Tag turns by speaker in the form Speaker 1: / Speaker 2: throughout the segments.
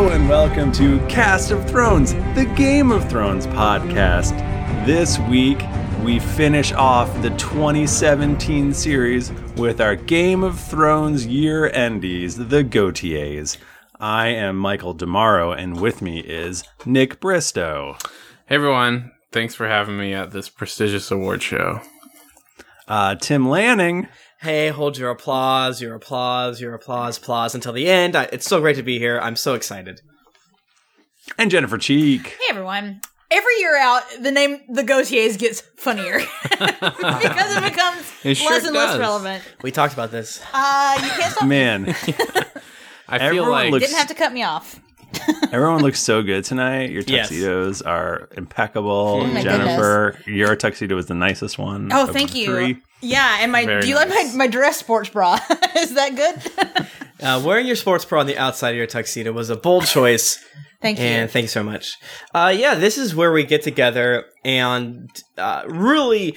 Speaker 1: welcome to Cast of Thrones, the Game of Thrones podcast. This week, we finish off the 2017 series with our Game of Thrones year endies, the Gautiers. I am Michael Damaro, and with me is Nick Bristow.
Speaker 2: Hey everyone, thanks for having me at this prestigious award show.
Speaker 1: Uh, Tim Lanning.
Speaker 3: Hey, hold your applause, your applause, your applause, applause until the end. I, it's so great to be here. I'm so excited.
Speaker 1: And Jennifer Cheek.
Speaker 4: Hey everyone. Every year out, the name the Gautiers gets funnier because it becomes
Speaker 2: It sure
Speaker 4: less and
Speaker 2: does.
Speaker 4: less relevant.
Speaker 3: We talked about this.
Speaker 4: Uh, you can't stop.
Speaker 1: Man,
Speaker 2: I
Speaker 1: Everyone
Speaker 2: feel like
Speaker 1: looks-
Speaker 4: Didn't have to cut me off.
Speaker 1: everyone looks so good tonight. Your
Speaker 3: Yes.
Speaker 1: tuxedos are impeccable.
Speaker 4: Oh my
Speaker 1: Jennifer, your tuxedo was the nicest one.
Speaker 4: Oh,
Speaker 1: of
Speaker 4: thank
Speaker 1: the
Speaker 4: you.
Speaker 1: three.
Speaker 4: Yeah, and my
Speaker 2: Very
Speaker 4: do you like
Speaker 2: nice.
Speaker 4: my, my dress sports bra? Is that good?
Speaker 3: Uh, wearing your sports bra on the outside of your tuxedo was a bold choice,
Speaker 4: Thank you.
Speaker 3: and thanks so much. Uh, yeah, this is where we get together and uh, really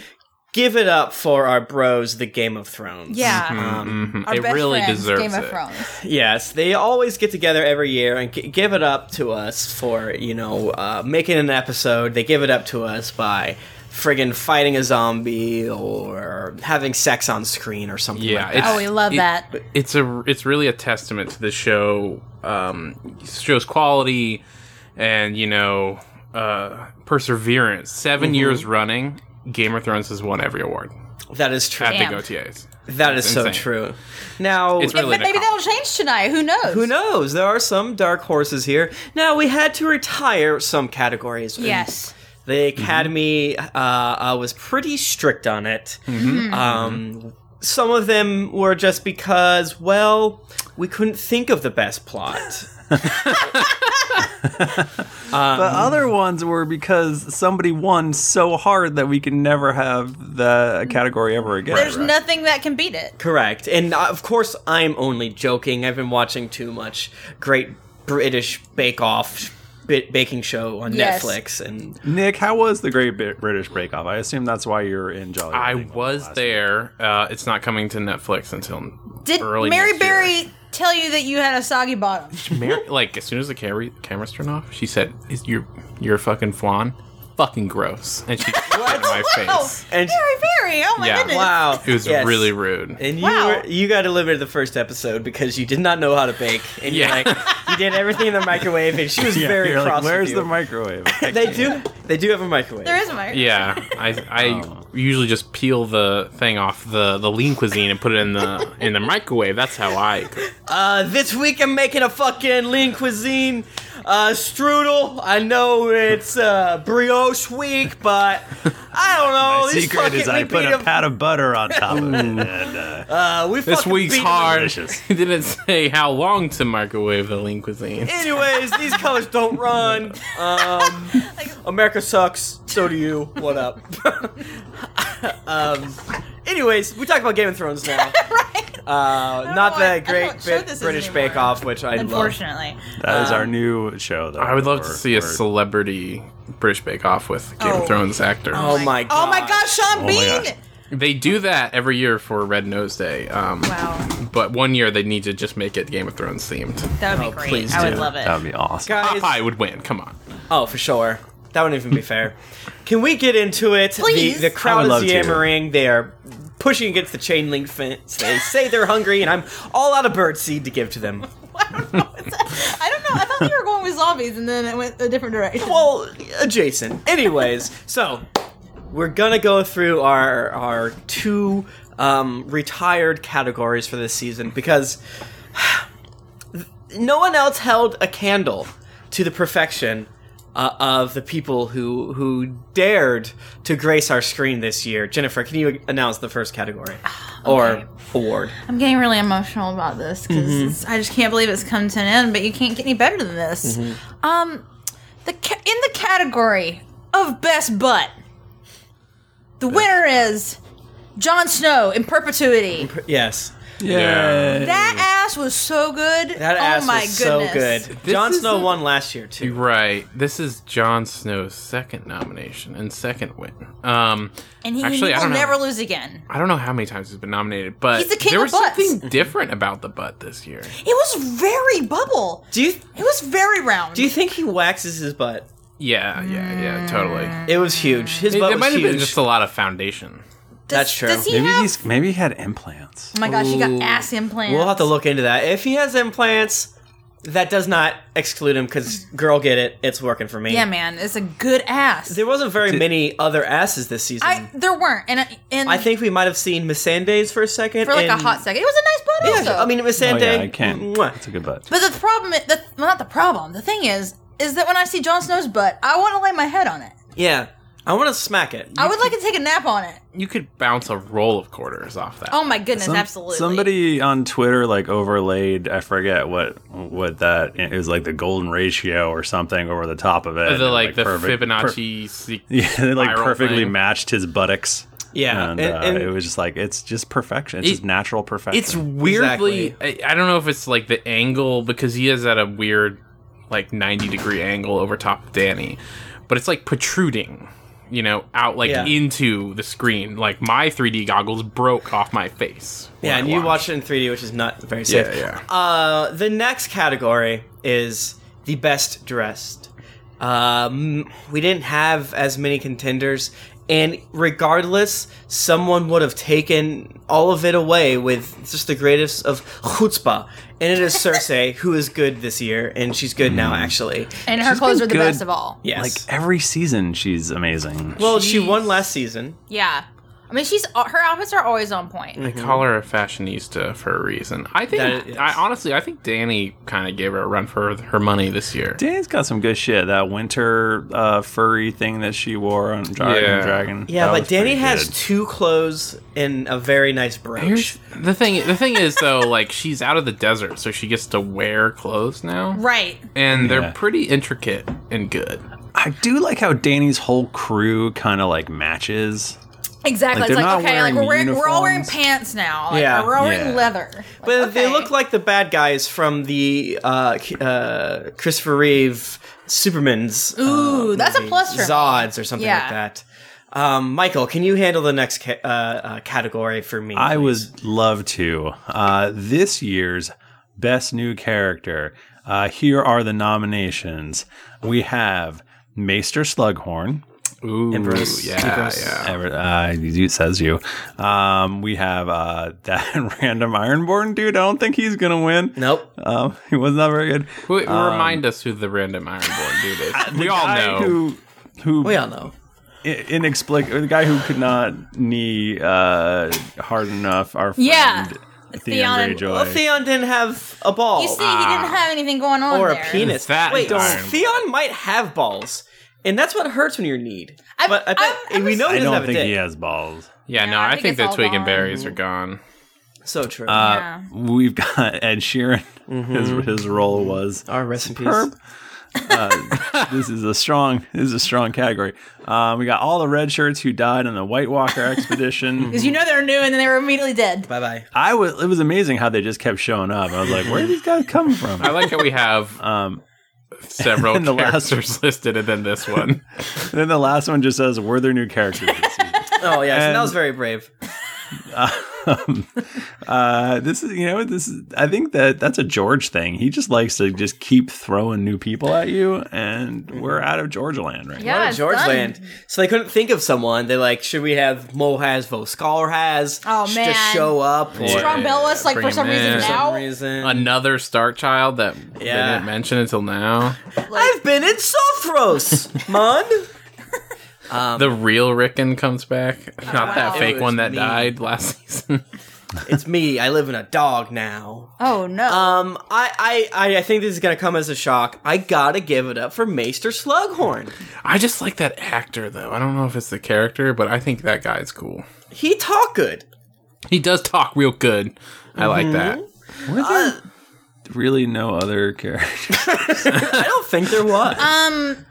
Speaker 3: give it up for our bros, the Game of Thrones.
Speaker 4: yeah. Um,
Speaker 2: Mhm.
Speaker 4: Our
Speaker 2: it
Speaker 4: best
Speaker 2: really
Speaker 4: friends,
Speaker 2: deserves
Speaker 4: Game
Speaker 2: it.
Speaker 4: of Thrones.
Speaker 3: Yes, they always get together every year and g- give it up to us for, you know, uh, making an episode. They give it up to us by friggin' fighting a zombie or having sex on screen or something
Speaker 2: Yeah,
Speaker 3: like that.
Speaker 4: Oh, we love
Speaker 2: it-
Speaker 4: that.
Speaker 2: It's a it's really a testament to the show, um, show's quality, and you know, uh, perseverance. 7
Speaker 4: Mm-hmm.
Speaker 2: years running, Game of Thrones has won every award
Speaker 3: That is true.
Speaker 2: at
Speaker 4: Damn.
Speaker 2: the Gautiers.
Speaker 3: That is
Speaker 2: It's
Speaker 3: so
Speaker 2: insane.
Speaker 3: true. Now,
Speaker 2: It's really
Speaker 4: but maybe
Speaker 2: an
Speaker 4: that'll change tonight. Who knows?
Speaker 3: who knows? There are some dark horses here. Now, we had to retire some categories. and
Speaker 4: Yes.
Speaker 3: The
Speaker 1: Mm-hmm.
Speaker 3: Academy uh, uh, was pretty strict on it.
Speaker 1: Mm-hmm.
Speaker 4: Hmm.
Speaker 3: Um, some of them were just because, well, we couldn't think of the best plot.
Speaker 1: But
Speaker 3: Mm.
Speaker 1: other ones were because somebody won so hard that we can never have the category ever again.
Speaker 4: There's nothing that can beat it.
Speaker 3: Correct. And uh, of course, I'm only joking. I've been watching too much Great British Bake Off bi- baking show on
Speaker 4: Yes.
Speaker 3: Netflix. And
Speaker 1: Nick, how was the Great Bri- British Bake Off? I assume that's why you're in Jolly.
Speaker 2: I
Speaker 1: Rango
Speaker 2: was
Speaker 1: last year.
Speaker 2: there. Uh, it's not coming to Netflix until
Speaker 4: Did
Speaker 2: early
Speaker 4: Mary
Speaker 2: next year.
Speaker 4: Berry tell you that you had a soggy bottom?
Speaker 2: Mary, like as soon as the camera cameras turned off, she said, "Is your your fucking flan fucking gross?" And she put it in my
Speaker 4: Oh,
Speaker 2: face.
Speaker 3: And-
Speaker 4: Mary Berry. Oh my
Speaker 2: Yeah.
Speaker 4: goodness.
Speaker 3: wow,
Speaker 2: It was
Speaker 3: Yes.
Speaker 2: really rude.
Speaker 3: And you
Speaker 4: Wow.
Speaker 3: were, you got eliminated the first episode because you did not know how to bake, and
Speaker 2: Yeah.
Speaker 3: you're like you did everything in the microwave, and she was
Speaker 1: Yeah,
Speaker 3: very
Speaker 1: you're like,
Speaker 3: cross. with
Speaker 1: Where's
Speaker 3: you."
Speaker 1: the microwave?
Speaker 3: They do they do have a microwave.
Speaker 4: There is a microwave.
Speaker 2: Yeah, I I usually just peel the thing off the the lean cuisine and put it in the in the microwave. That's how I. cook.
Speaker 3: Uh, this week I'm making a fucking lean cuisine uh, strudel. I know it's uh, brioche week, but I don't know.
Speaker 1: My
Speaker 3: these
Speaker 1: secret is
Speaker 3: fucking- Mm.
Speaker 1: I
Speaker 3: we
Speaker 1: put
Speaker 3: beat
Speaker 1: a
Speaker 3: 'em-
Speaker 1: pat of butter on top of it. And, uh,
Speaker 3: Uh, we
Speaker 2: This
Speaker 3: fucking
Speaker 2: week's
Speaker 3: beat 'em.
Speaker 2: hard.
Speaker 1: delicious.
Speaker 2: It didn't say how long to microwave the lean cuisine.
Speaker 3: Anyways, these colors don't run. Um, America sucks. So do you. What up? um, anyways, we talk about Game of Thrones now.
Speaker 4: right.
Speaker 3: Uh,
Speaker 4: don't
Speaker 3: not
Speaker 4: know why- I
Speaker 3: the
Speaker 4: don't know
Speaker 3: great
Speaker 4: what show
Speaker 3: bit
Speaker 4: this is
Speaker 3: British
Speaker 4: anymore.
Speaker 3: Bake Off, which I love.
Speaker 4: Unfortunately.
Speaker 1: That is our new show, though.
Speaker 2: I would love to
Speaker 1: We're-
Speaker 2: see a
Speaker 1: we're-
Speaker 2: celebrity British Bake Off with Game
Speaker 4: Oh.
Speaker 2: of Thrones actor.
Speaker 3: Oh my god!
Speaker 4: Oh my gosh, Sean
Speaker 1: my
Speaker 4: Bean.
Speaker 1: gosh.
Speaker 2: They do that every year for Red Nose Day. Um,
Speaker 4: Wow.
Speaker 2: But one year they need to just make it Game of Thrones themed.
Speaker 4: That would be great.
Speaker 3: Oh, please
Speaker 4: I would
Speaker 3: do.
Speaker 4: love it.
Speaker 1: That would be awesome.
Speaker 3: Guys,
Speaker 2: Popeye would win. Come on.
Speaker 3: Oh, for sure. That wouldn't even be fair. Can we get into it?
Speaker 4: Please.
Speaker 3: The, the
Speaker 1: I
Speaker 3: crowd
Speaker 1: would love
Speaker 3: is
Speaker 1: to.
Speaker 3: yammering. They are pushing against the chain link fence. They say they're hungry, and I'm all out of bird seed to give to them.
Speaker 4: I don't know. It's- I don't know. I thought we were going with zombies, and then it went a different direction.
Speaker 3: Well, adjacent. Anyways, so we're gonna go through our our two um, retired categories for this season because no one else held a candle to the perfection uh, of the people who who dared to grace our screen this year. Jennifer, can you announce the first category or award?
Speaker 4: I'm getting really emotional about this
Speaker 3: Mm-hmm.
Speaker 4: because I just can't believe it's come to an end. But you can't get any better than this.
Speaker 3: Mm-hmm.
Speaker 4: Um, the ca- in the category of best butt, the winner is Jon Snow in perpetuity.
Speaker 3: Yes.
Speaker 1: Yeah.
Speaker 4: That ass was so good.
Speaker 3: That
Speaker 4: oh
Speaker 3: ass
Speaker 4: my
Speaker 3: was
Speaker 4: goodness.
Speaker 3: so good.
Speaker 2: This
Speaker 3: Jon
Speaker 2: is
Speaker 3: Snow
Speaker 2: a-
Speaker 3: won last year too.
Speaker 2: Right. This is Jon Snow's second nomination and second win. Um,
Speaker 4: And he
Speaker 2: actually, I
Speaker 4: will
Speaker 2: don't know.
Speaker 4: never lose again.
Speaker 2: I don't know how many times he's been nominated, but
Speaker 4: He's the king
Speaker 2: there was
Speaker 4: of butts.
Speaker 2: something different about the butt this year.
Speaker 4: It was very bubble.
Speaker 3: Do you
Speaker 4: It was very round.
Speaker 3: do you think he waxes his butt?
Speaker 2: Yeah, yeah,
Speaker 4: Mm.
Speaker 2: yeah, totally.
Speaker 3: It was huge. His
Speaker 2: It,
Speaker 3: butt
Speaker 2: it
Speaker 3: was
Speaker 2: might have
Speaker 3: huge.
Speaker 2: been just a lot of foundation.
Speaker 4: does,
Speaker 3: that's true.
Speaker 4: Does he
Speaker 1: Maybe
Speaker 4: have?
Speaker 1: he's maybe he had implants.
Speaker 4: oh my gosh, he got
Speaker 2: Ooh.
Speaker 4: ass implants.
Speaker 3: We'll have to look into that. If he has implants, that does not exclude him because girl, get it. It's working for me.
Speaker 4: Yeah, man, it's a good ass.
Speaker 3: There wasn't very many other asses this season.
Speaker 4: I
Speaker 3: I,
Speaker 4: there weren't, and I- and
Speaker 3: think we might have seen Missandei's for a second.
Speaker 4: for like a
Speaker 3: and-
Speaker 4: hot second, it was a nice butt.
Speaker 3: Yeah,
Speaker 4: also.
Speaker 3: I mean
Speaker 1: Oh,
Speaker 3: Missandei.
Speaker 1: yeah, I can't.
Speaker 3: mwah.
Speaker 1: It's a good butt.
Speaker 4: But the problem, i- the well, not the problem. The thing is, is that when I see Jon Snow's butt, I want to lay my head on it.
Speaker 3: Yeah, I want to smack it.
Speaker 4: I would like to take a nap on it.
Speaker 2: You could bounce a roll of quarters off that.
Speaker 4: Oh my goodness,
Speaker 1: Some-
Speaker 4: absolutely.
Speaker 1: Somebody on Twitter like overlaid. I forget what what that it was like the golden ratio or something over the top of it.
Speaker 2: the
Speaker 1: and it,
Speaker 2: like, the
Speaker 1: perfect-
Speaker 2: Fibonacci. se-
Speaker 1: per- yeah, it, like
Speaker 2: spiral
Speaker 1: perfectly
Speaker 2: thing.
Speaker 1: matched his buttocks.
Speaker 3: Yeah,
Speaker 1: and,
Speaker 3: and-
Speaker 1: uh,
Speaker 3: and-
Speaker 1: it was just like it's just perfection. It's
Speaker 2: It-
Speaker 1: just natural perfection.
Speaker 2: It's weirdly. I, I don't know if it's like the angle because he is at a weird, like ninety degree angle over top of Danny, but it's like protruding. You know, out like
Speaker 3: Yeah.
Speaker 2: into the screen. Like my 3D goggles broke off my face. when
Speaker 3: yeah,
Speaker 2: I
Speaker 3: and you
Speaker 2: watched.
Speaker 3: watch it in 3D, which is not very safe.
Speaker 2: Yeah, yeah.
Speaker 3: Uh, the next category is the best dressed. Um, we didn't have as many contenders, and regardless, someone would have taken all of it away with just the greatest of chutzpah. And it is Cersei, who is good this year, and she's good now, actually.
Speaker 4: and her
Speaker 1: She's
Speaker 4: clothes
Speaker 1: been
Speaker 4: are the
Speaker 1: good.
Speaker 4: best of all.
Speaker 3: Yes.
Speaker 1: like every season she's amazing.
Speaker 3: well, she
Speaker 2: Jeez.
Speaker 3: won last season.
Speaker 4: Yeah. I mean, she's uh, her outfits are always on point.
Speaker 2: They call her a fashionista for a reason. I think,
Speaker 3: Um, That is-
Speaker 2: I honestly, I think Danny kind of gave her a run for her money this year.
Speaker 1: Danny's got some good shit. That winter uh, furry thing that she wore on Dragon
Speaker 2: Yeah.
Speaker 1: Dragon.
Speaker 3: Yeah,
Speaker 1: That
Speaker 3: but
Speaker 1: was
Speaker 3: Danny
Speaker 1: pretty
Speaker 3: has
Speaker 1: good.
Speaker 3: two clothes and a very nice brooch.
Speaker 2: Here's the thing. The thing is, though, like she's out of the desert, so she gets to wear clothes now,
Speaker 4: Right.
Speaker 2: and they're
Speaker 1: Yeah.
Speaker 2: pretty intricate and good.
Speaker 1: I do like how Danny's whole crew kind of like matches.
Speaker 4: Exactly.
Speaker 1: Like,
Speaker 4: it's
Speaker 1: they're not
Speaker 4: like okay, like we're
Speaker 1: wearing
Speaker 4: wearing, we're all wearing
Speaker 1: uniforms.
Speaker 4: pants now. Like,
Speaker 3: Yeah.
Speaker 4: We're all wearing
Speaker 1: Yeah.
Speaker 4: leather. Like,
Speaker 3: But they
Speaker 4: okay.
Speaker 3: look like the bad guys from the uh, K- uh, Christopher Reeve Superman's. uh,
Speaker 4: Ooh, that's a
Speaker 3: movie,
Speaker 4: plus for me.
Speaker 3: Zods or something like
Speaker 4: Yeah.
Speaker 3: that. Um, Michael, can you handle the next ca- uh, uh, category for me?
Speaker 1: I
Speaker 3: please?
Speaker 1: would love to. Uh, this year's best new character. Uh, here are the nominations. We have Maester Slughorn.
Speaker 2: Ooh,
Speaker 3: Empress.
Speaker 2: yeah,
Speaker 3: Empress.
Speaker 2: yeah.
Speaker 1: Ever, uh, you says you. Um, we have uh, that random Ironborn dude. I don't think he's gonna win.
Speaker 3: Nope.
Speaker 1: Um, he was not very good.
Speaker 2: Wait,
Speaker 3: Um,
Speaker 2: remind us who the random Ironborn dude is. we
Speaker 1: The
Speaker 2: all
Speaker 1: guy
Speaker 2: know.
Speaker 1: who who
Speaker 3: We all know.
Speaker 1: inexplicable the guy who could not knee uh, hard enough. Our friend
Speaker 4: Yeah.
Speaker 1: Theon
Speaker 4: Theon-
Speaker 1: Greyjoy.
Speaker 3: Well, Theon didn't have a ball
Speaker 4: You see, he didn't have anything going on
Speaker 3: Ah. or a
Speaker 4: there.
Speaker 3: penis.
Speaker 2: It's that
Speaker 3: Wait,
Speaker 2: darn.
Speaker 3: Theon might have balls, and that's what hurts when you're in need.
Speaker 4: I'm-
Speaker 3: but I bet
Speaker 4: I'm- I
Speaker 3: we
Speaker 4: was-
Speaker 3: know he
Speaker 1: I
Speaker 3: doesn't
Speaker 1: don't
Speaker 3: have a
Speaker 1: think
Speaker 3: dick.
Speaker 1: he has balls.
Speaker 2: yeah, no,
Speaker 4: No, I
Speaker 2: I
Speaker 4: think
Speaker 2: think
Speaker 4: it's
Speaker 2: the
Speaker 4: all
Speaker 2: twig and
Speaker 4: gone.
Speaker 2: berries are gone.
Speaker 3: So true.
Speaker 1: Uh,
Speaker 4: Yeah.
Speaker 1: We've got Ed Sheeran. His his role was
Speaker 3: Our rest in peace.
Speaker 1: Herb. Uh, this is a strong this is a strong category. Um, we got all the red shirts who died on the White Walker expedition.
Speaker 4: Because you know they were new and then they were immediately dead.
Speaker 3: Bye bye.
Speaker 1: I was it was amazing how they just kept showing up. I was like, where are these guys coming from?
Speaker 2: I like how we have
Speaker 1: Um,
Speaker 2: several
Speaker 1: and the last-
Speaker 2: characters listed, and then this one.
Speaker 1: then the last one just says, "Were there new characters?" this season?"
Speaker 3: Oh yeah, so
Speaker 1: And-
Speaker 3: that was very brave.
Speaker 1: Uh, this is you know this is I think that that's a George thing. He just likes to just keep throwing new people at you, and we're out of Georgia land right now.
Speaker 4: Yeah,
Speaker 3: Out of
Speaker 4: it's
Speaker 3: George
Speaker 4: done.
Speaker 3: Land. So they couldn't think of someone. They're like, should we have Mo has Voskar has?
Speaker 4: Oh,
Speaker 3: sh-
Speaker 4: man.
Speaker 3: just show up. Or
Speaker 2: Yeah.
Speaker 4: Strong Bellis, like
Speaker 2: Bring
Speaker 4: for some
Speaker 2: him
Speaker 4: reason
Speaker 2: in.
Speaker 3: for some
Speaker 4: now.
Speaker 3: reason.
Speaker 2: Another Star Child that
Speaker 3: Yeah.
Speaker 2: they didn't mention until now.
Speaker 3: I've been in Sothros, man.
Speaker 2: The real Rickon comes back, not that
Speaker 4: wow.
Speaker 2: fake
Speaker 3: Um, It
Speaker 2: one
Speaker 3: was
Speaker 2: that
Speaker 3: me.
Speaker 2: died last season.
Speaker 3: It's me. I live in a dog now.
Speaker 4: Oh no.
Speaker 3: Um, I, I, I- I think this is gonna come as a shock. I gotta give it up for Maester Slughorn.
Speaker 2: I just like that actor though. I don't know if it's the character, but I think that guy is cool.
Speaker 3: He talk good.
Speaker 2: He does talk real good. I
Speaker 3: Mm-hmm.
Speaker 2: like that.
Speaker 1: Were there really no other characters?
Speaker 3: I don't think there was.
Speaker 4: Um,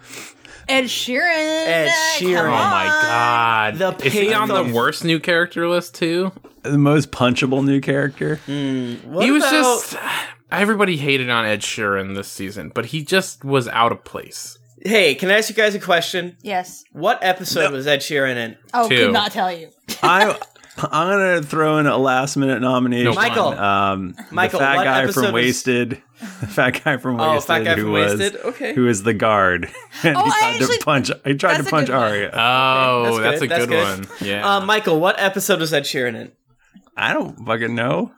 Speaker 4: Ed Sheeran.
Speaker 3: Ed
Speaker 4: uh,
Speaker 3: Sheeran.
Speaker 4: come
Speaker 2: Oh
Speaker 3: Oh
Speaker 2: my
Speaker 4: on.
Speaker 2: god.
Speaker 3: The
Speaker 2: is he
Speaker 3: pink
Speaker 2: on the
Speaker 3: thumb.
Speaker 2: worst new character list too?
Speaker 1: the most punchable new character.
Speaker 3: What
Speaker 2: he was
Speaker 3: about-
Speaker 2: just everybody hated on Ed Sheeran this season, but he just was out of place.
Speaker 3: Hey, can I ask you guys a question?
Speaker 4: Yes.
Speaker 3: What episode was Ed Sheeran in?
Speaker 4: Oh,
Speaker 2: Two.
Speaker 4: could not tell you.
Speaker 1: I I'm gonna throw in a last minute nomination.
Speaker 2: No,
Speaker 3: Michael.
Speaker 1: um,
Speaker 3: Michael,
Speaker 1: the fat
Speaker 3: what
Speaker 1: guy
Speaker 3: episode
Speaker 1: from
Speaker 3: is-
Speaker 1: Wasted, the fat guy from
Speaker 3: Oh,
Speaker 1: Wasted,
Speaker 3: fat guy
Speaker 1: who
Speaker 3: from
Speaker 1: was
Speaker 3: Wasted? Okay.
Speaker 1: who is the guard, and
Speaker 4: Oh,
Speaker 1: he
Speaker 4: I
Speaker 1: tried
Speaker 4: actually-
Speaker 1: to punch. He tried to
Speaker 4: that's a
Speaker 1: punch
Speaker 4: good one.
Speaker 1: Arya.
Speaker 2: Oh,
Speaker 3: Okay, that's
Speaker 2: that's,
Speaker 3: good,
Speaker 2: a
Speaker 3: that's
Speaker 2: good,
Speaker 3: good.
Speaker 2: one. Yeah,
Speaker 3: Uh, Michael, what episode was Ed Sheeran in?
Speaker 1: I don't fucking know.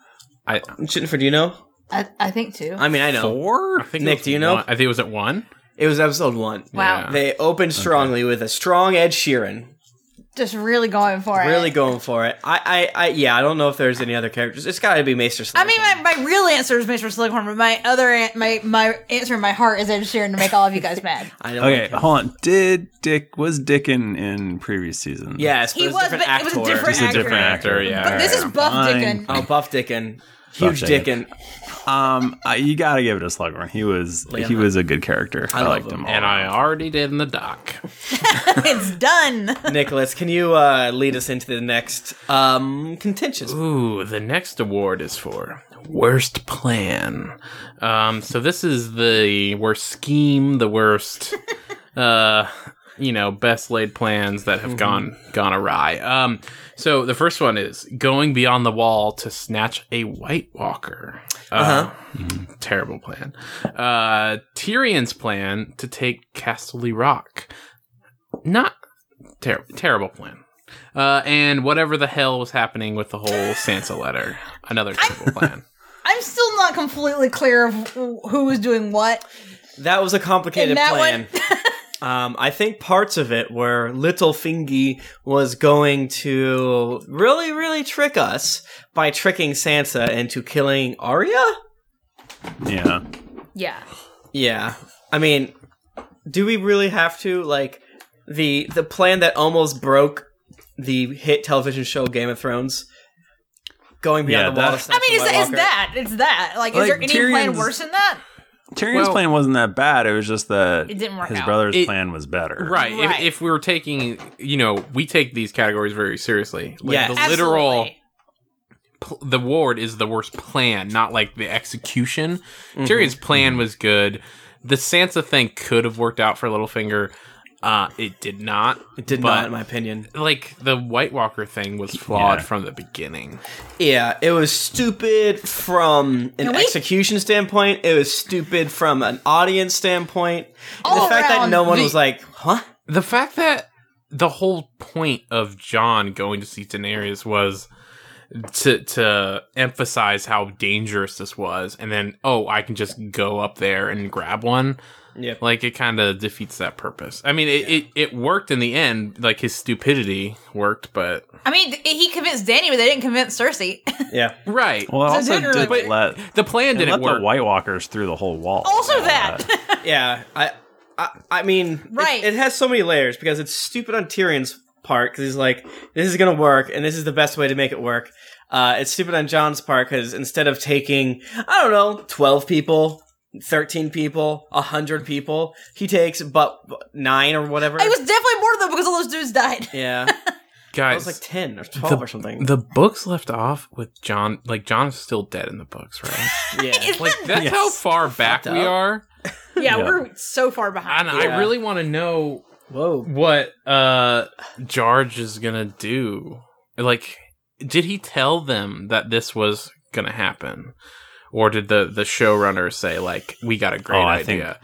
Speaker 2: I,
Speaker 3: Jennifer, do you know?
Speaker 4: I, I think two.
Speaker 3: I mean, I know.
Speaker 2: I
Speaker 1: Four.
Speaker 2: think it
Speaker 3: Nick,
Speaker 2: was
Speaker 3: do you know?
Speaker 2: one- I think it was at one.
Speaker 3: It was episode one.
Speaker 4: wow.
Speaker 2: Yeah.
Speaker 3: They opened strongly with a strong Ed Sheeran.
Speaker 4: Just really going for it.
Speaker 3: Really going for it. I, I, I, yeah, I don't know if there's any other characters. It's got to be Maester
Speaker 4: I
Speaker 3: Slughorn.
Speaker 4: mean, my, my real answer is Mr. Slighorn, but my other an- my my answer in my heart is Ed Sheeran to make all of you guys mad.
Speaker 3: I don't
Speaker 1: Okay,
Speaker 3: like him.
Speaker 1: hold on. Did Dick was Dickin in previous season?
Speaker 3: Yes, but
Speaker 4: He
Speaker 3: it
Speaker 4: was,
Speaker 3: was, a different
Speaker 4: but it was a
Speaker 3: actor.
Speaker 4: different
Speaker 1: He's a different
Speaker 4: Actor.
Speaker 1: actor.
Speaker 2: yeah.
Speaker 4: But this is Buff
Speaker 1: Fine.
Speaker 4: Dickon.
Speaker 3: Oh, Buff Dickin. Huge
Speaker 1: Dickin.
Speaker 3: Dickin.
Speaker 1: Um, I, you gotta give it a Slughorn. He was he was a good character. I,
Speaker 3: love
Speaker 1: liked
Speaker 3: him.
Speaker 1: him.
Speaker 2: and I already did in the dock.
Speaker 4: it's done.
Speaker 3: Nicholas, can you uh, lead us into the next um, contentious?
Speaker 2: Ooh, the next award is for worst plan. Um, so this is the worst scheme, the worst, uh, you know, best laid plans that have gone gone awry. Um, so the first one is going beyond the wall to snatch a White Walker. Uh, Terrible plan. Uh, Tyrion's plan to take Castle Rock. Not ter- terrible plan. Uh, and whatever the hell was happening with the whole Sansa letter. Another terrible plan.
Speaker 4: I'm still not completely clear of wh- who was doing what.
Speaker 3: That was a complicated
Speaker 4: And that
Speaker 3: plan. um, I think parts of it were Littlefingy was going to really, really trick us by tricking Sansa into killing Arya.
Speaker 1: Yeah.
Speaker 4: Yeah.
Speaker 3: Yeah, I mean, do we really have to like the the plan that almost broke the hit television show Game of Thrones? Going beyond
Speaker 1: Yeah,
Speaker 3: the wall.
Speaker 1: that-
Speaker 3: to snatch
Speaker 4: I mean,
Speaker 3: the
Speaker 4: it's,
Speaker 3: White
Speaker 4: it's
Speaker 3: Walker.
Speaker 4: that. It's that. Like,
Speaker 1: Like,
Speaker 4: is there any plan
Speaker 1: Tyrion's-
Speaker 4: worse than that?
Speaker 1: Tyrion's
Speaker 2: Well-
Speaker 1: plan wasn't that bad. It was just that
Speaker 4: It didn't work
Speaker 1: his
Speaker 4: out.
Speaker 1: brother's
Speaker 2: It-
Speaker 1: plan was better.
Speaker 2: right. If,
Speaker 4: Right.
Speaker 2: if we were taking, you know, we take these categories very seriously. Like,
Speaker 3: Yes.
Speaker 2: The
Speaker 4: Absolutely.
Speaker 2: literal, pl- the ward is the worst plan, not like the execution. Tyrion's plan was good. The Sansa thing could have worked out for Littlefinger. Uh, it did not.
Speaker 3: It did
Speaker 2: but,
Speaker 3: not, in my opinion.
Speaker 2: Like the White Walker thing was flawed
Speaker 1: Yeah.
Speaker 2: from the beginning.
Speaker 3: Yeah, it was stupid from an
Speaker 4: Can we-
Speaker 3: execution standpoint. It was stupid from an audience standpoint. And the
Speaker 4: All
Speaker 3: fact that
Speaker 4: around
Speaker 3: no one
Speaker 2: the-
Speaker 3: was like, "Huh?"
Speaker 2: the fact that the whole point of John going to see Daenerys was to to emphasize how dangerous this was, and then oh, I can just go up there and grab one.
Speaker 3: Yep.
Speaker 2: Like it kind of defeats that purpose. I mean, it, it it worked in the end. Like his stupidity worked, but
Speaker 4: I mean, th- he convinced Danny, but they didn't convince Cersei.
Speaker 3: Yeah.
Speaker 2: right.
Speaker 1: Well, it
Speaker 4: So
Speaker 1: also
Speaker 4: it didn't
Speaker 1: did
Speaker 4: really
Speaker 1: let,
Speaker 2: the plan
Speaker 1: it
Speaker 2: didn't
Speaker 1: let the
Speaker 2: work.
Speaker 1: White Walkers through the whole wall. uh,
Speaker 4: also, that.
Speaker 3: Yeah. I I, I mean, it-
Speaker 4: Right.
Speaker 3: It, has so many layers because it's stupid on Tyrion's part because he's like, "This is gonna work, and this is the best way to make it work." Uh, it's stupid on John's part because instead of taking, I don't know, twelve people. 13 people, 100 people. He takes but but 9 or whatever.
Speaker 4: it was definitely more though because all those dudes died.
Speaker 3: yeah. It
Speaker 2: Guys,
Speaker 3: was like 10 or 12 or something.
Speaker 2: the books left off with John. Like John is still dead in the books, right?
Speaker 3: yeah.
Speaker 2: like that's how far back we
Speaker 3: up.
Speaker 2: are.
Speaker 1: Yeah.
Speaker 4: Yeah, we're so far behind.
Speaker 2: And
Speaker 3: Yeah.
Speaker 2: I really want to know
Speaker 3: Whoa.
Speaker 2: what uh Jarge is gonna do. Like, did he tell them that this was gonna happen, or did the the showrunner say like we got a great
Speaker 1: Oh, I think-
Speaker 2: idea?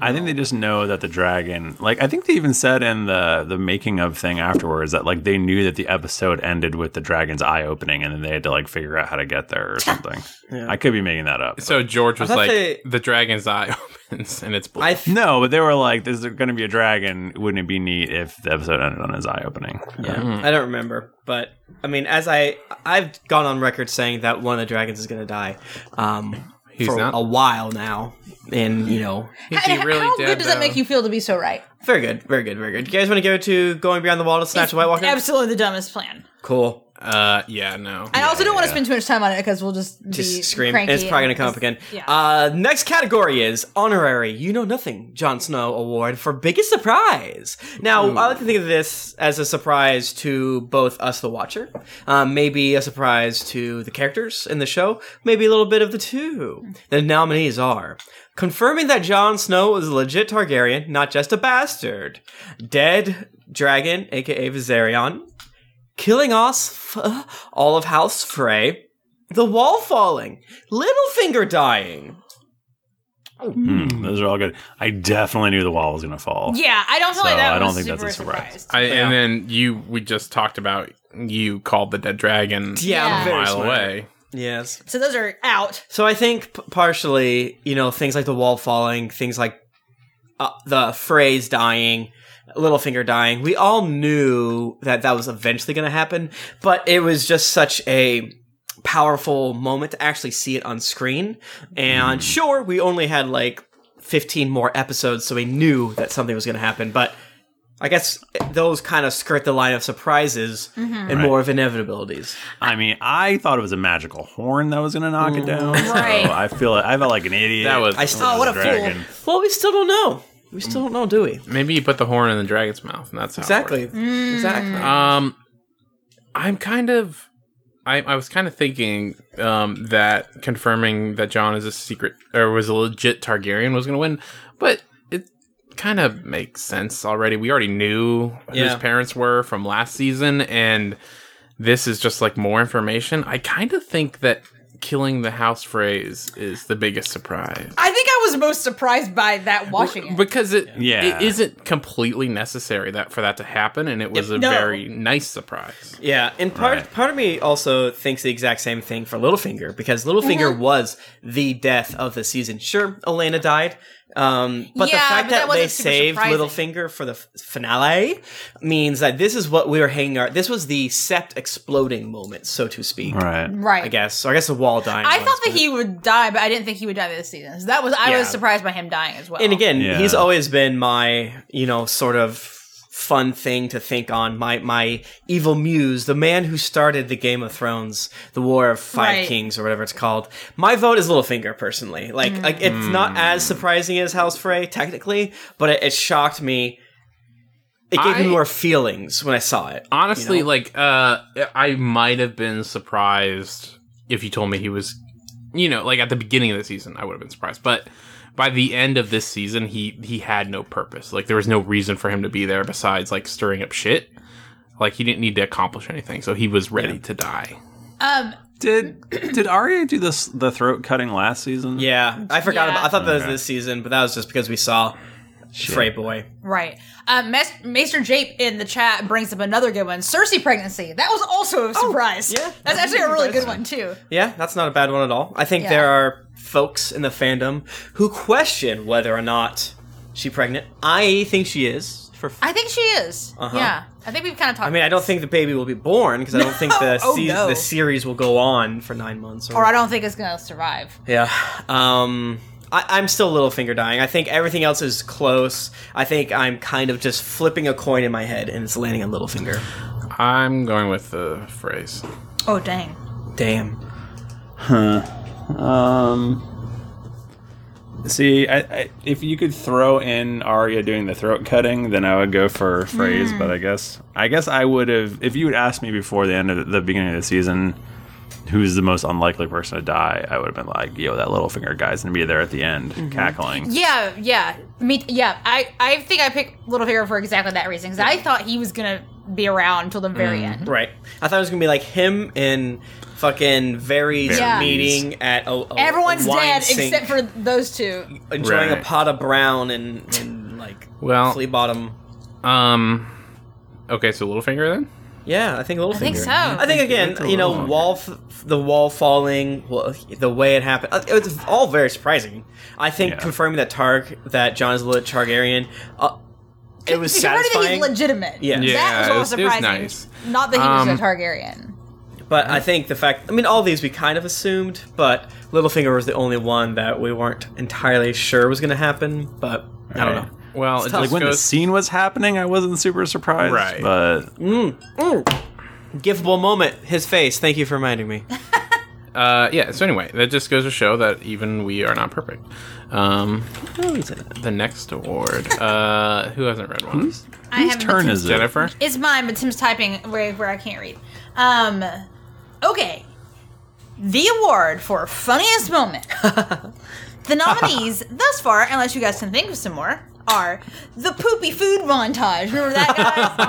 Speaker 1: I think they just know that the dragon, like I think they even said in the the making of thing afterwards that like they knew that the episode ended with the dragon's eye opening, and then they had to like figure out how to get there or something. I could be making that up.
Speaker 2: so George was
Speaker 3: thought
Speaker 2: like,
Speaker 3: they-
Speaker 2: the dragon's eye opens and it's blue.
Speaker 3: I th-
Speaker 1: No, but they were like, "There's going to be a dragon. Wouldn't it be neat if the episode ended on his eye opening?"
Speaker 3: yeah, I don't remember, but I mean, as I I've gone on record saying that one of the dragons is gonna die, um,
Speaker 2: He's
Speaker 3: for
Speaker 2: not.
Speaker 3: a while now, and you know,
Speaker 2: Is
Speaker 4: And
Speaker 2: he really
Speaker 4: how
Speaker 2: dead,
Speaker 4: good does that
Speaker 2: though?
Speaker 4: make you feel to be so right?
Speaker 3: very good, very good, very good. You guys want to go to going beyond the wall to snatch a White Walker?
Speaker 4: Absolutely the dumbest plan.
Speaker 3: cool.
Speaker 2: Uh, yeah, no.
Speaker 4: I also don't want to
Speaker 2: yeah.
Speaker 4: spend too much time on it because we'll just, be
Speaker 3: Just scream. And
Speaker 4: cranky
Speaker 3: it's probably going to come
Speaker 4: and
Speaker 3: up again.
Speaker 4: just- Yeah.
Speaker 3: Uh, next category is Honorary You Know Nothing Jon Snow Award for Biggest Surprise. Now, I like to think of this as a surprise to both us, the watcher, um, maybe a surprise to the characters in the show, maybe a little bit of the two. The nominees are confirming that Jon Snow was a legit Targaryen, not just a bastard, Dead Dragon, aka Viserion, killing off f- all of House Frey, the wall falling, Littlefinger dying.
Speaker 1: Hmm, those are all good. I definitely knew the wall was gonna fall.
Speaker 4: yeah, I don't feel like
Speaker 1: So
Speaker 4: that
Speaker 1: I don't
Speaker 4: was
Speaker 1: think that's
Speaker 4: super
Speaker 1: a surprise.
Speaker 4: surprised.
Speaker 2: I,
Speaker 3: Yeah.
Speaker 2: And then you, we just talked about you called the dead dragon
Speaker 3: Yeah,
Speaker 4: Yeah.
Speaker 3: I'm
Speaker 2: a
Speaker 3: very
Speaker 2: mile
Speaker 3: smart.
Speaker 2: away.
Speaker 3: Yes.
Speaker 4: so those are out.
Speaker 3: So I think p- partially, you know, things like the wall falling, things like uh, the phrase dying, Littlefinger dying. We all knew that that was eventually going to happen, but it was just such a powerful moment to actually see it on screen. And sure, we only had like 15 more episodes, so we knew that something was going to happen, but I guess those kind of skirt the line of surprises and
Speaker 1: Right.
Speaker 3: more of inevitabilities.
Speaker 1: I mean, I thought it was a magical horn that was gonna knock it down.
Speaker 4: Right.
Speaker 1: So I feel I felt like an idiot.
Speaker 2: That was
Speaker 3: I still, oh, what a
Speaker 1: Dragon.
Speaker 3: fool! Well, we still don't know. We still don't know, do we?
Speaker 2: maybe you put the horn in the dragon's mouth, and that's how it
Speaker 3: Exactly. Exactly.
Speaker 2: worked. Um, I'm kind of, I, I was kind of thinking um that confirming that John is a secret or was a legit Targaryen was going to win, but it kind of makes sense already. We already knew who his
Speaker 3: Yeah.
Speaker 2: parents were from last season, and this is just like more information. I kind of think that killing the house phrase is the biggest surprise.
Speaker 4: I think I was most surprised by that watching it.
Speaker 2: because it
Speaker 1: Yeah.
Speaker 2: it isn't completely necessary that for that to happen, and it was a
Speaker 4: No.
Speaker 2: very nice surprise.
Speaker 3: yeah, and part
Speaker 1: Right.
Speaker 3: part of me also thinks the exact same thing for Littlefinger because Littlefinger
Speaker 4: Mm-hmm.
Speaker 3: was the death of the season. Sure, Elena died, um, but the
Speaker 4: Yeah,
Speaker 3: fact
Speaker 4: but
Speaker 3: that,
Speaker 4: that
Speaker 3: they
Speaker 4: wasn't super
Speaker 3: saved
Speaker 4: surprising.
Speaker 3: Littlefinger for the f- finale means that this is what we were hanging our. This was the sept exploding moment, so to speak.
Speaker 1: Right.
Speaker 4: Right.
Speaker 3: I guess, or I guess the wall dying.
Speaker 4: I
Speaker 3: was,
Speaker 4: thought that
Speaker 3: but-
Speaker 4: he would die, but I didn't think he would die this season. So that was I
Speaker 3: Yeah.
Speaker 4: was surprised by him dying as well.
Speaker 3: And again,
Speaker 1: Yeah.
Speaker 3: he's always been my, you know, sort of fun thing to think on. My my evil muse, the man who started the Game of Thrones, the War of Five
Speaker 4: Right.
Speaker 3: Kings, or whatever it's called. My vote is Littlefinger, personally. Like, like
Speaker 1: Mm.
Speaker 3: it's not as surprising as House Frey, technically, but it, it shocked me. It gave
Speaker 2: I-
Speaker 3: me more feelings when I saw it.
Speaker 2: Honestly,
Speaker 3: You know?
Speaker 2: like uh, I might have been surprised if you told me he was, you know, like at the beginning of the season, I would have been surprised, but. By the end of this season, he he had no purpose. Like there was no reason for him to be there besides like stirring up shit. Like he didn't need to accomplish anything, so he was ready to die.
Speaker 4: um,
Speaker 1: Did did Arya do this the throat cutting last season?
Speaker 3: Yeah, I forgot
Speaker 4: Yeah.
Speaker 3: about. I thought that was
Speaker 1: Okay.
Speaker 3: this season, but that was just because we saw Frey Boy.
Speaker 4: right. Um, Mas- Maester Jape in the chat brings up another good one: Cersei pregnancy. That was also a surprise.
Speaker 3: yeah.
Speaker 4: Oh, that's actually a really good one too.
Speaker 3: Yeah, that's not a bad one at all. I think
Speaker 4: Yeah.
Speaker 3: there are folks in the fandom who question whether or not she pregnant. I think she is. For f- I
Speaker 4: I think she is. Yeah, Uh-huh. I think we've kind of talked.
Speaker 3: mean, I don't think the baby will be born because I don't think the
Speaker 4: Oh,
Speaker 3: se-
Speaker 4: no.
Speaker 3: the series will go on for nine months. Or,
Speaker 4: or I don't think it's gonna survive.
Speaker 3: yeah. Um, I- I'm still Littlefinger dying. I think everything else is close. I think I'm kind of just flipping a coin in my head and it's landing on Littlefinger.
Speaker 2: I'm going with the phrase.
Speaker 4: Oh dang.
Speaker 3: Damn.
Speaker 1: Um. See, I, I, if you could throw in Arya doing the throat cutting, then I would go for phrase.
Speaker 3: Hmm.
Speaker 1: But I guess, I guess I would have. If you had asked me before the end of the, the beginning of the season, who's the most unlikely person to die, I would have been like, "Yo, that Littlefinger guy's gonna be there at the end,
Speaker 3: Mm-hmm.
Speaker 1: cackling."
Speaker 4: Yeah, yeah. Me, yeah. I, I think I picked Littlefinger for exactly that reason because I thought he was gonna be around till the very end.
Speaker 3: Right. I thought it was gonna be like him and fucking Varys
Speaker 4: Yeah.
Speaker 3: meeting at a, a-
Speaker 4: Everyone's
Speaker 3: a wine
Speaker 4: dead
Speaker 3: sink,
Speaker 4: except for those two.
Speaker 3: enjoying a
Speaker 1: Right.
Speaker 3: pot of brown and, and like
Speaker 2: Well-
Speaker 3: flea bottom.
Speaker 2: Um. Okay, so Littlefinger then.
Speaker 3: Yeah, I think Littlefinger.
Speaker 4: I think so. I
Speaker 3: I think again, you know, wall f- the wall falling, well, the way it happened, uh, it's all very surprising. I think
Speaker 1: Yeah.
Speaker 3: confirming that Targ, that John is a legit Targaryen, uh, it was
Speaker 4: that he's
Speaker 3: satisfying.
Speaker 4: legitimate.
Speaker 3: Yeah.
Speaker 2: Yeah,
Speaker 4: that
Speaker 2: it
Speaker 4: was what was
Speaker 2: was- it was
Speaker 4: surprising.
Speaker 2: nice.
Speaker 4: Not that he
Speaker 2: Um,
Speaker 4: was a Targaryen.
Speaker 3: But I think the fact, I mean, all these we kind of assumed, but Littlefinger was the only one that we weren't entirely sure was going to happen, but I don't
Speaker 1: Right.
Speaker 3: know.
Speaker 2: Well, it
Speaker 3: tough.
Speaker 2: just
Speaker 1: Like when the
Speaker 2: goes-
Speaker 1: scene was happening, I wasn't super surprised.
Speaker 2: Right.
Speaker 1: But
Speaker 3: Giveable moment. His face. Thank you for reminding me.
Speaker 2: Uh, yeah. So anyway, that just goes to show that even we are not perfect. Um,
Speaker 3: Oh, he said it.
Speaker 2: the next award. Uh, who hasn't read one?
Speaker 4: I
Speaker 1: Whose
Speaker 4: haven't been
Speaker 1: turn
Speaker 4: to-
Speaker 1: is it?
Speaker 2: Jennifer.
Speaker 4: It's mine, but Tim's typing where, where I can't read. Um, okay. The award for funniest moment. the nominees thus far, unless you guys can think of some more, are the poopy food montage. Remember that, guys?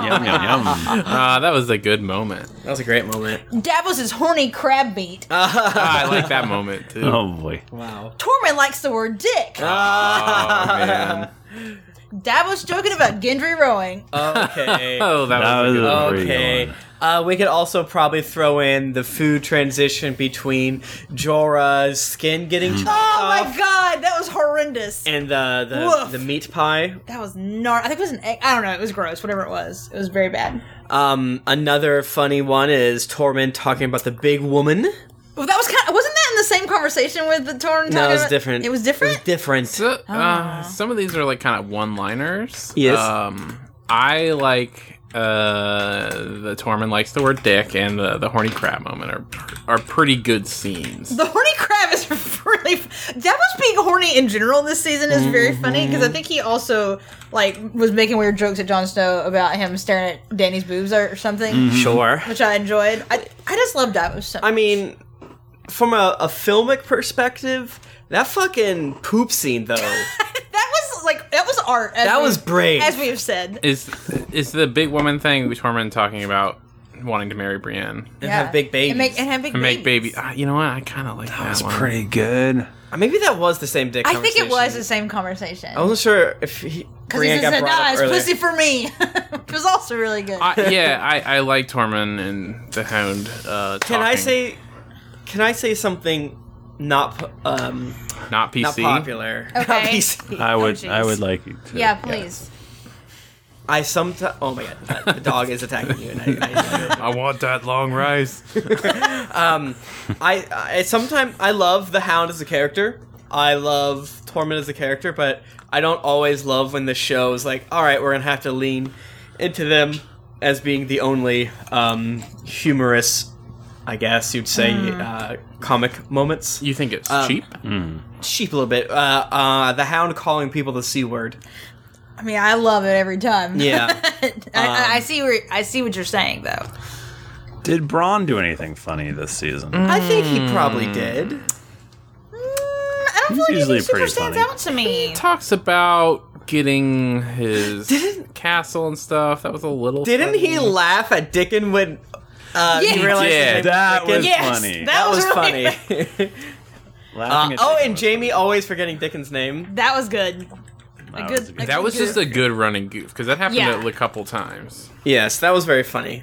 Speaker 1: Yum yum yum.
Speaker 2: Uh, that was a good moment.
Speaker 3: That was a great moment.
Speaker 4: Davos's horny crab meat.
Speaker 2: Ah, I like that moment too.
Speaker 1: Oh boy.
Speaker 3: Wow.
Speaker 4: Torment likes the word dick.
Speaker 2: Uh. Oh, man.
Speaker 4: Davos joking about Gendry rowing.
Speaker 3: Uh. Okay.
Speaker 2: Oh, that,
Speaker 1: That
Speaker 2: was,
Speaker 1: was
Speaker 2: a good
Speaker 1: a
Speaker 2: one.
Speaker 1: pretty
Speaker 3: Okay.
Speaker 1: good one.
Speaker 3: Uh, we could also probably throw in the food transition between Jorah's skin getting chopped
Speaker 4: oh my
Speaker 3: off
Speaker 4: god, that was horrendous.
Speaker 3: and the the,
Speaker 4: Woof.
Speaker 3: the meat pie.
Speaker 4: That was gnar. I think it was an egg. I don't know. It was gross. Whatever it was, it was very bad.
Speaker 3: Um, another funny one is Tormund talking about the big woman.
Speaker 4: Well, that was kind. Of, wasn't that in the same conversation with the torn?
Speaker 3: No, it was different.
Speaker 4: It was different.
Speaker 3: It was different.
Speaker 2: So, uh, some of these are like kind of one-liners.
Speaker 3: Yes.
Speaker 2: Um, I like uh, the Tormund likes the word "dick" and uh, the, the horny crab moment are are pretty good scenes.
Speaker 4: the horny crab is really. f- That was being horny in general this season is very
Speaker 3: Mm-hmm.
Speaker 4: funny because I think he also like was making weird jokes at Jon Snow about him staring at Danny's boobs or, or something,
Speaker 3: Sure.
Speaker 4: which I enjoyed. I I just loved that. It was so-
Speaker 3: Mm-hmm. I mean, from a, a filmic perspective, that fucking poop scene though.
Speaker 4: that was like that was art. as
Speaker 3: That
Speaker 4: we-
Speaker 3: was brave.
Speaker 4: as we have said.
Speaker 2: Is is the big woman thing Tormund talking about wanting to marry Brienne
Speaker 3: And have big
Speaker 4: And make
Speaker 3: babies.
Speaker 4: and have big
Speaker 2: and make
Speaker 4: babies.
Speaker 2: baby? Uh, you know what? I kind of like that,
Speaker 1: That's
Speaker 2: one.
Speaker 1: pretty good.
Speaker 3: Maybe that was the same dick.
Speaker 4: I think it was
Speaker 3: conversation.
Speaker 4: the same conversation.
Speaker 3: I wasn't sure if he.
Speaker 4: Because he
Speaker 3: Brienne
Speaker 4: just
Speaker 3: got
Speaker 4: said,
Speaker 3: brought
Speaker 4: nah,
Speaker 3: up
Speaker 4: it's
Speaker 3: earlier.
Speaker 4: pussy for me. Which was also really good.
Speaker 2: I, yeah, I, I like Tormund and the Hound. Uh,
Speaker 3: Can I
Speaker 2: talking.
Speaker 3: say? Can I say something not po- um
Speaker 2: not PC?
Speaker 3: not popular? Not
Speaker 4: Okay.
Speaker 3: PC.
Speaker 1: I would
Speaker 4: Oh,
Speaker 1: I would
Speaker 4: jeez.
Speaker 1: like you to.
Speaker 4: yeah, please.
Speaker 3: I sometimes. Oh my god, the dog is attacking you. And I, I,
Speaker 2: I want that long rice.
Speaker 3: I, I sometimes I love the Hound as a character. I love Torment as a character, but I don't always love when the show is like, all right, we're gonna have to lean into them as being the only um, humorous, I guess you'd say,
Speaker 4: Mm.
Speaker 3: uh, comic moments.
Speaker 2: You think it's
Speaker 3: Um,
Speaker 2: cheap?
Speaker 3: Cheap a little bit. Uh, uh, the Hound calling people the c word.
Speaker 4: I mean, I love it every time.
Speaker 3: Yeah.
Speaker 4: I,
Speaker 1: Um,
Speaker 4: I, I see where I see what you're saying though. Mm,
Speaker 1: Did Braun do anything funny this season?
Speaker 3: I think he
Speaker 4: Hmm.
Speaker 3: probably did.
Speaker 4: I don't
Speaker 1: He's
Speaker 4: feel like
Speaker 1: usually
Speaker 4: he super
Speaker 1: pretty
Speaker 4: stands
Speaker 1: funny.
Speaker 4: out to me.
Speaker 2: talks about getting his castle and stuff. That was a little.
Speaker 3: Didn't he
Speaker 2: funny.
Speaker 3: laugh at Dickon when uh,
Speaker 4: Yeah.
Speaker 3: he realized his
Speaker 2: Yeah,
Speaker 3: name
Speaker 1: That
Speaker 3: Dickon?
Speaker 1: was
Speaker 4: Yes,
Speaker 1: funny.
Speaker 4: that-
Speaker 3: That
Speaker 4: was
Speaker 3: was
Speaker 4: really
Speaker 3: funny.
Speaker 1: Laughing at
Speaker 3: oh,
Speaker 1: Dick
Speaker 3: and
Speaker 1: was-
Speaker 3: Jamie always forgetting Dickon's name.
Speaker 4: That was good.
Speaker 1: that
Speaker 4: good-
Speaker 1: was a
Speaker 4: a
Speaker 2: That was just a good running goof because that happened
Speaker 4: Yeah.
Speaker 2: a couple times.
Speaker 3: Yes, that was very funny.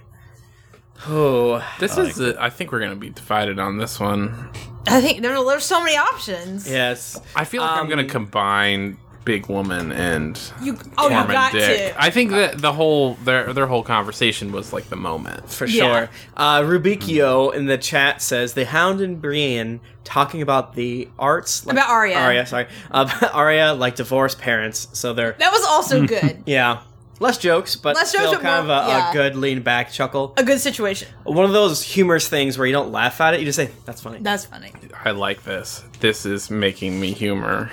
Speaker 3: Oh,
Speaker 2: This is. a- I think we're gonna be divided on this one.
Speaker 4: I think there were, there's so many options.
Speaker 3: yes.
Speaker 2: I feel like I'm
Speaker 3: Um,
Speaker 2: gonna combine Big Woman and
Speaker 4: You oh
Speaker 2: Norman
Speaker 4: you got
Speaker 2: Dick.
Speaker 4: to.
Speaker 2: I think that the whole their their whole conversation was like the moment.
Speaker 3: For
Speaker 4: Yeah.
Speaker 3: sure. Uh, Rubikio in the chat says the Hound and Brienne talking about the arts. Like,
Speaker 4: About Arya.
Speaker 3: Arya, sorry. Uh, Arya, like divorced parents. So they're.
Speaker 4: that was also good.
Speaker 3: Yeah. Less jokes, but
Speaker 4: Less jokes,
Speaker 3: still
Speaker 4: but
Speaker 3: kind
Speaker 4: more-
Speaker 3: of a,
Speaker 4: yeah.
Speaker 3: a good lean back chuckle.
Speaker 4: a good situation.
Speaker 3: One of those humorous things where you don't laugh at it, you just say, that's funny.
Speaker 4: That's funny.
Speaker 2: I like this. This is making me humor.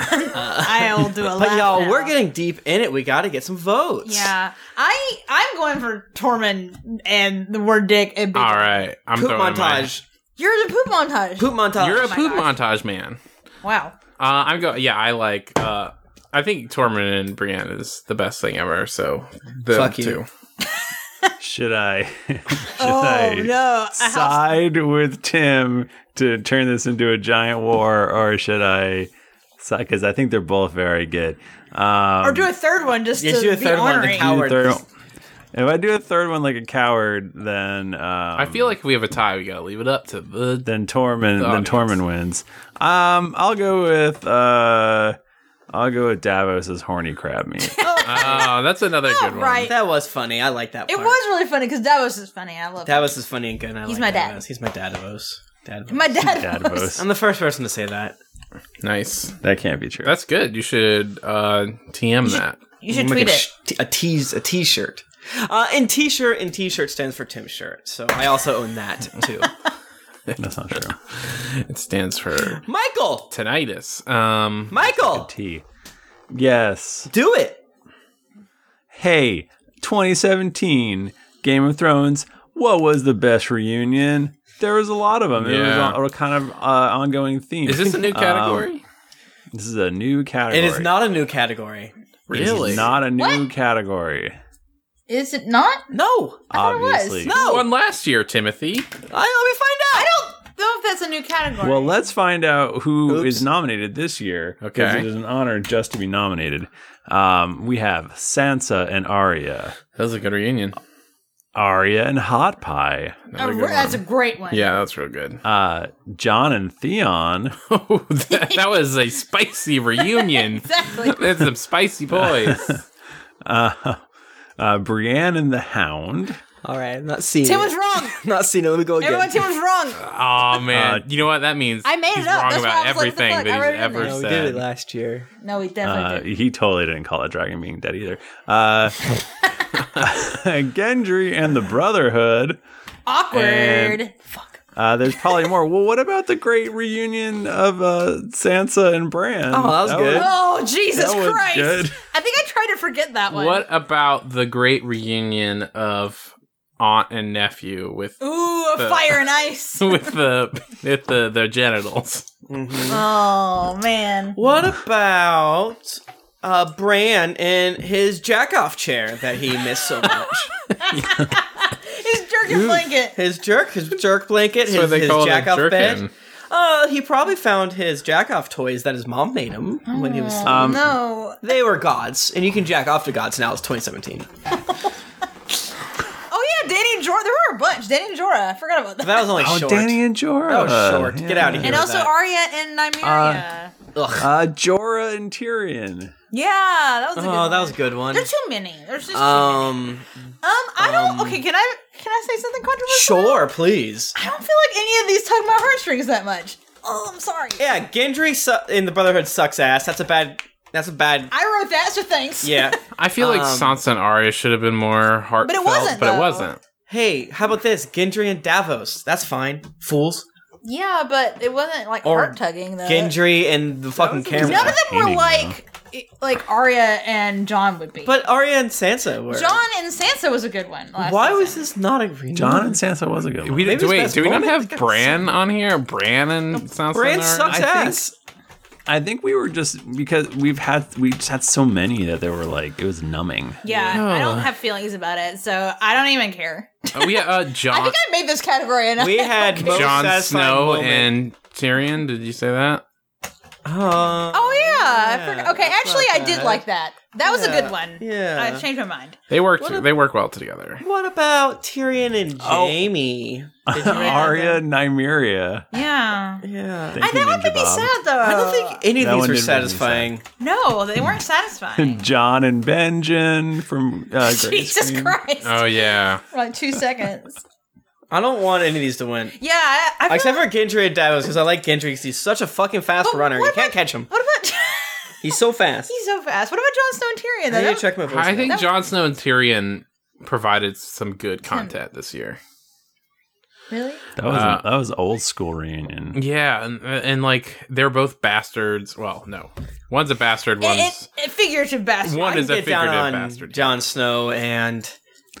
Speaker 4: I'll do a lot.
Speaker 3: but y'all, we're getting deep in it. We got to get some votes.
Speaker 4: Yeah. I I'm going for Tormund and the word dick and big.
Speaker 2: All right, I'm
Speaker 3: Poop
Speaker 2: throwing my-
Speaker 3: montage.
Speaker 4: You're the poop montage.
Speaker 3: Poop montage.
Speaker 2: You're a
Speaker 4: my
Speaker 2: poop
Speaker 4: gosh.
Speaker 2: montage man.
Speaker 4: Wow.
Speaker 2: Uh, I'm going. Yeah, I like. Uh, I think Tormund and Brienne is the best thing ever. So them
Speaker 3: Fuck you.
Speaker 2: two.
Speaker 1: Should I? Should
Speaker 4: Oh
Speaker 1: I
Speaker 4: no. A house
Speaker 1: side with Tim to turn this into a giant war, or should I? Because I think they're both very good. Um,
Speaker 4: Or do a third one just
Speaker 3: Yeah,
Speaker 4: to
Speaker 3: do a third
Speaker 4: be
Speaker 3: one, the
Speaker 4: honoring.
Speaker 3: cow-
Speaker 1: do a third
Speaker 3: Howard.
Speaker 1: one. If I do a third one like a coward, then um,
Speaker 2: I feel like if we have a tie, we gotta leave it up to the.
Speaker 1: then Tormund then
Speaker 2: audience.
Speaker 1: Tormund wins. Um, I'll go with uh, I'll go with Davos's horny crab meat.
Speaker 2: Oh, that's another good one.
Speaker 4: right.
Speaker 3: That was funny. I like that
Speaker 4: it
Speaker 3: part.
Speaker 4: was really funny because Davos is funny. I love that.
Speaker 3: Davos is funny and good. and I
Speaker 4: He's
Speaker 3: like
Speaker 4: my dad.
Speaker 3: Davos. He's my dadavos. Dadavos.
Speaker 4: My dad.
Speaker 1: Davos.
Speaker 3: I'm the first person to say that.
Speaker 2: Nice.
Speaker 1: that can't be true.
Speaker 2: That's good. You should uh, TM that.
Speaker 4: You should
Speaker 3: Make
Speaker 4: tweet
Speaker 3: a,
Speaker 4: it.
Speaker 3: sh- t- a tease, a T-shirt. Uh, and T-shirt and T-shirt stands for Tim shirt, so I also own that too.
Speaker 1: That's not true.
Speaker 2: It stands for
Speaker 3: Michael,
Speaker 2: tinnitus. Um,
Speaker 3: Michael,
Speaker 1: T. Yes.
Speaker 3: do it.
Speaker 1: Hey, 2017, Game of Thrones. What was the best reunion? There was a lot of them.
Speaker 2: Yeah.
Speaker 1: It was a, a kind of uh, ongoing theme.
Speaker 2: is this a new
Speaker 1: Um,
Speaker 2: category?
Speaker 1: this is a new category.
Speaker 3: It is not a new category.
Speaker 1: This is
Speaker 2: really?
Speaker 1: not a new
Speaker 4: What?
Speaker 1: category.
Speaker 4: Is it not?
Speaker 3: No,
Speaker 4: thought it was.
Speaker 1: Obviously.
Speaker 3: no.
Speaker 2: One last year, Timothy.
Speaker 3: I, let me find out.
Speaker 4: I don't know if that's a new category.
Speaker 1: Well, let's find out who is
Speaker 3: Oops.
Speaker 1: nominated this year. 'cause
Speaker 2: Okay.
Speaker 1: It is an honor just to be nominated. Um, we have Sansa and Arya,
Speaker 2: That was a good reunion.
Speaker 1: Arya and Hot Pie,
Speaker 4: A
Speaker 2: Another
Speaker 4: re-
Speaker 2: good
Speaker 4: that's a
Speaker 2: one.
Speaker 4: great one.
Speaker 2: yeah, that's real good.
Speaker 1: uh, John and Theon,
Speaker 2: Oh, that, that was a spicy reunion.
Speaker 4: Exactly.
Speaker 2: That's some spicy boys.
Speaker 1: uh, uh, Brienne and the Hound,
Speaker 3: All right, I'm not seeing.
Speaker 4: Tim
Speaker 3: it.
Speaker 4: was wrong.
Speaker 3: not seeing it. Let me go again.
Speaker 4: Everyone, Tim was wrong.
Speaker 2: Oh
Speaker 3: Uh,
Speaker 2: man, you know what that means?
Speaker 4: I made it
Speaker 2: he's
Speaker 4: up.
Speaker 2: Wrong
Speaker 4: That's why
Speaker 2: about
Speaker 4: I was like, what the
Speaker 2: everything
Speaker 4: fuck? I
Speaker 2: that
Speaker 4: wrote
Speaker 2: he's
Speaker 4: it in
Speaker 2: ever
Speaker 4: there.
Speaker 3: no, we
Speaker 2: said.
Speaker 3: did it last year.
Speaker 4: No, we definitely
Speaker 1: Uh,
Speaker 4: did.
Speaker 1: he totally didn't call it Dragon being dead either. Uh, Gendry and the Brotherhood.
Speaker 4: Awkward. Fuck.
Speaker 1: Uh, there's probably more. Well, what about the great reunion of uh, Sansa and Bran?
Speaker 3: Oh, that was good.
Speaker 4: Oh, Jesus
Speaker 1: That one's
Speaker 4: Christ.
Speaker 1: good.
Speaker 4: I think I tried to forget that one.
Speaker 2: What about the great reunion of aunt and nephew with
Speaker 4: Ooh,
Speaker 3: Uh,
Speaker 4: a fire and ice.
Speaker 2: with the with the their genitals?
Speaker 4: oh, man.
Speaker 3: What about uh, Bran and his jackoff chair that he missed so much?
Speaker 4: His jerky blanket.
Speaker 3: his jerk, his jerk blanket,
Speaker 2: That's
Speaker 3: his,
Speaker 2: what they
Speaker 3: his
Speaker 2: call it, a
Speaker 3: jackoff bed.
Speaker 2: jerkin.
Speaker 3: Uh, he probably found his jackoff toys that his mom made him when he was.
Speaker 1: Um,
Speaker 4: no.
Speaker 3: they were gods, and you can jack off to gods now. It's 2017.
Speaker 4: Oh, yeah, Danny and Jorah. There were a bunch. Danny and Jorah. I forgot about that.
Speaker 3: That was only
Speaker 1: Oh,
Speaker 3: short.
Speaker 1: Danny and Jorah.
Speaker 3: That was short. Get out of
Speaker 4: and
Speaker 3: here.
Speaker 4: also
Speaker 3: that.
Speaker 4: Arya and Nymeria.
Speaker 3: Ugh.
Speaker 1: Uh, Jorah and Tyrion.
Speaker 4: yeah, that was a good
Speaker 3: Oh, that
Speaker 4: one.
Speaker 3: was a good one.
Speaker 4: There are too many. There's just too many.
Speaker 3: Um,
Speaker 4: Um, I don't. okay, can I can I say something controversial?
Speaker 3: sure, please.
Speaker 4: I don't feel like any of these tug my heartstrings that much. Oh, I'm sorry.
Speaker 3: Yeah, Gendry su- in the Brotherhood sucks ass. That's a bad. That's a bad.
Speaker 4: I wrote that, so thanks.
Speaker 3: Yeah.
Speaker 2: I feel like
Speaker 3: Um,
Speaker 2: Sansa and Arya should have been more heartfelt,
Speaker 4: wasn't,
Speaker 2: But
Speaker 4: though.
Speaker 2: it wasn't.
Speaker 3: hey, how about this? Gendry and Davos. That's fine. Fools.
Speaker 4: Yeah, but it wasn't like
Speaker 3: Or
Speaker 4: heart tugging though.
Speaker 3: Gendry and the fucking
Speaker 1: was-
Speaker 3: camera.
Speaker 4: None of them were
Speaker 1: Hating,
Speaker 4: like i- like Arya and John would be.
Speaker 3: But Arya and Sansa were.
Speaker 4: John and Sansa was a good one. Last
Speaker 3: Why
Speaker 4: season.
Speaker 3: was this not a reunion?
Speaker 1: John and Sansa was a good one.
Speaker 2: We
Speaker 3: Maybe
Speaker 2: did,
Speaker 3: it's
Speaker 2: wait,
Speaker 3: best
Speaker 2: do we not
Speaker 3: moment?
Speaker 2: have
Speaker 3: God,
Speaker 2: Bran on here? Bran and Sansa.
Speaker 3: Bran
Speaker 2: and Arya?
Speaker 3: sucks
Speaker 1: think-
Speaker 3: ass.
Speaker 1: I think we were just because we've had we just had so many that they were like it was numbing.
Speaker 4: Yeah, I don't
Speaker 2: Yeah.
Speaker 4: have feelings about it, so I don't even care.
Speaker 2: Oh, yeah, uh,
Speaker 4: I
Speaker 2: John,
Speaker 4: think I made this category enough.
Speaker 3: We had most
Speaker 2: John
Speaker 3: satisfying
Speaker 2: Snow
Speaker 3: moment.
Speaker 2: and Tyrion. Did you say that?
Speaker 3: Uh,
Speaker 4: Oh yeah, I forgot.
Speaker 3: Yeah,
Speaker 4: okay.
Speaker 3: that's
Speaker 4: Actually,
Speaker 3: not
Speaker 4: I did
Speaker 3: bad.
Speaker 4: like that. That was a
Speaker 3: Yeah,
Speaker 4: good one.
Speaker 3: yeah.
Speaker 4: I changed my mind.
Speaker 2: They work.
Speaker 3: What a-
Speaker 2: they work well together.
Speaker 3: What about Tyrion and
Speaker 1: Oh.
Speaker 3: Jamie?
Speaker 1: Arya and Nymeria.
Speaker 4: Yeah,
Speaker 3: Yeah.
Speaker 4: I,
Speaker 1: Thank you,
Speaker 4: that one
Speaker 1: Ninja
Speaker 4: made me
Speaker 1: Bob.
Speaker 4: sad though.
Speaker 3: I don't think any of
Speaker 1: That one
Speaker 3: these
Speaker 1: didn't
Speaker 3: were
Speaker 1: make me sad.
Speaker 3: satisfying.
Speaker 4: No, they weren't satisfying.
Speaker 1: John and Benjen from uh, Grace
Speaker 4: Jesus
Speaker 1: Queen.
Speaker 4: Christ!
Speaker 2: Oh yeah.
Speaker 4: For like two seconds.
Speaker 3: I don't want any of these to win.
Speaker 4: Yeah, I, I feel
Speaker 3: Except
Speaker 4: like-
Speaker 3: for Gendry and Davos, because I like Gendry because he's such a fucking fast
Speaker 4: But
Speaker 3: runner. You
Speaker 4: what
Speaker 3: can't
Speaker 4: about-
Speaker 3: catch him.
Speaker 4: What about
Speaker 3: He's so fast.
Speaker 4: he's so fast? What about Jon Snow and Tyrion?
Speaker 3: I
Speaker 4: Though?
Speaker 3: need
Speaker 4: That-
Speaker 3: to check my voice.
Speaker 2: I
Speaker 3: now.
Speaker 2: think Jon Snow and Tyrion provided some good content this year.
Speaker 4: Really?
Speaker 1: That was
Speaker 2: Uh,
Speaker 1: that was old school reunion.
Speaker 2: Yeah, and and like they're both bastards. Well, no, one's a bastard. One's
Speaker 4: It, it, it figurative bastard.
Speaker 2: One
Speaker 3: I
Speaker 2: is a
Speaker 3: can get down
Speaker 2: figurative
Speaker 3: on
Speaker 2: bastard.
Speaker 3: Jon Snow and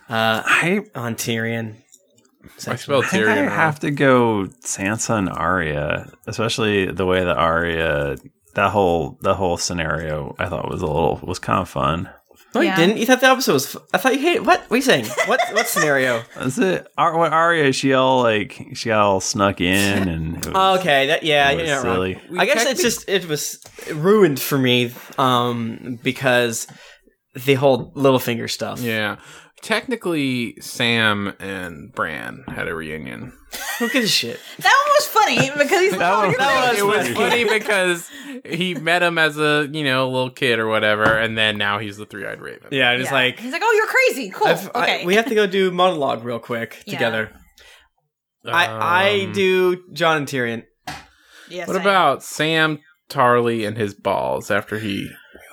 Speaker 3: uh,
Speaker 1: I
Speaker 3: on Tyrion.
Speaker 2: I spelled
Speaker 1: I think I
Speaker 2: Tyrion. wrong.
Speaker 1: have to go Sansa and Arya, especially the way that Arya that whole that whole scenario I thought was a little was kind of fun.
Speaker 3: No,
Speaker 4: Yeah.
Speaker 3: you didn't. You thought the episode was. F- I thought you hated. What? What are you saying? What? What scenario?
Speaker 1: Is it Ar- what Arya? She all like she all snuck in and it was-
Speaker 3: Oh, okay. That yeah.
Speaker 1: It was
Speaker 3: You're not wrong.
Speaker 1: silly.
Speaker 3: I guess it's just it was ruined for me um, because the whole Littlefinger stuff.
Speaker 2: yeah. Technically, Sam and Bran had a reunion.
Speaker 3: Who gives a shit?
Speaker 4: That one was funny because he's like,
Speaker 1: That
Speaker 4: oh,
Speaker 1: one-
Speaker 4: you're
Speaker 1: that
Speaker 4: right.
Speaker 1: one-
Speaker 2: It was funny because he met him as a you know little kid or whatever, and then now he's the three eyed raven.
Speaker 3: Yeah. It's
Speaker 4: Yeah.
Speaker 3: like
Speaker 4: he's like, oh, you're crazy. Cool.
Speaker 3: I've- I-
Speaker 4: okay.
Speaker 3: we have to go do monologue real quick
Speaker 4: Yeah.
Speaker 3: together. I I
Speaker 2: Um,
Speaker 3: do John and Tyrion.
Speaker 4: yes,
Speaker 2: What
Speaker 4: I-
Speaker 2: about Sam Tarley and his balls after he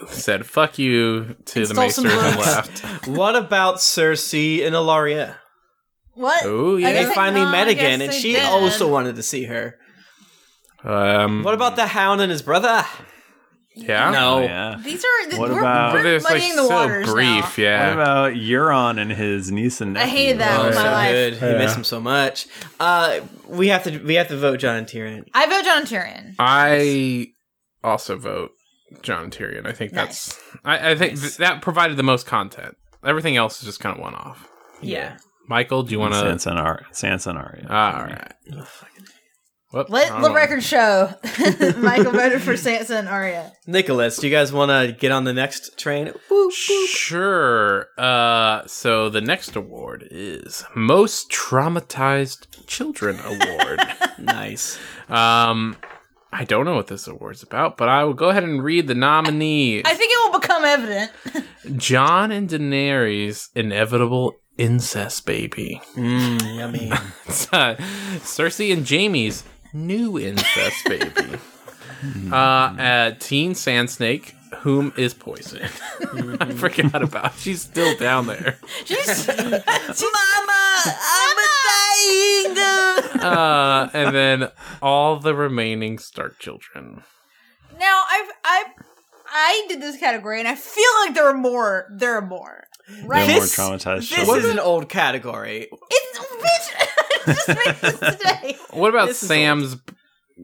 Speaker 2: said "fuck you" to the
Speaker 4: stole some
Speaker 2: maesters and
Speaker 4: books.
Speaker 2: left.
Speaker 3: what about Cersei and Ilaria?
Speaker 4: What?
Speaker 2: Ooh, Oh, yeah.
Speaker 4: I guess
Speaker 3: They
Speaker 4: I-
Speaker 3: finally
Speaker 4: no,
Speaker 3: met
Speaker 4: I
Speaker 3: again,
Speaker 4: guess
Speaker 3: and
Speaker 4: they
Speaker 3: she
Speaker 4: did.
Speaker 3: also wanted to see her.
Speaker 2: Um,
Speaker 3: What about the Hound and his brother?
Speaker 2: yeah?
Speaker 1: Oh,
Speaker 3: No.
Speaker 1: yeah.
Speaker 4: These are th-
Speaker 1: What
Speaker 4: we're,
Speaker 1: about-
Speaker 2: But
Speaker 4: we're
Speaker 2: it's like
Speaker 4: muddying the
Speaker 2: so
Speaker 4: waters
Speaker 2: brief.
Speaker 4: now.
Speaker 1: What
Speaker 2: Yeah.
Speaker 1: about Euron and his niece and
Speaker 4: I
Speaker 1: nephew?
Speaker 4: hated that
Speaker 3: Oh,
Speaker 4: with my
Speaker 3: so
Speaker 4: life.
Speaker 3: good. You
Speaker 1: Yeah.
Speaker 3: miss him so much. Uh, we have to we have to vote John and Tyrion.
Speaker 4: I vote John Tyrion.
Speaker 2: I also vote John Tyrion. I think that's. I, I think th- that provided the most content. Everything else is just kind of one off.
Speaker 3: Yeah.
Speaker 2: Michael, do you Uh, want to?
Speaker 1: Sansa and Ar- Sansa and Arya.
Speaker 2: All right. Whoop,
Speaker 4: Let
Speaker 2: wrong
Speaker 4: the
Speaker 2: one.
Speaker 4: record show. Michael voted for Sansa and Arya.
Speaker 3: Nicholas, do you guys want to get on the next train?
Speaker 2: Sure. Uh, so the next award is most traumatized children award.
Speaker 3: nice.
Speaker 2: um, I don't know what this award's about, but I will go ahead and read the nominees.
Speaker 4: I think it will become evident.
Speaker 2: John and Daenerys' inevitable incest baby.
Speaker 3: Mm, yummy.
Speaker 2: uh, Cersei and Jamie's new incest baby. uh, uh, teen Sand Snake, whom is poisoned. I forgot about. She's still down there.
Speaker 4: She's, Mama, I'm dying.
Speaker 2: Uh, and then all the remaining Stark children.
Speaker 4: Now I've I I did this category, and I feel like there are more. There are more. Right?
Speaker 1: No more
Speaker 3: This-
Speaker 1: traumatized
Speaker 3: this
Speaker 1: children.
Speaker 3: is an old category.
Speaker 4: It's oh, bitch. I just made this today.
Speaker 2: What about
Speaker 3: This is
Speaker 2: Sam's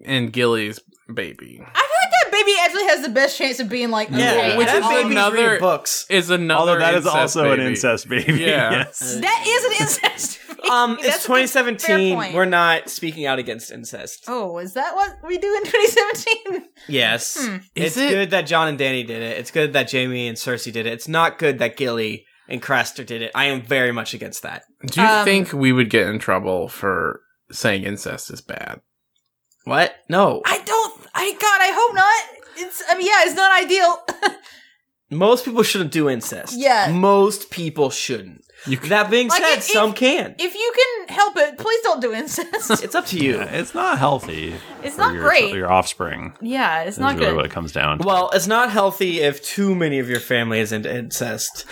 Speaker 2: and Gilly's baby?
Speaker 4: I feel like that baby actually has the best chance of being like okay.
Speaker 2: which
Speaker 4: that's
Speaker 2: is
Speaker 4: all-
Speaker 2: baby's another-
Speaker 3: reading books.
Speaker 2: Is another
Speaker 1: Although that is
Speaker 2: incest
Speaker 1: also an
Speaker 2: baby.
Speaker 1: incest baby.
Speaker 2: Yeah.
Speaker 1: yes.
Speaker 4: That is an incest. baby.
Speaker 3: Um, it's
Speaker 4: That's a good- fair
Speaker 3: 2017.
Speaker 4: point.
Speaker 3: We're not speaking out against incest.
Speaker 4: Oh, is that what we do in 2017?
Speaker 3: Yes,
Speaker 4: Hmm.
Speaker 2: Is
Speaker 3: it's
Speaker 2: it-
Speaker 3: good that John and Danny did it. It's good that Jamie and Cersei did it. It's not good that Gilly and Craster did it. I am very much against that.
Speaker 2: Do you
Speaker 4: Um,
Speaker 2: think we would get in trouble for saying incest is bad?
Speaker 3: What? No.
Speaker 4: I don't. I God, I hope not. It's. I mean, yeah, it's not ideal.
Speaker 3: Most people shouldn't do incest.
Speaker 4: Yeah.
Speaker 3: Most people shouldn't.
Speaker 2: You c-
Speaker 3: That being
Speaker 4: Like,
Speaker 3: said,
Speaker 4: if-
Speaker 3: some can.
Speaker 4: if you can help it, please don't do incest.
Speaker 3: it's up to you.
Speaker 1: Yeah, It's not healthy.
Speaker 4: It's
Speaker 1: for
Speaker 4: not
Speaker 1: your,
Speaker 4: great.
Speaker 1: Your offspring.
Speaker 4: yeah, it's not
Speaker 1: is really
Speaker 4: good.
Speaker 1: what it comes down to.
Speaker 3: Well, it's not healthy if too many of your family is into incest.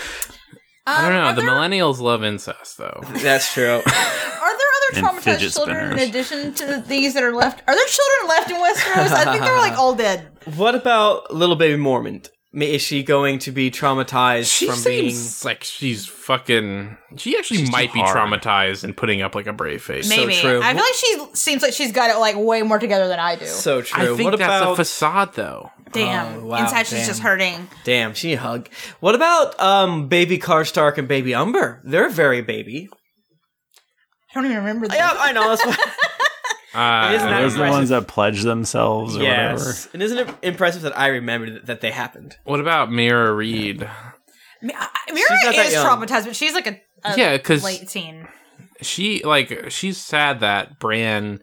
Speaker 2: I don't
Speaker 4: Um,
Speaker 2: know.
Speaker 4: are
Speaker 2: The
Speaker 4: there-
Speaker 2: millennials love incest, though.
Speaker 3: That's true.
Speaker 4: Are there
Speaker 1: And
Speaker 4: other traumatized
Speaker 1: fidget
Speaker 4: children in
Speaker 1: spinners.
Speaker 4: addition to the- these that are left? Are there children left in Westeros? I think they're like all dead.
Speaker 3: what about little baby Mormont? Ma- Is she going to be traumatized
Speaker 2: She
Speaker 3: from
Speaker 2: seems like she's fucking. She actually
Speaker 1: She's
Speaker 2: might
Speaker 1: too
Speaker 2: be
Speaker 1: hard.
Speaker 2: traumatized and putting up like a brave face.
Speaker 3: Maybe. true.
Speaker 4: I feel like she seems like she's got it like way more together than I do.
Speaker 3: being so true?
Speaker 2: I think
Speaker 3: what
Speaker 2: that's
Speaker 3: about
Speaker 2: a facade, though.
Speaker 4: damn.
Speaker 3: Oh, wow,
Speaker 4: Inside she's
Speaker 3: damn.
Speaker 4: just hurting.
Speaker 3: Damn, she hug. What about um baby Karstark and baby Umber? They're very baby.
Speaker 4: I don't even remember that.
Speaker 3: Yeah, I know. That's why.
Speaker 2: Uh,
Speaker 3: It is not
Speaker 1: Are those the
Speaker 3: impressive.
Speaker 1: ones that pledge themselves or
Speaker 3: yes. And isn't it impressive that I remembered that, that they happened?
Speaker 2: What about Mira Reed?
Speaker 3: She's not
Speaker 4: Mira
Speaker 3: that
Speaker 4: is
Speaker 3: young.
Speaker 4: traumatized, but she's like a, a
Speaker 2: Yeah, 'cause-
Speaker 4: late teen.
Speaker 2: She like she's sad that Bran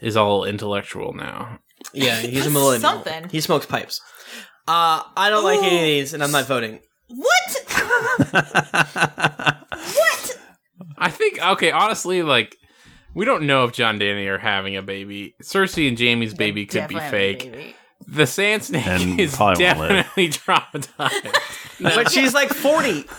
Speaker 2: is all intellectual now.
Speaker 3: Yeah, he's a millennial.
Speaker 4: Something.
Speaker 3: He smokes pipes. Uh, I don't like any of these, and I'm not voting.
Speaker 4: What?
Speaker 1: whatever?
Speaker 4: what?
Speaker 2: I think okay. Honestly, like we don't know if John Danny are having a baby. Cersei and Jamie's baby could be
Speaker 4: Definitely
Speaker 2: fake.
Speaker 4: baby.
Speaker 2: The Sand Snake
Speaker 1: And
Speaker 2: is
Speaker 1: probably won't live.
Speaker 2: definitely traumatized.
Speaker 3: But she's like 40.
Speaker 4: She's not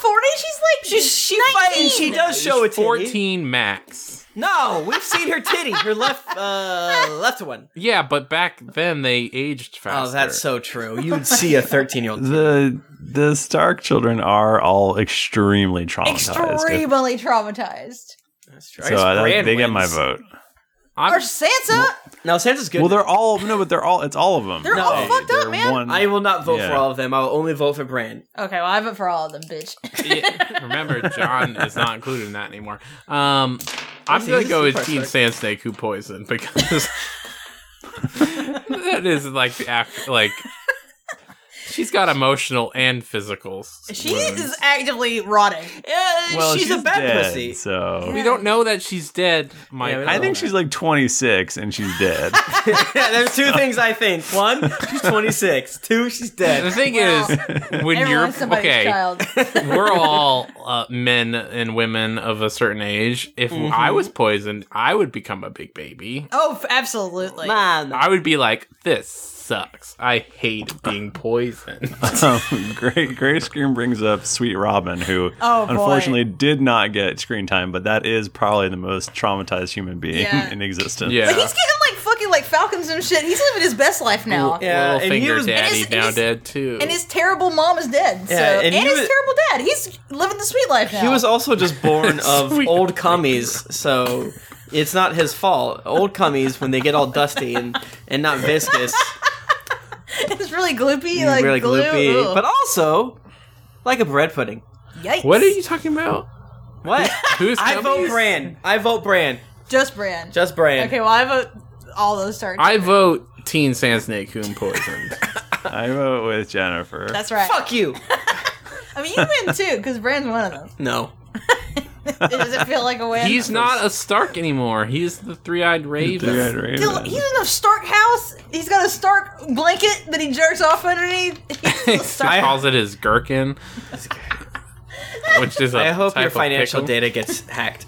Speaker 4: forty. She's like she's she
Speaker 3: And she does show a titty.
Speaker 2: Fourteen max.
Speaker 3: No, we've seen her titty. Her left, uh, left one.
Speaker 2: Yeah, but back then they aged
Speaker 3: Oh,
Speaker 2: faster.
Speaker 3: that's so true. You would see a 13 year old.
Speaker 1: the the Stark children are all extremely
Speaker 2: Oh,
Speaker 1: traumatized.
Speaker 4: extremely traumatized.
Speaker 3: That's true. I
Speaker 1: So uh,
Speaker 3: guess
Speaker 1: I,
Speaker 3: Bran
Speaker 1: they get my
Speaker 3: wins.
Speaker 1: vote.
Speaker 4: Or
Speaker 2: I'm,
Speaker 4: Sansa?
Speaker 3: No, Sansa's good.
Speaker 1: Well, they're all no, but they're all. It's all of them.
Speaker 4: They're
Speaker 3: all
Speaker 1: They-
Speaker 4: fucked up,
Speaker 1: they're
Speaker 4: man.
Speaker 1: one-
Speaker 3: I will not vote for
Speaker 1: Yeah.
Speaker 3: all of them. I will only vote for Bran.
Speaker 4: Okay, well I vote for all of them, bitch.
Speaker 2: Yeah, remember, John is not included in that anymore. Um, I'm
Speaker 3: see,
Speaker 2: gonna
Speaker 3: this
Speaker 2: go
Speaker 3: is
Speaker 2: with
Speaker 3: the
Speaker 2: Teen
Speaker 3: first
Speaker 2: Sand Snake who poisoned because that is like the act like She's got emotional and physical. s-
Speaker 4: She
Speaker 2: wounds.
Speaker 4: is actively rotting.
Speaker 3: Yeah,
Speaker 1: Well,
Speaker 3: she's, a bad
Speaker 1: dead,
Speaker 3: pussy.
Speaker 1: So
Speaker 2: We don't know that she's dead, Mike.
Speaker 3: Yeah, we don't
Speaker 2: I
Speaker 1: I
Speaker 2: think
Speaker 1: think she's like 26 and she's dead.
Speaker 3: yeah, there's two things I think. One, she's 26. Two, she's
Speaker 2: the
Speaker 3: dead.
Speaker 2: thing
Speaker 4: Well,
Speaker 2: is when you're
Speaker 4: Everyone's somebody's
Speaker 2: okay.
Speaker 4: child.
Speaker 2: we're all uh, men and women of a certain age. If
Speaker 3: Mm-hmm.
Speaker 2: I was poisoned, I would become a big baby.
Speaker 4: Oh, f- absolutely.
Speaker 3: Man.
Speaker 2: I would be like, this sucks. I hate being poisoned.
Speaker 1: um, great, great screen brings up Sweet Robin, who
Speaker 4: Oh, boy.
Speaker 1: unfortunately did not get screen time, but that is probably the most traumatized human being
Speaker 4: Yeah.
Speaker 1: in existence.
Speaker 2: yeah.
Speaker 4: Like he's getting like fucking like falcons and shit. He's living his best life now.
Speaker 3: Yeah,
Speaker 2: Little
Speaker 3: and he
Speaker 2: finger
Speaker 3: was- and
Speaker 2: daddy
Speaker 4: his- and
Speaker 2: now
Speaker 4: his-
Speaker 2: dead too.
Speaker 4: And his terrible mom is dead. so
Speaker 3: Yeah, and
Speaker 4: and,
Speaker 3: he
Speaker 4: his
Speaker 3: was-
Speaker 4: terrible dad. He's living the sweet life now.
Speaker 3: He was also just born of
Speaker 2: Sweet.
Speaker 3: old cummies, so it's not his fault. Old cummies, when they get all dusty and, and not viscous,
Speaker 4: it's really gloopy, like
Speaker 3: Mm, really
Speaker 4: glue.
Speaker 3: gloopy,
Speaker 4: Ugh.
Speaker 3: but also like a bread pudding.
Speaker 4: Yikes.
Speaker 2: what are you talking about?
Speaker 3: What?
Speaker 2: Who's
Speaker 3: I vote
Speaker 2: Cubbies?
Speaker 3: Bran. I vote Bran.
Speaker 4: Just brand.
Speaker 3: Just Bran.
Speaker 4: Okay, well I vote all those stars.
Speaker 2: I vote Teen Sand Snake whom poisoned.
Speaker 1: I vote with Jennifer.
Speaker 4: That's right.
Speaker 3: Fuck you.
Speaker 4: I mean, you win too, because Brand's one of them.
Speaker 3: No.
Speaker 4: Does it feel like a win?
Speaker 2: he's not a Stark anymore. He's the three-eyed raven.
Speaker 1: Three-Eyed Raven.
Speaker 4: Still, he doesn't have Stark house. He's got a Stark blanket that he jerks off underneath. He's still
Speaker 2: He
Speaker 4: Stark.
Speaker 2: calls it his gherkin, which is a
Speaker 3: I hope
Speaker 2: type
Speaker 3: your
Speaker 2: of
Speaker 3: financial
Speaker 2: pickle.
Speaker 3: data gets hacked.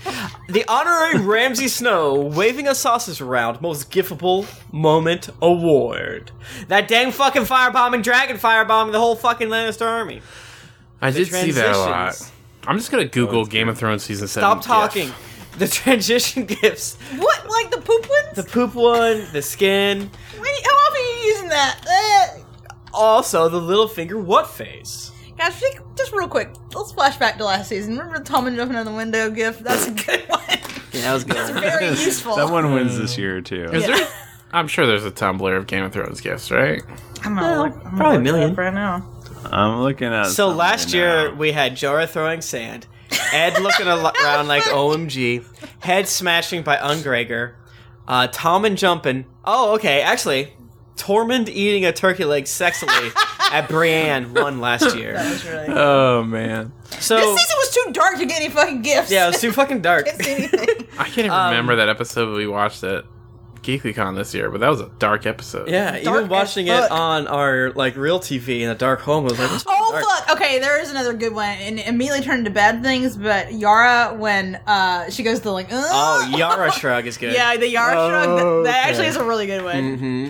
Speaker 3: The honorary Ramsey Snow waving a sausage around most gifable moment award. That dang fucking firebombing, dragon firebombing the whole fucking Lannister army.
Speaker 2: I did see that a lot.
Speaker 3: transitions.
Speaker 2: I'm just gonna Google Game of Thrones season seven.
Speaker 3: Stop talking.
Speaker 2: gif.
Speaker 3: The transition gifts,
Speaker 4: what? Like the poop ones?
Speaker 3: the poop one, the skin,
Speaker 4: Wait, how often are you using that? Eh.
Speaker 3: also the little finger what face.
Speaker 4: Gosh, think- just real quick, let's flash back to last season. Remember the Tom and jumping out the window gift? That's a good one.
Speaker 3: Yeah, that was good.
Speaker 4: Very useful.
Speaker 1: That one wins this year too.
Speaker 2: Is there? I'm sure there's a Tumblr of Game of Thrones gifts, right?
Speaker 4: I'm
Speaker 3: Well,
Speaker 4: gonna look- I'm gonna
Speaker 3: probably a
Speaker 4: look it up
Speaker 3: million.
Speaker 4: right now.
Speaker 1: I'm looking at.
Speaker 3: So
Speaker 1: something
Speaker 3: last year
Speaker 1: now.
Speaker 3: we had Jorah throwing sand, Ed looking al- around like OMG, head smashing by Ungrager, uh, Tom and jumping. Oh, okay, actually, Tormund eating a turkey leg sexily at Brienne won last
Speaker 4: That
Speaker 3: year.
Speaker 4: was really. This
Speaker 2: Oh man,
Speaker 3: So
Speaker 4: season was too dark to get any fucking gifts.
Speaker 3: yeah, it was too fucking dark.
Speaker 4: Didn't see anything.
Speaker 2: I can't even
Speaker 3: Um,
Speaker 2: remember that episode we watched at GeeklyCon this year, but that was a dark episode.
Speaker 3: Yeah,
Speaker 4: Dark
Speaker 3: even
Speaker 4: as
Speaker 3: watching it
Speaker 4: fuck.
Speaker 3: on our like real TV in a dark home I was like, this is
Speaker 4: Oh
Speaker 3: dark.
Speaker 4: fuck! Okay, there is another good one, and it immediately turned to bad things. But Yara, when uh, she goes to like, Ugh.
Speaker 3: Oh, Yara shrug is good.
Speaker 4: yeah, the Yara
Speaker 2: Oh,
Speaker 4: shrug. That, that actually
Speaker 3: okay.
Speaker 4: is a really good one.
Speaker 3: hmm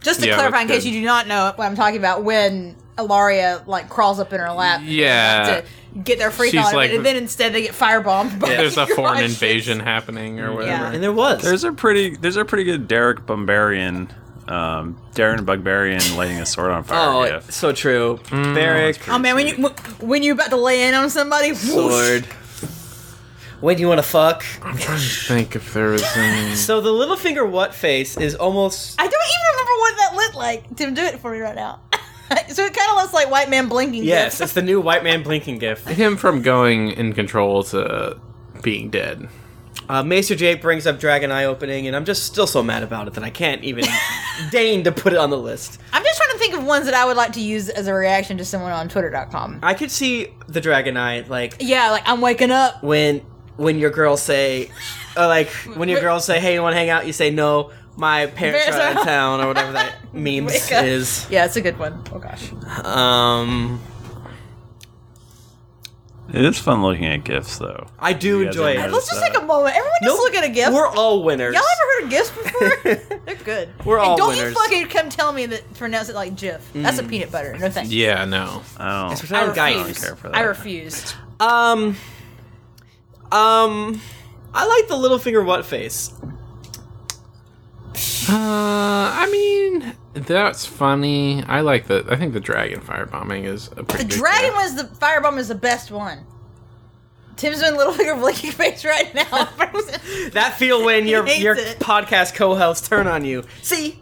Speaker 4: Just to
Speaker 2: Mm-hmm. Yeah,
Speaker 4: clarify, in
Speaker 2: that's
Speaker 4: case
Speaker 2: good.
Speaker 4: you do not know what I'm talking about, when Ilaria like crawls up in her lap,
Speaker 2: Yeah.
Speaker 4: to get their freak
Speaker 2: She's
Speaker 4: on,
Speaker 2: like-
Speaker 4: and then instead they get firebombed. By
Speaker 2: There's a foreign
Speaker 4: Russians.
Speaker 2: invasion happening or whatever.
Speaker 3: And there was.
Speaker 1: there's a pretty there's a pretty good Derek Bumbarian, um, Darren Bugbarian lighting a sword on fire.
Speaker 3: oh,
Speaker 1: gif.
Speaker 3: so true.
Speaker 1: Mm,
Speaker 3: Barrick.
Speaker 4: Oh man, when you when- when you about to lay in on somebody, whoosh.
Speaker 3: When do you want to fuck?
Speaker 2: I'm trying to think if there was any.
Speaker 3: So the little finger what face is almost
Speaker 4: I don't even remember what that looked like. Tim, do it for me right now. so it kind of looks like white man blinking.
Speaker 3: yes,
Speaker 4: gifts.
Speaker 3: it's the new white man blinking gif.
Speaker 2: Him from going in control to being dead.
Speaker 3: Uh, Maester Jake brings up Dragon Eye opening, and I'm just still so mad about it that I can't even deign to put it on the list.
Speaker 4: I'm just trying to think of ones that I would like to use as a reaction to someone on Twitter.com.
Speaker 3: I could see the Dragon Eye like
Speaker 4: Yeah, like I'm waking up.
Speaker 3: when when your girls say, or like when your girls say, "Hey, you want to hang out?" You say, "No, my parents are out of town," or whatever that memes
Speaker 4: Wake up.
Speaker 3: is.
Speaker 4: Yeah, it's a good one. Oh gosh.
Speaker 3: Um,
Speaker 1: It is fun looking at gifs though.
Speaker 3: I do
Speaker 1: You guys
Speaker 3: enjoy
Speaker 1: are
Speaker 3: it.
Speaker 1: nervous.
Speaker 4: Let's just take a moment. Everyone just
Speaker 3: uh, Nope.
Speaker 4: look at a gift.
Speaker 3: We're all winners.
Speaker 4: Y'all ever heard of gifts before? They're good.
Speaker 3: We're all
Speaker 4: and don't
Speaker 3: winners. Mm.
Speaker 4: you fucking come tell me that pronounce it like Jif. That's a peanut butter. No thanks.
Speaker 2: Yeah, no.
Speaker 1: I don't.
Speaker 4: I
Speaker 3: I don't
Speaker 4: refuse.
Speaker 1: care for
Speaker 4: I
Speaker 1: that.
Speaker 4: refuse.
Speaker 3: Um, um, I like the little finger what face.
Speaker 2: Uh, I mean, that's funny. I like the. I think the dragon firebombing is a pretty
Speaker 4: The
Speaker 2: good
Speaker 4: dragon
Speaker 2: guess.
Speaker 4: was the firebomb is the best one. Tim's doing little finger blinking face right now.
Speaker 3: That feel when your
Speaker 4: He hates
Speaker 3: your
Speaker 4: it.
Speaker 3: podcast co-hosts turn on you. See,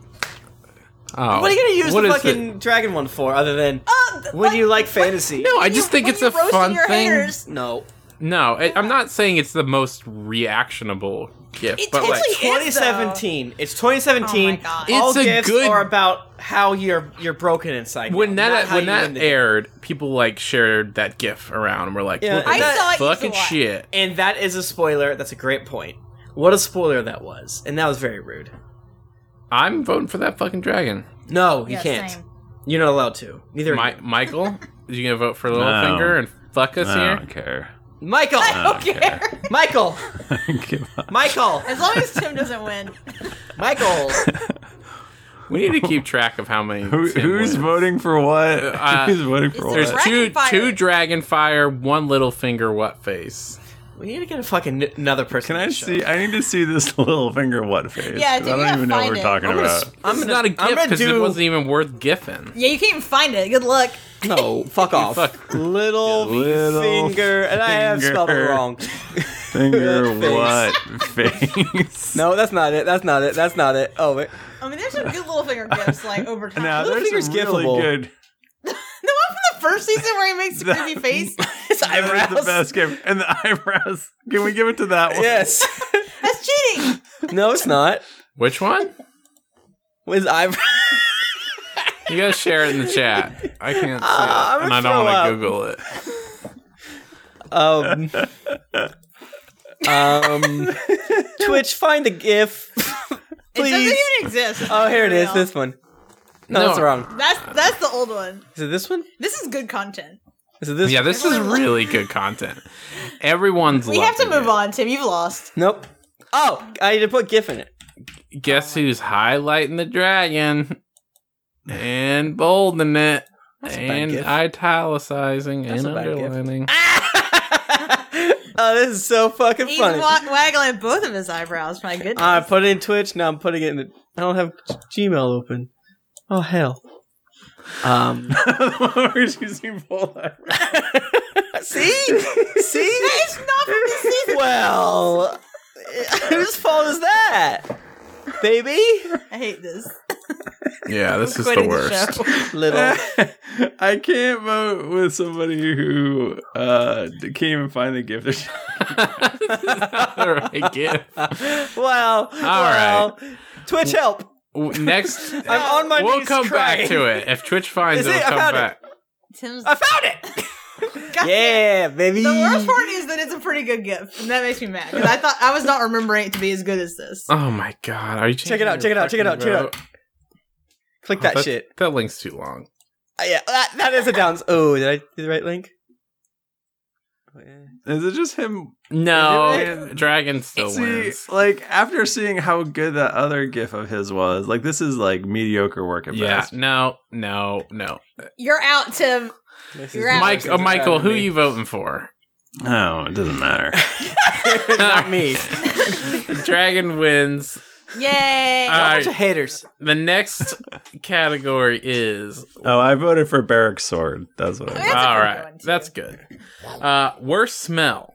Speaker 2: Oh,
Speaker 3: what are you gonna use
Speaker 2: what
Speaker 3: the
Speaker 2: is
Speaker 3: fucking
Speaker 2: it?
Speaker 3: dragon one for, other than
Speaker 4: Uh,
Speaker 3: when you like fantasy?
Speaker 2: No, I just think
Speaker 4: when
Speaker 2: it's
Speaker 4: you
Speaker 2: a
Speaker 4: roasting
Speaker 2: fun
Speaker 4: your
Speaker 2: thing.
Speaker 4: haters.
Speaker 3: no.
Speaker 2: No, I, I'm not saying it's the most reactionable gift,
Speaker 4: It
Speaker 2: but like
Speaker 4: totally It is, though.
Speaker 3: 2017. It's 2017.
Speaker 4: Oh my God.
Speaker 3: All
Speaker 2: It's a
Speaker 3: gifts
Speaker 2: good-
Speaker 3: are about how you're you're broken inside.
Speaker 2: when
Speaker 3: now, not
Speaker 2: that
Speaker 3: how
Speaker 2: when
Speaker 3: you win
Speaker 2: that
Speaker 3: the game.
Speaker 2: aired, people like shared that gif around and were like,
Speaker 3: Yeah,
Speaker 2: "Look
Speaker 3: I
Speaker 2: at
Speaker 3: saw
Speaker 2: that
Speaker 4: it used a
Speaker 2: fucking
Speaker 4: lot.
Speaker 2: shit."
Speaker 3: and that is a spoiler. That's a great point. What a spoiler that was, and that was very rude.
Speaker 2: I'm voting for that fucking dragon.
Speaker 3: No, you
Speaker 4: Yeah,
Speaker 3: can't.
Speaker 4: same.
Speaker 3: You're not allowed to. Neither. are
Speaker 2: Mi-
Speaker 3: you.
Speaker 2: Michael, you gonna vote for Littlefinger
Speaker 1: No.
Speaker 2: and fuck us
Speaker 1: I
Speaker 2: here?
Speaker 1: don't care.
Speaker 3: Michael,
Speaker 4: I don't
Speaker 1: Okay.
Speaker 4: care.
Speaker 3: Michael,
Speaker 1: Give up.
Speaker 3: Michael,
Speaker 4: As long as Tim doesn't win.
Speaker 3: Michael.
Speaker 2: We need to keep track of how many.
Speaker 1: Who,
Speaker 2: Tim
Speaker 1: who's
Speaker 2: wins.
Speaker 1: voting for what?
Speaker 2: Uh,
Speaker 1: who's voting for
Speaker 4: it's
Speaker 1: what?
Speaker 2: There's
Speaker 4: Dragon
Speaker 2: two
Speaker 4: fire.
Speaker 2: two dragon fire, one little finger what face.
Speaker 3: We need to get a fucking n- another person.
Speaker 1: Can I
Speaker 3: to show.
Speaker 1: see? I need to see this little finger what face.
Speaker 4: Yeah,
Speaker 1: 'cause I don't
Speaker 4: dude, you gotta
Speaker 1: even know what
Speaker 4: find
Speaker 1: we're
Speaker 4: it.
Speaker 1: talking
Speaker 3: I'm gonna
Speaker 1: about.
Speaker 3: s- I'm
Speaker 2: It's
Speaker 3: gonna,
Speaker 2: not a
Speaker 3: I'm
Speaker 2: gift
Speaker 3: gonna
Speaker 2: because
Speaker 3: do.
Speaker 2: it wasn't even worth gifting.
Speaker 4: Yeah, you can't even find it. Good luck.
Speaker 3: No, fuck off.
Speaker 2: Fuck.
Speaker 3: Little,
Speaker 1: Little
Speaker 3: finger, and I have spelled it
Speaker 1: finger.
Speaker 3: wrong.
Speaker 1: finger
Speaker 3: face.
Speaker 1: what face?
Speaker 3: No, that's not it. That's not it. That's not it. Oh wait.
Speaker 4: I mean, there's some good little finger gifts like over time.
Speaker 1: Now
Speaker 4: the
Speaker 1: there's
Speaker 3: Littlefinger's
Speaker 1: some really
Speaker 3: giftable.
Speaker 1: good.
Speaker 4: one from the first season where he makes a
Speaker 1: That-
Speaker 4: creepy face.
Speaker 3: His
Speaker 1: That is
Speaker 3: eyebrows.
Speaker 1: the best gift, and the eyebrows. Can we give it to that one?
Speaker 3: Yes.
Speaker 4: That's cheating.
Speaker 3: no, it's not.
Speaker 2: Which one?
Speaker 3: His eyebrows.
Speaker 2: You guys share it in the chat. I can't see
Speaker 3: Uh, I'm
Speaker 2: it, and I
Speaker 3: gonna
Speaker 2: don't want to
Speaker 3: throw up.
Speaker 2: Google it.
Speaker 3: Um. um. Twitch, find the GIF,
Speaker 4: It doesn't
Speaker 3: please.
Speaker 4: even exist.
Speaker 3: Oh, here it is.
Speaker 4: Real.
Speaker 3: This one. No,
Speaker 2: No.
Speaker 3: that's wrong.
Speaker 4: That's that's the old one.
Speaker 3: Is it this one?
Speaker 4: This is good content.
Speaker 3: Is it this?
Speaker 2: Yeah, this is really good content. Everyone's.
Speaker 4: We have to
Speaker 2: loving
Speaker 4: move on, Tim. You've lost.
Speaker 3: Nope. Oh, I need to put GIF in it.
Speaker 2: it.
Speaker 3: Oh
Speaker 2: Guess who's highlighting the dragon and bolding it
Speaker 3: That's a bad
Speaker 2: and
Speaker 3: gif.
Speaker 2: italicizing
Speaker 3: That's
Speaker 2: and
Speaker 3: a bad gif.
Speaker 2: underlining.
Speaker 3: Ah, oh, this is so fucking
Speaker 4: He's
Speaker 3: funny. Uh,
Speaker 4: wa- waggling both of his eyebrows. My goodness.
Speaker 3: I put it in Twitch. Now I'm putting it in. The- I don't have G- Gmail open. Oh hell. Um.
Speaker 1: We're choosing both eyebrows.
Speaker 3: See? See?
Speaker 4: it's not from this season.
Speaker 3: well, whose fault is that, baby?
Speaker 4: I hate this.
Speaker 2: Yeah, this is the
Speaker 4: Quitting
Speaker 2: worst.
Speaker 4: show.
Speaker 3: Little.
Speaker 1: I can't vote with somebody who uh, can't even find the gift. There's-
Speaker 2: Alright, gif.
Speaker 3: Well, well. Twitch help.
Speaker 2: W- Next,
Speaker 3: I'm on my
Speaker 2: we'll
Speaker 3: knees
Speaker 2: come
Speaker 3: crying.
Speaker 2: back to it. If Twitch finds
Speaker 3: Is
Speaker 2: it,
Speaker 3: it?
Speaker 2: we'll
Speaker 3: I
Speaker 2: come
Speaker 3: found it.
Speaker 2: back.
Speaker 4: Tim's.
Speaker 3: I found it.
Speaker 4: God,
Speaker 3: Yeah, baby.
Speaker 4: The worst part is that it's a pretty good gift, and that makes me mad because I thought I was not remembering it to be as good as this.
Speaker 2: Oh my god, are you
Speaker 3: Check it out, check it out, check it out, check it out. Click that, shit.
Speaker 2: That link's too long.
Speaker 3: Uh, yeah, that, that is a downs. Oh, did I do the right link? Oh,
Speaker 1: Is it just him
Speaker 2: No,
Speaker 1: Really?
Speaker 2: dragon still
Speaker 1: See,
Speaker 2: wins.
Speaker 1: like after seeing how good that other GIF of his was, like this is like mediocre work at
Speaker 2: Yeah,
Speaker 1: best.
Speaker 2: no, no, no.
Speaker 4: You're out, Tim.
Speaker 3: This
Speaker 4: You're out.
Speaker 2: Mike, oh, Michael, who you voting for?
Speaker 1: No, it doesn't matter.
Speaker 3: Not me.
Speaker 2: Dragon wins.
Speaker 4: Yay!
Speaker 2: Uh,
Speaker 3: Bunch of haters.
Speaker 2: The next category is
Speaker 1: oh, I voted for Barrack's sword. That's what I.
Speaker 4: That's a
Speaker 2: all
Speaker 4: good
Speaker 2: right.
Speaker 4: one, too.
Speaker 2: That's good. Uh, worst smell: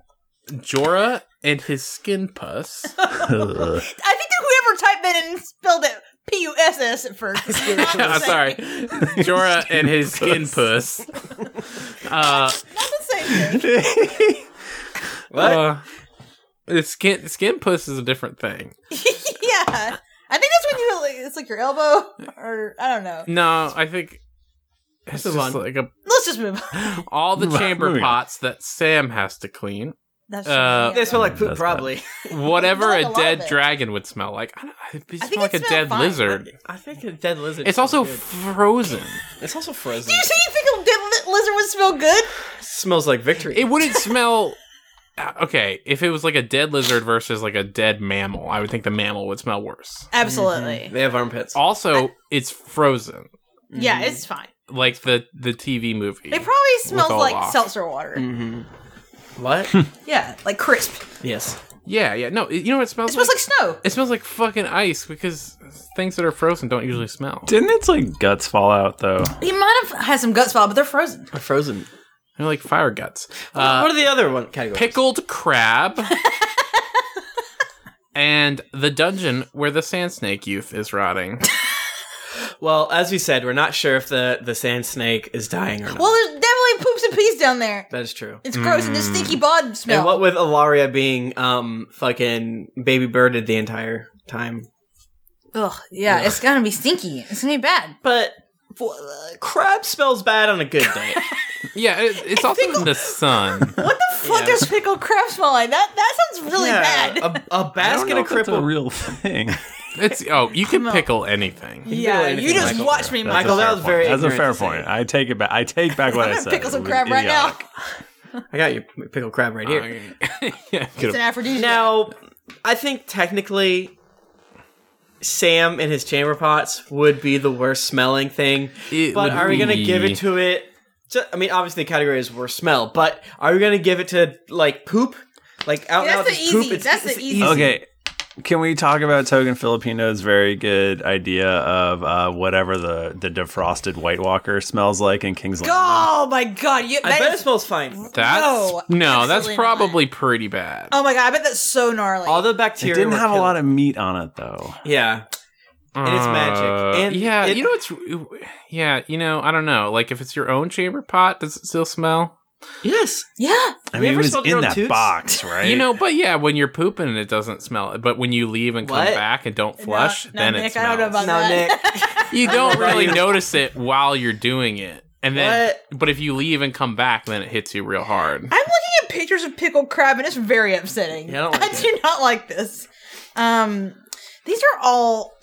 Speaker 2: Jorah and his skin pus.
Speaker 1: Voted.
Speaker 4: I think that whoever typed that in and spelled it P U S S at first. is not the
Speaker 2: I'm
Speaker 4: same.
Speaker 2: sorry, Jorah and his skin puss. Uh,
Speaker 4: Not the same thing.
Speaker 3: What?
Speaker 2: uh, the skin skin puss is a different thing.
Speaker 4: yeah. I think that's when you like, it's like your elbow or I don't know.
Speaker 2: No, I think it's
Speaker 3: Move
Speaker 2: just
Speaker 3: on.
Speaker 2: like a,
Speaker 4: Let's just move on.
Speaker 2: all the
Speaker 1: Moving
Speaker 2: chamber
Speaker 1: on.
Speaker 2: pots that Sam has to clean.
Speaker 4: That's
Speaker 2: Uh,
Speaker 3: They
Speaker 4: yeah.
Speaker 3: smell like poop,
Speaker 1: That's
Speaker 3: probably.
Speaker 2: Whatever
Speaker 4: Not a
Speaker 2: a
Speaker 4: lot
Speaker 2: dead
Speaker 4: of it.
Speaker 2: dragon would smell like. I, don't, I, it
Speaker 4: I think
Speaker 2: smell like
Speaker 4: it
Speaker 2: a
Speaker 4: smelled
Speaker 2: dead
Speaker 4: fine.
Speaker 2: lizard.
Speaker 3: I think a dead lizard.
Speaker 2: It's also
Speaker 3: smells
Speaker 2: frozen.
Speaker 3: good. it's also
Speaker 4: Do
Speaker 3: frozen.
Speaker 4: you say you think a dead li- lizard would smell good?
Speaker 3: smells like victory.
Speaker 2: It wouldn't smell. Uh, Okay, if it was like a dead lizard versus like a dead mammal, I would think the mammal would smell worse.
Speaker 4: Absolutely.
Speaker 3: they have armpits.
Speaker 2: Also, it's frozen, Mm-hmm.
Speaker 4: Yeah, it's fine.
Speaker 2: like the the TV movie.
Speaker 4: It probably smells
Speaker 2: all
Speaker 4: like
Speaker 2: off.
Speaker 4: seltzer water.
Speaker 2: Mm-hmm.
Speaker 3: What?
Speaker 4: Yeah, like crisp.
Speaker 3: yes.
Speaker 2: yeah, yeah. No, it- you know what it
Speaker 4: It
Speaker 2: smells
Speaker 4: smells
Speaker 2: like?
Speaker 4: like snow.
Speaker 2: it smells like fucking ice because things that are frozen don't usually smell.
Speaker 1: Didn't its like guts fall out though?
Speaker 4: He might have had some guts fall, but they're frozen.
Speaker 3: Or frozen.
Speaker 2: They're like fire guts.
Speaker 3: Uh,
Speaker 2: Uh,
Speaker 3: what are the other one categories?
Speaker 2: pickled crab. And the dungeon where the sand snake youth is rotting.
Speaker 3: Well, as we said, we're not sure if the the sand snake is dying or not.
Speaker 4: Well, there's definitely poops of peas down there.
Speaker 3: That is true.
Speaker 4: It's gross Mm. and the stinky bod smell.
Speaker 3: And what with Alaria being um fucking baby birded the entire time.
Speaker 4: Ugh, yeah, it's gonna be stinky. It's gonna be bad.
Speaker 3: But for- uh, crab smells bad on a good day.
Speaker 2: Yeah, it, it's also in the sun.
Speaker 4: What the fuck
Speaker 3: Yeah.
Speaker 4: does pickled crab smell like? That that sounds really
Speaker 3: Yeah,
Speaker 4: bad.
Speaker 3: A, a
Speaker 1: I don't
Speaker 3: basket
Speaker 1: know
Speaker 3: of
Speaker 1: if that's a
Speaker 3: crippled.
Speaker 1: real thing.
Speaker 2: It's oh, you can
Speaker 4: Come on.
Speaker 2: pickle anything.
Speaker 4: yeah,
Speaker 3: anything,
Speaker 4: you just
Speaker 3: Michael.
Speaker 4: watch me,
Speaker 1: That's
Speaker 4: Michael.
Speaker 1: a
Speaker 3: that
Speaker 1: fair
Speaker 3: was very
Speaker 1: Point. That's a fair
Speaker 3: ignorant to
Speaker 1: point.
Speaker 3: say.
Speaker 1: I take it back. I take back what
Speaker 4: I'm
Speaker 1: I
Speaker 4: gonna
Speaker 1: said.
Speaker 4: pickle some
Speaker 1: It was
Speaker 4: crab right now.
Speaker 1: idiotic.
Speaker 3: I got your pickled crab right here.
Speaker 2: yeah,
Speaker 4: It's an aphrodisiac.
Speaker 3: Now, I think technically, Sam in his chamber pots would be the worst smelling thing.
Speaker 2: It
Speaker 3: but
Speaker 2: would
Speaker 3: are we gonna
Speaker 2: be-
Speaker 3: give it to it? ju- I mean, obviously, the category is worst smell, but are we gonna give it to like poop? Like out
Speaker 4: Yeah,
Speaker 3: and out
Speaker 4: that's
Speaker 3: just
Speaker 4: the
Speaker 3: poop.
Speaker 4: easy- that's the easy-
Speaker 1: Okay. Can we talk about Token Filipino's very good idea of uh, whatever the, the defrosted White Walker smells like in King's Landing?
Speaker 4: oh my god, you,
Speaker 3: I
Speaker 4: that
Speaker 3: bet it
Speaker 4: is-
Speaker 3: smells fine.
Speaker 2: That's
Speaker 4: No,
Speaker 2: no, that's
Speaker 4: absolutely
Speaker 2: probably pretty bad.
Speaker 4: oh my god, I bet that's so gnarly.
Speaker 3: All the
Speaker 1: It
Speaker 3: bacteria
Speaker 1: didn't
Speaker 3: were
Speaker 1: have a
Speaker 3: killed.
Speaker 1: lot of meat on it though.
Speaker 3: Yeah,
Speaker 4: Oh,
Speaker 3: and it's magic. And
Speaker 2: Uh, yeah,
Speaker 3: it-
Speaker 2: you know it's yeah, you know I don't know. Like if it's your own chamber pot, does it still smell?
Speaker 3: yes.
Speaker 4: yeah,
Speaker 1: I
Speaker 3: You
Speaker 1: mean, it
Speaker 3: ever
Speaker 1: was
Speaker 3: smelled your
Speaker 1: in
Speaker 3: own
Speaker 1: that
Speaker 3: toots?
Speaker 1: box, right?
Speaker 2: You know, but yeah, when you're pooping, it doesn't smell. But when you leave and come
Speaker 3: What?
Speaker 2: back and don't flush,
Speaker 4: no,
Speaker 2: then it
Speaker 4: Nick, I
Speaker 2: smells.
Speaker 4: don't know about
Speaker 3: Now, Nick.
Speaker 2: you don't
Speaker 3: Right.
Speaker 2: really notice it while you're doing it, and then but if you leave and come back, then it hits you real hard.
Speaker 4: I'm looking at pictures of pickled crab and it's very upsetting.
Speaker 3: Yeah, I don't like
Speaker 4: do not like this. Um, these are all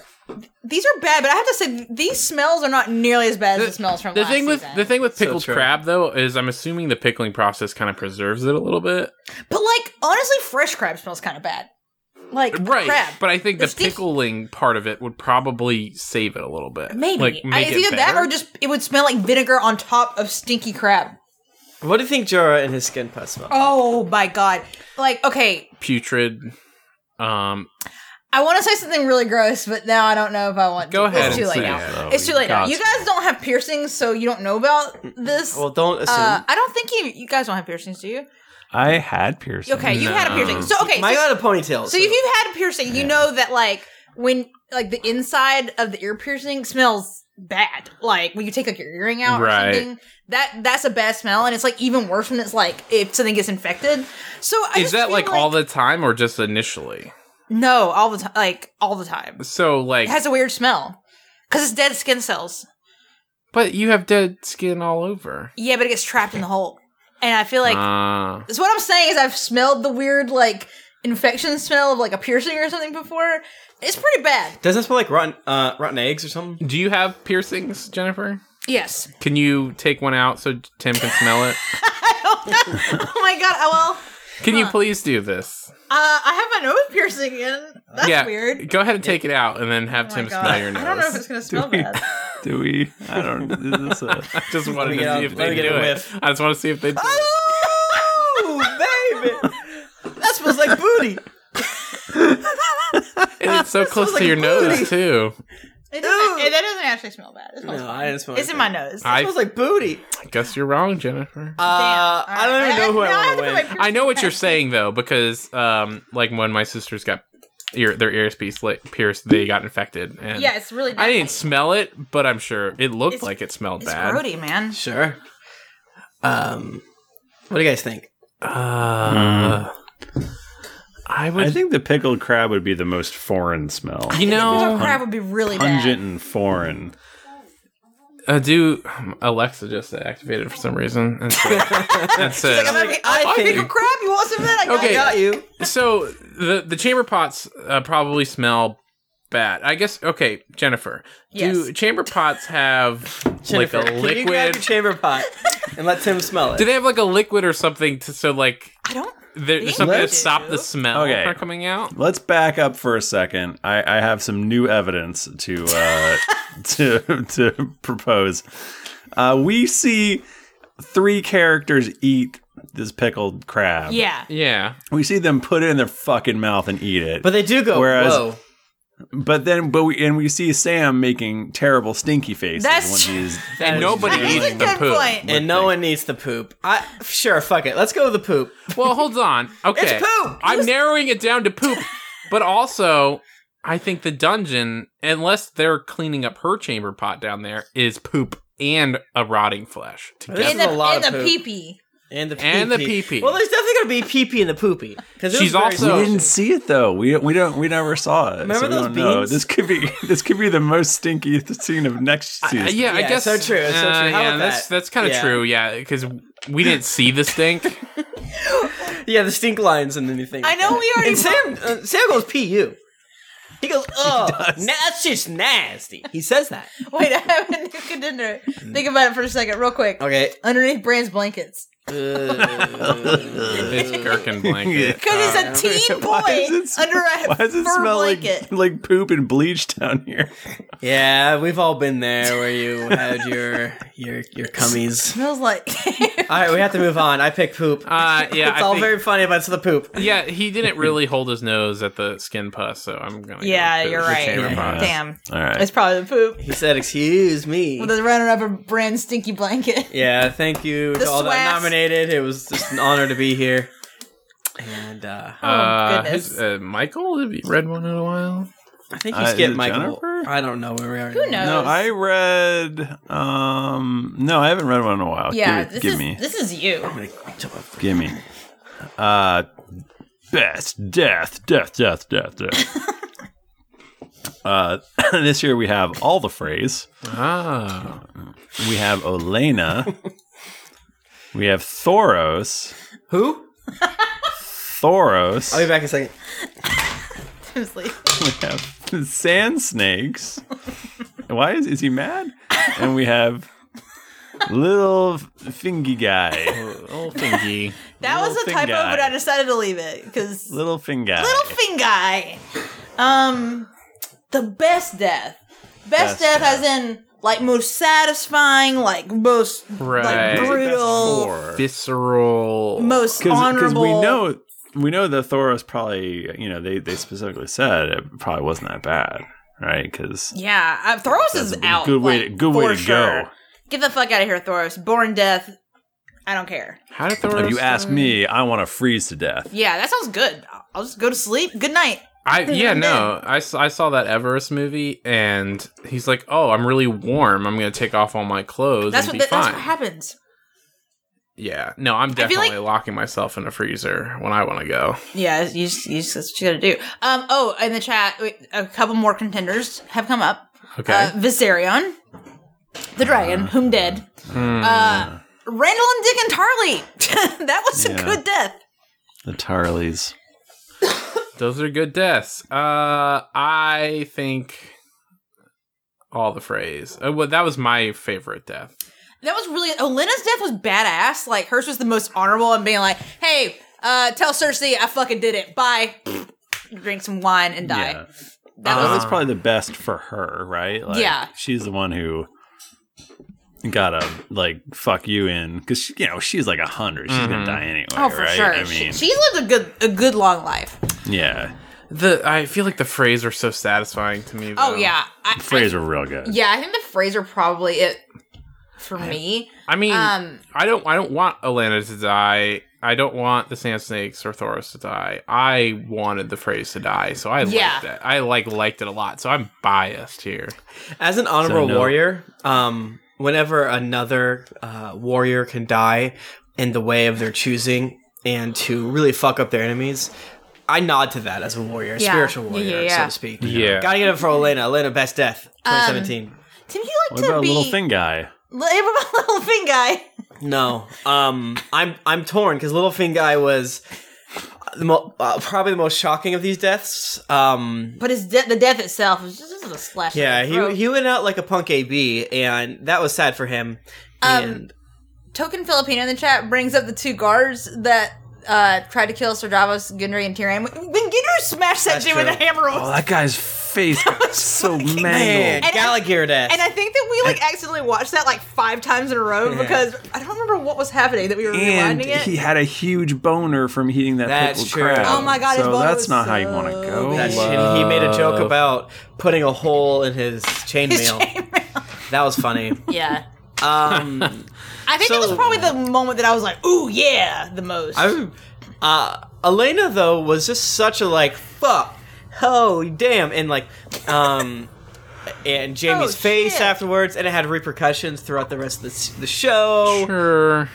Speaker 4: these are bad, but I have to say these smells are not nearly as bad as the smells from
Speaker 2: the
Speaker 4: last
Speaker 2: thing with
Speaker 4: season.
Speaker 2: the thing with pickled
Speaker 3: true.
Speaker 2: crab though is I'm assuming the pickling process kind of preserves it a little bit,
Speaker 4: But like honestly, fresh crab smells kind of bad. Like a
Speaker 2: right?
Speaker 4: crab.
Speaker 2: But I think the
Speaker 4: It's stinky.
Speaker 2: pickling part of it would probably save it a little bit.
Speaker 4: Maybe
Speaker 2: like
Speaker 4: I,
Speaker 2: make
Speaker 4: it's
Speaker 2: it
Speaker 4: either that
Speaker 2: better.
Speaker 4: or just it would smell like vinegar on top of stinky crab.
Speaker 3: What do you think Jorah and his skin pus smell?
Speaker 4: Oh my god! Like okay,
Speaker 2: putrid. Um,
Speaker 4: I want to say something really gross, but now I don't know if I want.
Speaker 2: Go
Speaker 4: to.
Speaker 2: ahead
Speaker 4: It's too
Speaker 2: and
Speaker 4: late
Speaker 2: say
Speaker 4: now.
Speaker 2: it.
Speaker 1: Oh,
Speaker 4: It's too late now.
Speaker 1: God.
Speaker 4: You guys don't have piercings, so you don't know about this.
Speaker 3: Well, don't assume.
Speaker 4: Uh, I don't think you you guys don't have piercings, do you?
Speaker 1: I had piercing.
Speaker 4: Okay, you've had a piercing. So okay,
Speaker 3: Mine
Speaker 4: so,
Speaker 3: got a ponytail.
Speaker 4: so if you've had a piercing, you know that like when like the inside of the ear piercing smells bad. Like when you take like your earring out or
Speaker 2: Right.
Speaker 4: something, that that's a bad smell, and it's like even worse when it's like if something gets infected. So I
Speaker 2: is
Speaker 4: just
Speaker 2: that
Speaker 4: feel
Speaker 2: like, all the time or just initially?
Speaker 4: no all the time like all the time?
Speaker 2: So like,
Speaker 4: It has a weird smell because it's dead skin cells.
Speaker 2: but you have dead skin all over.
Speaker 4: Yeah, but it gets trapped in the hole, and I feel like
Speaker 2: Ah.
Speaker 4: So what I'm saying is I've smelled the weird like infection smell of like a piercing or something before. It's pretty bad.
Speaker 3: Doesn't it smell like rotten, uh, rotten eggs or something?
Speaker 2: do you have piercings, Jennifer?
Speaker 4: Yes.
Speaker 2: Can you take one out so Tim can smell it?
Speaker 4: oh my god. I, well,
Speaker 2: Can you please do this?
Speaker 4: uh, I have my nose piercing in. That's
Speaker 2: yeah,
Speaker 4: weird.
Speaker 2: Go ahead and take it out, and then have
Speaker 4: Oh my
Speaker 2: Tim
Speaker 4: God.
Speaker 2: smell your nose.
Speaker 4: I don't know if it's gonna smell bad.
Speaker 1: Do we? I don't. Is this a,
Speaker 2: just wanted
Speaker 3: me
Speaker 2: to
Speaker 3: get
Speaker 2: see
Speaker 3: a-
Speaker 2: if
Speaker 3: let
Speaker 2: they
Speaker 3: me
Speaker 2: do
Speaker 3: get a
Speaker 2: it.
Speaker 3: whiff.
Speaker 2: I just want to see if they do. it.
Speaker 3: Oh, baby!
Speaker 4: that smells like
Speaker 3: Booty!
Speaker 2: And it's so close
Speaker 3: like
Speaker 2: to your
Speaker 3: a booty.
Speaker 2: nose too.
Speaker 4: it doesn't, it, that doesn't actually smell bad. It smells
Speaker 3: No,
Speaker 4: fine.
Speaker 3: I didn't smell
Speaker 4: It's in my nose.
Speaker 2: I-
Speaker 3: It smells like booty.
Speaker 2: I guess you're wrong, Jennifer.
Speaker 3: Uh, I
Speaker 4: All
Speaker 3: don't
Speaker 4: right.
Speaker 3: even know who
Speaker 4: now
Speaker 3: I want
Speaker 4: have to
Speaker 3: to
Speaker 4: put
Speaker 3: win.
Speaker 4: my piercing
Speaker 2: I know what you're
Speaker 4: back.
Speaker 2: saying though, because um, like when my sisters got ear, their ears piece, like, pierced, they got infected, and
Speaker 4: Yeah, it's really. Bad.
Speaker 2: I didn't smell it, but I'm sure it looked
Speaker 4: It's-
Speaker 2: like it smelled
Speaker 4: It's
Speaker 2: bad.
Speaker 4: grody, man.
Speaker 3: Sure. Um, what do you guys think?
Speaker 2: Uh, I would.
Speaker 1: I think the pickled crab would be the most foreign smell.
Speaker 2: you
Speaker 4: Pickled
Speaker 2: know,
Speaker 4: crab would be really
Speaker 1: Pungent
Speaker 4: bad.
Speaker 1: and foreign.
Speaker 2: uh, do Alexa just activated for some reason? And so, and so-
Speaker 4: Like, I
Speaker 3: I
Speaker 4: pickled
Speaker 3: think-
Speaker 4: crab. You want some of that? I got
Speaker 2: Okay.
Speaker 4: it.
Speaker 3: Got you.
Speaker 2: so the the chamber pots uh, probably smell bad. I guess. Okay, Jennifer,
Speaker 4: Yes.
Speaker 2: do chamber pots have
Speaker 3: Jennifer,
Speaker 2: like a
Speaker 3: can you grab
Speaker 2: liquid?
Speaker 3: your chamber pot and let Tim smell it.
Speaker 2: Do they have like a liquid or something to so like
Speaker 4: I don't.
Speaker 2: there,
Speaker 4: They
Speaker 2: there's something to
Speaker 4: do.
Speaker 2: stop the smell
Speaker 1: Okay.
Speaker 2: from coming out?
Speaker 1: Let's back up for a second. I, I have some new evidence to uh, to to propose. Uh, we see three characters eat this pickled crab.
Speaker 4: Yeah.
Speaker 2: Yeah,
Speaker 1: we see them put it in their fucking mouth and eat it.
Speaker 3: but they do go,
Speaker 1: Whereas-
Speaker 3: whoa.
Speaker 1: But then, but we and we see Sam making terrible stinky faces
Speaker 4: That's
Speaker 1: when
Speaker 4: true.
Speaker 1: he's
Speaker 2: and
Speaker 3: is-
Speaker 2: nobody
Speaker 4: That is
Speaker 2: eats
Speaker 4: a
Speaker 2: the
Speaker 4: good
Speaker 2: poo.
Speaker 4: point.
Speaker 3: And no one needs the poop. I Sure, fuck it. Let's go with the poop.
Speaker 2: Well, hold on. Okay.
Speaker 3: poop!
Speaker 2: I'm narrowing it down to poop. But also, I think the dungeon, unless they're cleaning up her chamber pot down there, is poop. and a rotting flesh together.
Speaker 3: This
Speaker 4: and
Speaker 3: is
Speaker 4: the,
Speaker 3: a lot
Speaker 4: and
Speaker 3: of
Speaker 4: the
Speaker 3: poop.
Speaker 4: pee-pee.
Speaker 3: And the pee
Speaker 2: And the pee-pee.
Speaker 3: Well, there's definitely gonna be pee pee in the poopy. 'cause it
Speaker 2: She's
Speaker 3: was very
Speaker 2: also-
Speaker 3: small.
Speaker 2: Oh,
Speaker 1: we didn't see it though. We we don't we never saw it.
Speaker 3: Remember
Speaker 1: so we
Speaker 3: those
Speaker 1: don't know.
Speaker 3: beans?
Speaker 1: This could be this could be the most stinky scene of next season.
Speaker 2: Uh, yeah, I
Speaker 3: Yeah,
Speaker 2: guess
Speaker 3: so true, so true. How
Speaker 2: yeah,
Speaker 3: about
Speaker 2: that's
Speaker 3: that?
Speaker 2: that's kind of
Speaker 3: Yeah.
Speaker 2: true. Yeah, because we didn't see the stink.
Speaker 3: yeah, the stink lines and anything.
Speaker 4: I know we already.
Speaker 3: And Sam uh, Sam goes pee you. He goes, oh, na- that's just nasty. He says that.
Speaker 4: Wait, I haven't could dinner. Think about it for a second, real quick.
Speaker 3: Okay.
Speaker 4: Underneath Brand's blankets,
Speaker 3: Uh,
Speaker 2: it's Gherkin blanket.
Speaker 4: because it's a teen boy
Speaker 1: Why does it, sm-
Speaker 4: under a
Speaker 1: why does it
Speaker 4: fur
Speaker 1: smell
Speaker 4: blanket.
Speaker 1: like, like poop and bleach down here?
Speaker 3: Yeah, we've all been there where you had your your your cummies.
Speaker 4: Smells like.
Speaker 3: All right, we have to move on. I pick poop.
Speaker 2: Uh, yeah,
Speaker 3: it's
Speaker 2: I
Speaker 3: all
Speaker 2: think-
Speaker 3: very funny, but it's the poop.
Speaker 2: Yeah, he didn't really hold his nose at the skin pus, so I'm gonna. go
Speaker 4: yeah,
Speaker 2: to
Speaker 4: you're
Speaker 2: the
Speaker 4: right.
Speaker 2: chamber pot.
Speaker 4: Damn,
Speaker 1: All right.
Speaker 4: it's probably the poop.
Speaker 3: He said, "Excuse me."
Speaker 4: With the runner up of Brand's stinky blanket.
Speaker 3: Yeah, thank you
Speaker 4: The
Speaker 3: to all that
Speaker 4: swass.
Speaker 3: nominated. It was just an honor to be here. And uh,
Speaker 2: Uh,
Speaker 4: Oh, goodness.
Speaker 2: who's- uh, Michael, have you read one in a while?
Speaker 3: I think
Speaker 1: Uh,
Speaker 3: you
Speaker 1: is
Speaker 3: skipped
Speaker 1: it
Speaker 3: Michael.
Speaker 1: Jennifer?
Speaker 3: I don't know where we are.
Speaker 4: Who knows?
Speaker 1: No, I read. Um, no, I haven't read one in a while.
Speaker 4: Yeah,
Speaker 1: give,
Speaker 4: this
Speaker 1: it- give
Speaker 4: is
Speaker 1: me,
Speaker 4: this is you.
Speaker 3: I'm gonna jump up.
Speaker 1: give me. Uh, best death, death, death, death, death. uh, this year we have all the phrase.
Speaker 2: Ah,
Speaker 1: We have Olena. we have Thoros.
Speaker 3: Who?
Speaker 1: Thoros.
Speaker 3: I'll be back in a second.
Speaker 4: Who's leaving?
Speaker 1: we have sand snakes. Why is is he mad? And we have little fingy guy.
Speaker 2: old thingy.
Speaker 4: That
Speaker 1: Little
Speaker 4: was a
Speaker 1: thing
Speaker 4: typo,
Speaker 1: guy.
Speaker 4: but I decided to leave it because little
Speaker 1: Little fingy. guy.
Speaker 4: thing guy. Um, the best death,
Speaker 1: Best
Speaker 4: best, death, as in like most satisfying, like most
Speaker 2: Right.
Speaker 4: like, brutal,
Speaker 1: Thor.
Speaker 2: Visceral.
Speaker 4: most
Speaker 1: because
Speaker 4: honorable.
Speaker 1: we know we know that Thoros probably you know they they specifically said it probably wasn't that bad, right? Because
Speaker 4: Yeah, uh, Thoros is out.
Speaker 1: good way
Speaker 4: like,
Speaker 1: to, good
Speaker 4: for
Speaker 1: way to
Speaker 4: sure.
Speaker 1: go.
Speaker 4: Get the fuck out of here, Thoros. Born death. I don't care.
Speaker 2: How did Thoros?
Speaker 1: If you ask me, I want to freeze to death.
Speaker 4: Yeah, that sounds good. I'll- I'll just go to sleep. Good night.
Speaker 2: I yeah
Speaker 4: I'm
Speaker 2: no I, s- I saw that Everest movie and he's like oh I'm really warm I'm gonna take off all my clothes
Speaker 4: That's what
Speaker 2: and
Speaker 4: that,
Speaker 2: be
Speaker 4: that's
Speaker 2: fine
Speaker 4: what happens.
Speaker 2: yeah no I'm
Speaker 4: I feel
Speaker 2: definitely
Speaker 4: like-
Speaker 2: locking myself in a freezer when I want to go
Speaker 4: Yeah, you just, you just that's what you gotta do. Um. Oh, in the chat, wait, a couple more contenders have come up.
Speaker 2: okay
Speaker 4: Uh, Viserion, the dragon, whom dead.
Speaker 1: Hmm.
Speaker 4: Uh, Randall and Dick and Tarly. that was
Speaker 1: Yeah.
Speaker 4: a good death.
Speaker 1: The Tarleys.
Speaker 2: those are good deaths uh I think all the phrase uh, well that was my favorite death
Speaker 4: That was really Olena's death was badass. Like hers was the most honorable and being like, "Hey, uh, tell Cersei I fucking did it. Bye." Drink some wine and die.
Speaker 1: Yeah. Uh-huh.
Speaker 4: That
Speaker 1: Well,
Speaker 4: was
Speaker 1: that's probably the best for her, right? Like,
Speaker 4: Um, Yeah.
Speaker 1: she's the one who gotta like fuck you in because she, you know she's like a 100 She's gonna die anyway.
Speaker 4: oh for
Speaker 1: right?
Speaker 4: sure.
Speaker 1: I
Speaker 4: She-
Speaker 1: mean,
Speaker 4: she, lived a good a good long life.
Speaker 1: yeah,
Speaker 2: the I feel like the phrase are so satisfying to me
Speaker 4: Oh
Speaker 2: though.
Speaker 4: yeah, I,
Speaker 1: Freys were real good.
Speaker 4: yeah. I think the Fraser probably it for me.
Speaker 2: I mean,
Speaker 4: Um,
Speaker 2: I don't. I don't want Elena to die. I don't want the Sand Snakes or Thoros to die. I wanted the phrase to die, so I
Speaker 4: Yeah.
Speaker 2: liked it. I like liked it a lot. So I'm biased here.
Speaker 3: As an honorable
Speaker 1: So no-
Speaker 3: warrior, um, whenever another uh, warrior can die in the way of their choosing and to really fuck up their enemies, I nod to that as a warrior, a
Speaker 4: Yeah.
Speaker 3: spiritual
Speaker 4: Yeah,
Speaker 3: warrior,
Speaker 4: yeah, Um,
Speaker 3: so
Speaker 4: yeah.
Speaker 3: to speak.
Speaker 2: Yeah.
Speaker 3: Gotta get it for Elena. Elena, best death, 2017.
Speaker 4: Did he like
Speaker 1: What
Speaker 4: to
Speaker 1: about
Speaker 4: be
Speaker 1: little thing guy?
Speaker 4: Li- about little thing guy?
Speaker 3: no, um, I'm I'm torn because Littlefinger guy was the mo- uh, probably the most shocking of these deaths. Um,
Speaker 4: But his de- the death itself was just, this is a slash.
Speaker 3: Yeah,
Speaker 4: in the throat.
Speaker 3: he he went out like a punk AB, and that was sad for him.
Speaker 4: Um,
Speaker 3: and
Speaker 4: Token Filipino in the chat brings up the two guards that uh, tried to kill Sir Davos, Gendry, and Tyrion. When Gendry smashed that
Speaker 3: That's
Speaker 4: dude with a
Speaker 3: true.
Speaker 4: hammer,
Speaker 1: Oh,
Speaker 4: was
Speaker 1: that guy's face got so mangled.
Speaker 3: man,
Speaker 4: And-
Speaker 3: Gallagher death.
Speaker 4: and I think that we like accidentally watched that like five times in a row
Speaker 3: Yeah.
Speaker 4: because I don't remember what was happening that we were
Speaker 1: And
Speaker 4: rewinding it.
Speaker 1: he had a huge boner from heating that
Speaker 3: That's
Speaker 1: pickled
Speaker 3: true.
Speaker 1: crab.
Speaker 4: Oh my God, his
Speaker 1: So
Speaker 4: boner
Speaker 1: that's
Speaker 4: was
Speaker 1: not how you
Speaker 4: so
Speaker 1: want to go.
Speaker 4: big.
Speaker 3: That shit, and he made a joke about putting a hole in his chainmail. That was funny.
Speaker 4: yeah,
Speaker 3: Um,
Speaker 4: I think that was
Speaker 3: So-
Speaker 4: probably the moment that I was like, "Ooh, yeah," the most.
Speaker 3: I, uh, Elena though was just such a like fuck, oh damn, and like, um, in Jamie's
Speaker 4: Oh,
Speaker 3: face
Speaker 4: shit.
Speaker 3: afterwards, and it had repercussions throughout the rest of the, s- the show.
Speaker 2: Sure.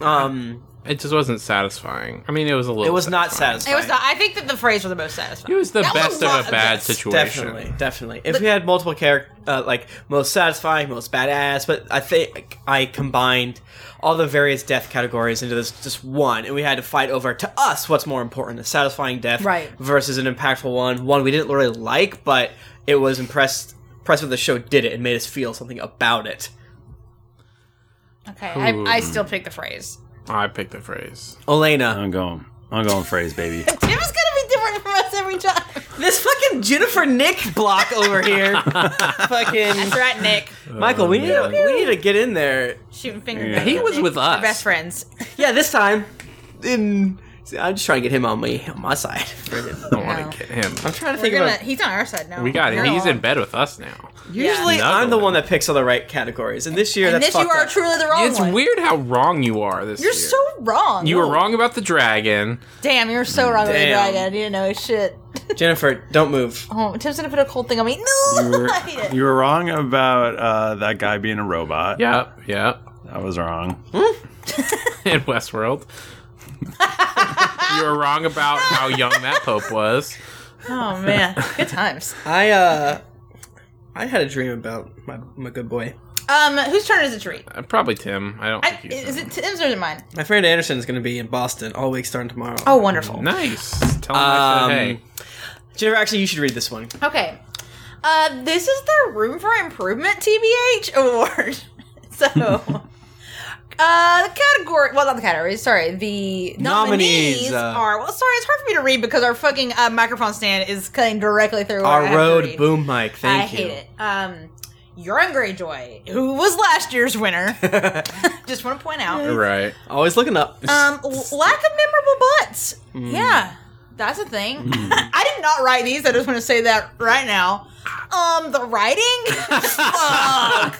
Speaker 3: Um,
Speaker 2: It just wasn't satisfying. I mean, it was a little.
Speaker 3: it was not
Speaker 4: It
Speaker 3: satisfying.
Speaker 4: was. The, I think that the phrase were the most satisfying.
Speaker 2: It was the
Speaker 4: That was
Speaker 2: best
Speaker 4: a lot
Speaker 2: of a
Speaker 4: of
Speaker 2: bad
Speaker 4: this.
Speaker 2: situation.
Speaker 3: Definitely, definitely. If we had multiple character, uh, like most satisfying, most badass, but I think I combined all the various death categories into this just one, and we had to fight over to us what's more important: a satisfying death
Speaker 4: Right.
Speaker 3: versus an impactful one. One we didn't really like, but it was impressed impressive the show did it and made us feel something about it.
Speaker 4: Okay, I, I still pick the phrase.
Speaker 2: Oh, I picked the phrase.
Speaker 3: Elena,
Speaker 1: I'm going. I'm going phrase, baby.
Speaker 4: Tim is gonna be different from us every time.
Speaker 3: this fucking Jennifer Nick block over here,
Speaker 4: That's
Speaker 3: fucking
Speaker 4: right, Nick.
Speaker 3: Michael. We need to, we need to get in there.
Speaker 4: Shooting finger.
Speaker 1: Yeah.
Speaker 2: He was with us.
Speaker 4: We're best friends.
Speaker 3: Yeah, this time. In, see, I'm just trying to get him on me on my side.
Speaker 2: I don't
Speaker 4: No.
Speaker 2: want to get him.
Speaker 3: I'm trying to
Speaker 4: We're
Speaker 3: think
Speaker 4: gonna,
Speaker 3: about.
Speaker 4: he's on our side now.
Speaker 2: We got him.
Speaker 4: We're
Speaker 2: He's
Speaker 4: all-
Speaker 2: in bed with us now.
Speaker 3: Usually,
Speaker 2: Yeah.
Speaker 3: I'm the one that picks all the right categories, and this year
Speaker 4: And
Speaker 3: that's
Speaker 4: this you
Speaker 3: fucked
Speaker 4: are
Speaker 3: up.
Speaker 4: truly the wrong
Speaker 2: It's
Speaker 4: one.
Speaker 2: weird how wrong you are this
Speaker 4: You're
Speaker 2: year.
Speaker 4: so wrong. Oh,
Speaker 2: You were wrong about the dragon.
Speaker 4: Damn, you're so wrong about the
Speaker 3: Damn.
Speaker 4: dragon. You know shit.
Speaker 3: Jennifer, don't move.
Speaker 4: Oh, Tim's gonna put a cold thing on me. No,
Speaker 1: You were,
Speaker 4: I hate it.
Speaker 1: you were wrong about uh, that guy being a robot.
Speaker 2: Yep, yep.
Speaker 1: I was wrong.
Speaker 2: In Westworld. you were wrong about how young that Pope was.
Speaker 4: Oh man, good times.
Speaker 3: I uh, I had a dream about my my good boy.
Speaker 4: Um, whose turn is it to read?
Speaker 2: Uh, probably Tim. I don't
Speaker 4: I,
Speaker 2: think he's
Speaker 4: is it Tim's or is it mine?
Speaker 3: My friend Anderson is going to be in Boston all week starting tomorrow.
Speaker 4: Oh, wonderful.
Speaker 2: Nice. Tell him I
Speaker 3: Um,
Speaker 2: said hey.
Speaker 3: Jennifer, actually, you should read this one.
Speaker 4: Okay. Uh, this is the Room for Improvement TBH award. so, uh, the category, well, not the category, sorry, the nominees,
Speaker 3: Nominees, uh,
Speaker 4: are, well, sorry, it's hard for me to read because our fucking uh, microphone stand is cutting directly through what I have
Speaker 3: Our
Speaker 4: to
Speaker 3: road
Speaker 4: read.
Speaker 3: boom mic. Thank
Speaker 4: I
Speaker 3: you.
Speaker 4: hate it. Um, Yoren Greyjoy, who was last year's winner. Just want to point out.
Speaker 2: You're right.
Speaker 3: Always looking up.
Speaker 4: Um, l- lack of memorable butts. Yeah, that's a thing. I did not write these. I just want to say that right now. Um, the writing. Fuck.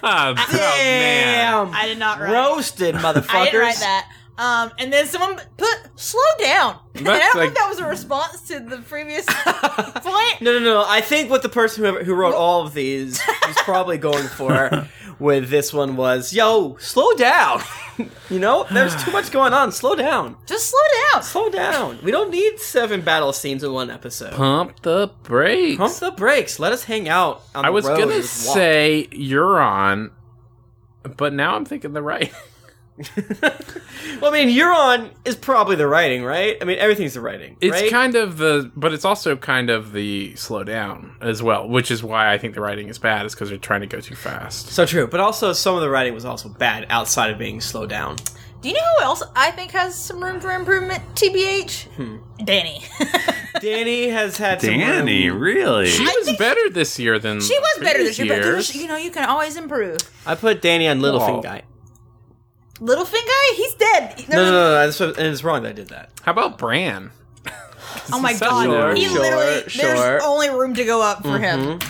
Speaker 2: Ah, oh, man.
Speaker 3: Damn.
Speaker 4: I did not write.
Speaker 3: Roasted, motherfuckers.
Speaker 4: I didn't write that. Um, and then someone put slow down. and I
Speaker 2: That's
Speaker 4: don't
Speaker 2: like-
Speaker 4: think that was a response to the previous point.
Speaker 3: No, no, no. I think what the person who, who wrote all of these was probably going for with this one was, yo, slow down. you know, there's too much going on. Slow down.
Speaker 4: Just slow down.
Speaker 3: Slow down. We don't need seven battle scenes in one episode.
Speaker 2: Pump the brakes.
Speaker 3: Pump the brakes. Let us hang out on
Speaker 2: I
Speaker 3: the
Speaker 2: was
Speaker 3: road
Speaker 2: gonna
Speaker 3: and walk.
Speaker 2: say you're on, but now I'm thinking the right.
Speaker 3: Well, I mean, Euron is probably the writing, right? I mean, everything's the writing.
Speaker 2: It's
Speaker 3: right?
Speaker 2: kind of the, but it's also kind of the slow down as well, which is why I think the writing is bad. Is because they're trying to go too fast.
Speaker 3: so true, but also some of the writing was also bad outside of being slowed down.
Speaker 4: Do you know who else I think has some room for improvement? TBH. Danny.
Speaker 3: Danny has had some
Speaker 1: Danny,
Speaker 3: room.
Speaker 1: really?
Speaker 2: She
Speaker 4: I
Speaker 2: was
Speaker 4: think-
Speaker 2: better this year than
Speaker 4: She was better this
Speaker 2: previous
Speaker 4: year, but
Speaker 2: years.
Speaker 4: there's- you know you can always improve.
Speaker 3: I put Danny on
Speaker 2: Wow.
Speaker 3: Littlefinger. guy.
Speaker 4: Littlefinger, he's dead. There
Speaker 3: No, no, no,
Speaker 4: was-
Speaker 3: no. That's what, and it's wrong that I did that.
Speaker 2: How about Bran?
Speaker 4: Oh my
Speaker 2: Sure,
Speaker 4: god, he
Speaker 2: sure,
Speaker 4: literally
Speaker 3: sure.
Speaker 4: there's only room to go up for him.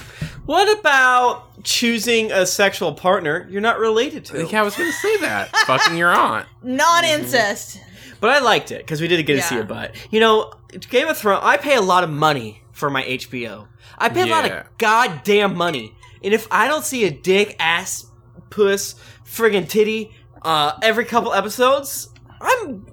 Speaker 3: What about choosing a sexual partner you're not related
Speaker 4: Oh.
Speaker 3: to?
Speaker 2: Yeah, I was gonna say that. Fucking your aunt.
Speaker 4: Non incest.
Speaker 3: But I liked it because we did get to see
Speaker 4: Yeah.
Speaker 3: your butt. You know, Game of Thrones. I pay a lot of money for my HBO. I pay a lot
Speaker 2: Yeah.
Speaker 3: of goddamn money, and if I don't see a dick, ass, puss, friggin' titty, uh, every couple episodes, I'm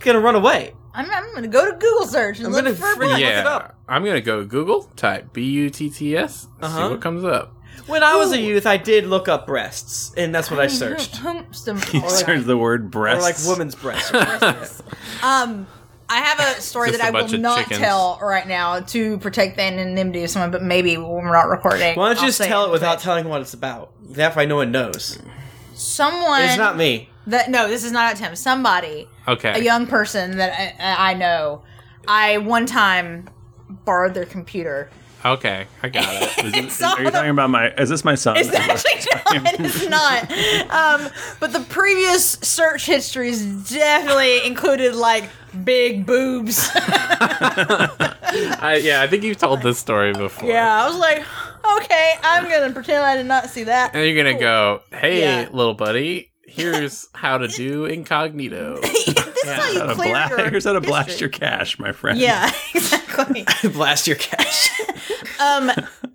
Speaker 3: gonna run away.
Speaker 4: I'm, I'm gonna go to Google search and
Speaker 3: I'm
Speaker 4: look
Speaker 3: gonna
Speaker 4: for a
Speaker 3: freak- look
Speaker 4: butt.
Speaker 3: it
Speaker 2: yeah,
Speaker 3: up.
Speaker 2: I'm gonna go Google type B U T T S. See
Speaker 3: Uh-huh.
Speaker 2: what comes up.
Speaker 3: When I was a
Speaker 4: Ooh.
Speaker 3: youth, I did look up breasts, and that's what I searched.
Speaker 4: Whom- whom- some-
Speaker 1: You searched the word
Speaker 3: Or like
Speaker 1: breasts.
Speaker 3: women's breasts. or something.
Speaker 4: um, I have a story
Speaker 2: Just
Speaker 4: that
Speaker 2: a
Speaker 4: I will
Speaker 2: bunch of
Speaker 4: not
Speaker 2: chickens.
Speaker 4: tell right now to protect the anonymity of someone, but maybe when we're not recording.
Speaker 3: Why don't
Speaker 4: I'll
Speaker 3: you just
Speaker 4: say
Speaker 3: tell it without
Speaker 4: But
Speaker 3: telling what it's about? That way, no one knows.
Speaker 4: someone?
Speaker 3: It's not me.
Speaker 4: That no, this is not Tim. Somebody,
Speaker 2: Okay.
Speaker 4: a young person that I, I know, I one time borrowed their computer.
Speaker 2: Okay, I got it.
Speaker 1: Is this-
Speaker 4: not
Speaker 1: are you talking about my? Is this my son?
Speaker 4: It's actually not. It's not. Um, but the previous search histories definitely included like big boobs.
Speaker 2: I, yeah, I think you've told this story before.
Speaker 4: yeah, I was like, okay, I'm gonna pretend I did not see that.
Speaker 2: And you're gonna go, hey,
Speaker 4: Yeah.
Speaker 2: little buddy, here's how to do incognito.
Speaker 4: this is how
Speaker 1: Is that
Speaker 4: you
Speaker 1: a
Speaker 4: clear
Speaker 1: bla-
Speaker 4: your
Speaker 1: here's how to blast
Speaker 4: history.
Speaker 1: your cash, my friend.
Speaker 4: Yeah, exactly.
Speaker 3: Blast your cash.
Speaker 4: Um,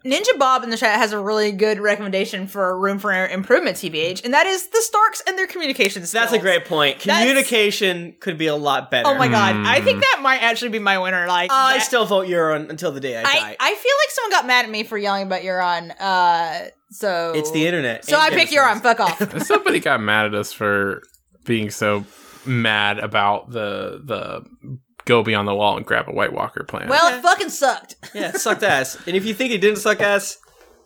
Speaker 4: Ninja Bob in the chat has a really good recommendation for a room for improvement, TBH, and that is the Starks and their communications.
Speaker 3: That's a great point.
Speaker 4: That's-
Speaker 3: Communication could be a lot better.
Speaker 4: Oh my god, I think
Speaker 1: Hmm.
Speaker 4: that might actually be my winner. Like,
Speaker 3: I
Speaker 4: that-
Speaker 3: still vote Euron until the day I die.
Speaker 4: I, I feel like someone got mad at me for yelling about Euron. Uh, so
Speaker 3: it's the internet.
Speaker 4: So I pick Euron. Fuck off.
Speaker 2: Somebody got mad at us for being so mad about the the go beyond the wall and grab a White Walker plan.
Speaker 4: well, it fucking sucked.
Speaker 3: yeah, it sucked ass. And if you think it didn't suck ass,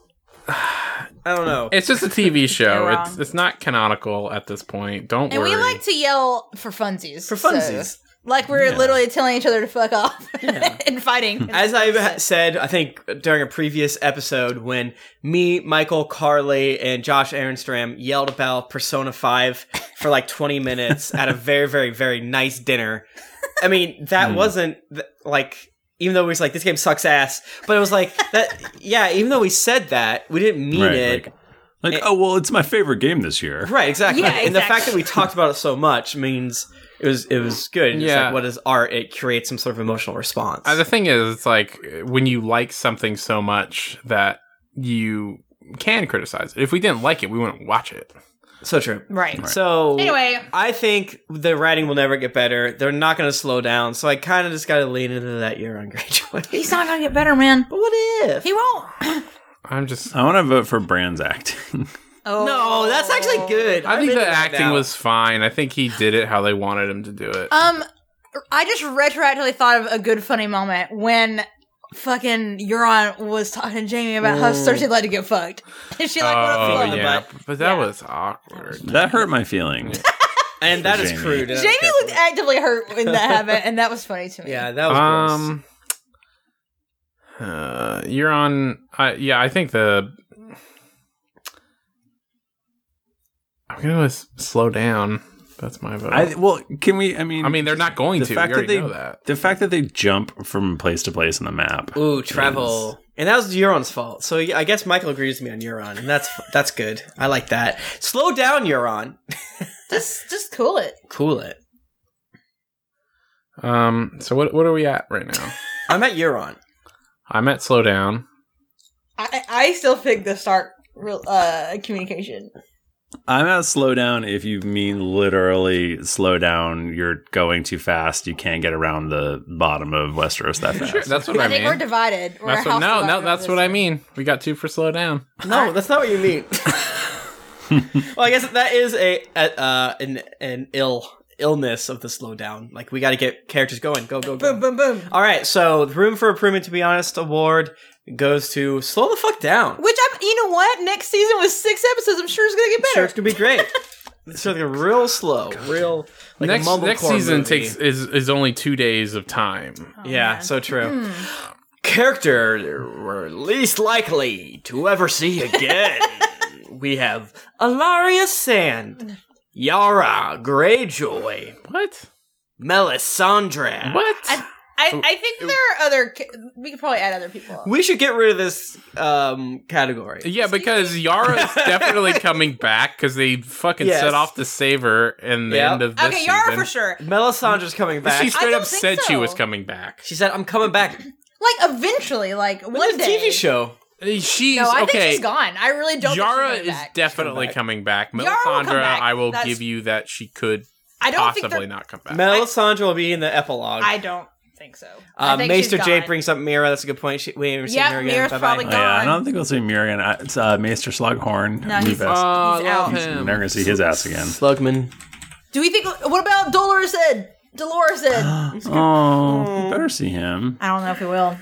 Speaker 3: I don't know.
Speaker 2: it's just a TV show.
Speaker 4: wrong.
Speaker 2: It's it's not canonical at this point. Don't
Speaker 4: And
Speaker 2: worry.
Speaker 4: we like to yell for funsies.
Speaker 3: For
Speaker 4: so-
Speaker 3: funsies.
Speaker 4: like we're literally telling each other to fuck off and fighting.
Speaker 3: As I ha- said, I think during a previous episode, when me, Michael, Carly, and Josh Aaronstram yelled about Persona 5 for like 20 minutes at a very, very, very nice dinner. I mean, that
Speaker 1: Hmm.
Speaker 3: wasn't th- like, even though we was like, this game sucks ass, but it was like, that, yeah, even though we said that, we didn't mean
Speaker 1: Right,
Speaker 3: it.
Speaker 1: like- Like, oh well, it's my favorite game this year.
Speaker 3: Right, exactly.
Speaker 4: Yeah,
Speaker 3: And the fact
Speaker 4: exactly.
Speaker 3: that we talked about it so much means it was it was good. It's
Speaker 2: Yeah.
Speaker 3: like what is art? It creates some sort of emotional response.
Speaker 2: Uh, the thing is, it's like when you like something so much that you can criticize it. If we didn't like it, we wouldn't watch it.
Speaker 3: so true.
Speaker 4: right.
Speaker 3: So
Speaker 4: Anyway.
Speaker 3: I think the writing will never get better. They're not going to slow down. So I kind of just got to lean into that year on Greyjoy.
Speaker 4: He's not gonna get better, man.
Speaker 3: but what if?
Speaker 4: He won't.
Speaker 2: I'm just.
Speaker 1: I want to vote for Brand's acting.
Speaker 4: Oh
Speaker 3: no, that's actually good.
Speaker 2: I
Speaker 3: I'm
Speaker 2: think
Speaker 3: into
Speaker 2: the
Speaker 3: that
Speaker 2: acting
Speaker 3: now.
Speaker 2: was fine. I think he did it how they wanted him to do it.
Speaker 4: Um, I just retroactively thought of a good funny moment when fucking Euron was talking to Jamie about how Cersei let to get fucked, and she like,
Speaker 2: oh
Speaker 4: what a fuck.
Speaker 2: yeah,
Speaker 3: but-
Speaker 2: but, that
Speaker 4: yeah.
Speaker 2: was awkward.
Speaker 1: that hurt my feelings.
Speaker 3: and that is
Speaker 1: Jamie.
Speaker 3: crude. and I don't
Speaker 4: Jamie
Speaker 3: care
Speaker 4: looked
Speaker 3: for it.
Speaker 4: actively hurt when that happened, and that was funny to me.
Speaker 3: Yeah, that was gross.
Speaker 2: Um, uh, you're on. I yeah, I think the. I'm gonna s- slow down. That's my vote.
Speaker 1: I
Speaker 2: I,
Speaker 1: well, can we? I mean,
Speaker 2: mean, they're not going
Speaker 1: the
Speaker 2: to.
Speaker 1: fact
Speaker 2: we
Speaker 1: that
Speaker 2: already
Speaker 1: they
Speaker 2: know that.
Speaker 1: the fact that they jump from place to place on the map.
Speaker 3: Ooh, travel. And that was Euron's fault. So yeah, I guess Michael agrees with me on Euron, and that's that's good. I like that. Slow down, Euron.
Speaker 4: Just, just cool it.
Speaker 3: Cool it.
Speaker 2: Um. So what what are we at right now?
Speaker 3: I'm at Euron.
Speaker 2: I'm at slow down.
Speaker 4: I, I still think the Stark real- uh, communication.
Speaker 1: I'm at slow down if you mean literally slow down. You're going too fast. You can't get around the bottom of Westeros that fast.
Speaker 2: Sure, that's what
Speaker 4: I,
Speaker 2: I,
Speaker 4: think we're
Speaker 2: mean.
Speaker 4: divided. We're
Speaker 2: That's
Speaker 4: a house
Speaker 2: what, no,
Speaker 4: divided
Speaker 2: no,
Speaker 4: over
Speaker 2: that's
Speaker 4: this.
Speaker 2: what I mean. We got two for slow down.
Speaker 3: No, that's not what you mean. well, I guess that is a, a uh, an an ill illness of the slowdown. Like we got to get characters going. Go go go.
Speaker 4: Boom, boom, boom.
Speaker 3: All right, so the room for improvement, to be honest, award goes to slow the fuck down.
Speaker 4: Which I'm, you know what? Next season with six episodes, I'm sure it's gonna get
Speaker 3: Sure,
Speaker 4: better.
Speaker 3: it's gonna be great. It's like a real slow, real like
Speaker 2: next
Speaker 3: a mumblecore
Speaker 2: next season
Speaker 3: movie.
Speaker 2: takes is is only two days of time.
Speaker 4: Oh.
Speaker 3: Yeah, so true.
Speaker 4: Hmm.
Speaker 3: Character we're least likely to ever see again. we have Alaria Sand, Yara Greyjoy,
Speaker 2: What?
Speaker 3: Melisandre.
Speaker 2: What? Oh.
Speaker 4: I, I think there are other. ca- We could probably add other people.
Speaker 3: We should get rid of this um, category.
Speaker 2: yeah, because Yara is definitely coming back because they fucking
Speaker 3: Yes.
Speaker 2: set off the saver in the
Speaker 3: Yep.
Speaker 2: end of this
Speaker 4: Okay, Yara
Speaker 2: season.
Speaker 4: for sure.
Speaker 3: Melisandre's coming back.
Speaker 2: She
Speaker 3: She,
Speaker 2: straight
Speaker 4: don't
Speaker 2: up
Speaker 4: think
Speaker 2: said she
Speaker 4: so.
Speaker 2: was coming back.
Speaker 3: said, "I'm coming back."
Speaker 4: Like eventually, like one
Speaker 3: What
Speaker 4: day.
Speaker 3: TV show?
Speaker 2: Uh, She's
Speaker 4: No, I
Speaker 2: okay.
Speaker 4: think she's gone. I really don't.
Speaker 2: Yara
Speaker 4: think she's
Speaker 2: is
Speaker 4: going back.
Speaker 2: definitely
Speaker 3: back.
Speaker 2: coming back.
Speaker 4: Yara will come
Speaker 2: Melisandre,
Speaker 4: back.
Speaker 2: I will
Speaker 4: That's-
Speaker 2: give you that she could
Speaker 4: I don't think
Speaker 2: possibly
Speaker 4: they're-
Speaker 2: not come back.
Speaker 3: Melisandre will be in the epilogue.
Speaker 4: I don't think so. I
Speaker 3: uh,
Speaker 4: think
Speaker 3: Maester
Speaker 4: she's
Speaker 3: Jade
Speaker 4: gone.
Speaker 3: brings up Mira. That's a good point. She, we ain't seen
Speaker 4: Yep,
Speaker 3: her again.
Speaker 4: Mira's
Speaker 3: Bye-bye.
Speaker 4: probably
Speaker 1: Oh,
Speaker 4: gone.
Speaker 1: yeah, I don't think we'll see Miriam. I- It's uh, Maester Slughorn.
Speaker 4: No, he's-
Speaker 1: Mufest.
Speaker 2: Oh,
Speaker 4: He's
Speaker 2: I love
Speaker 4: out.
Speaker 2: him.
Speaker 1: Never gonna see his ass again.
Speaker 3: Slugman.
Speaker 4: Do we think? What about Dolores? Ed? Dolores? Ed? I
Speaker 1: Oh, better see him.
Speaker 4: don't know if we will.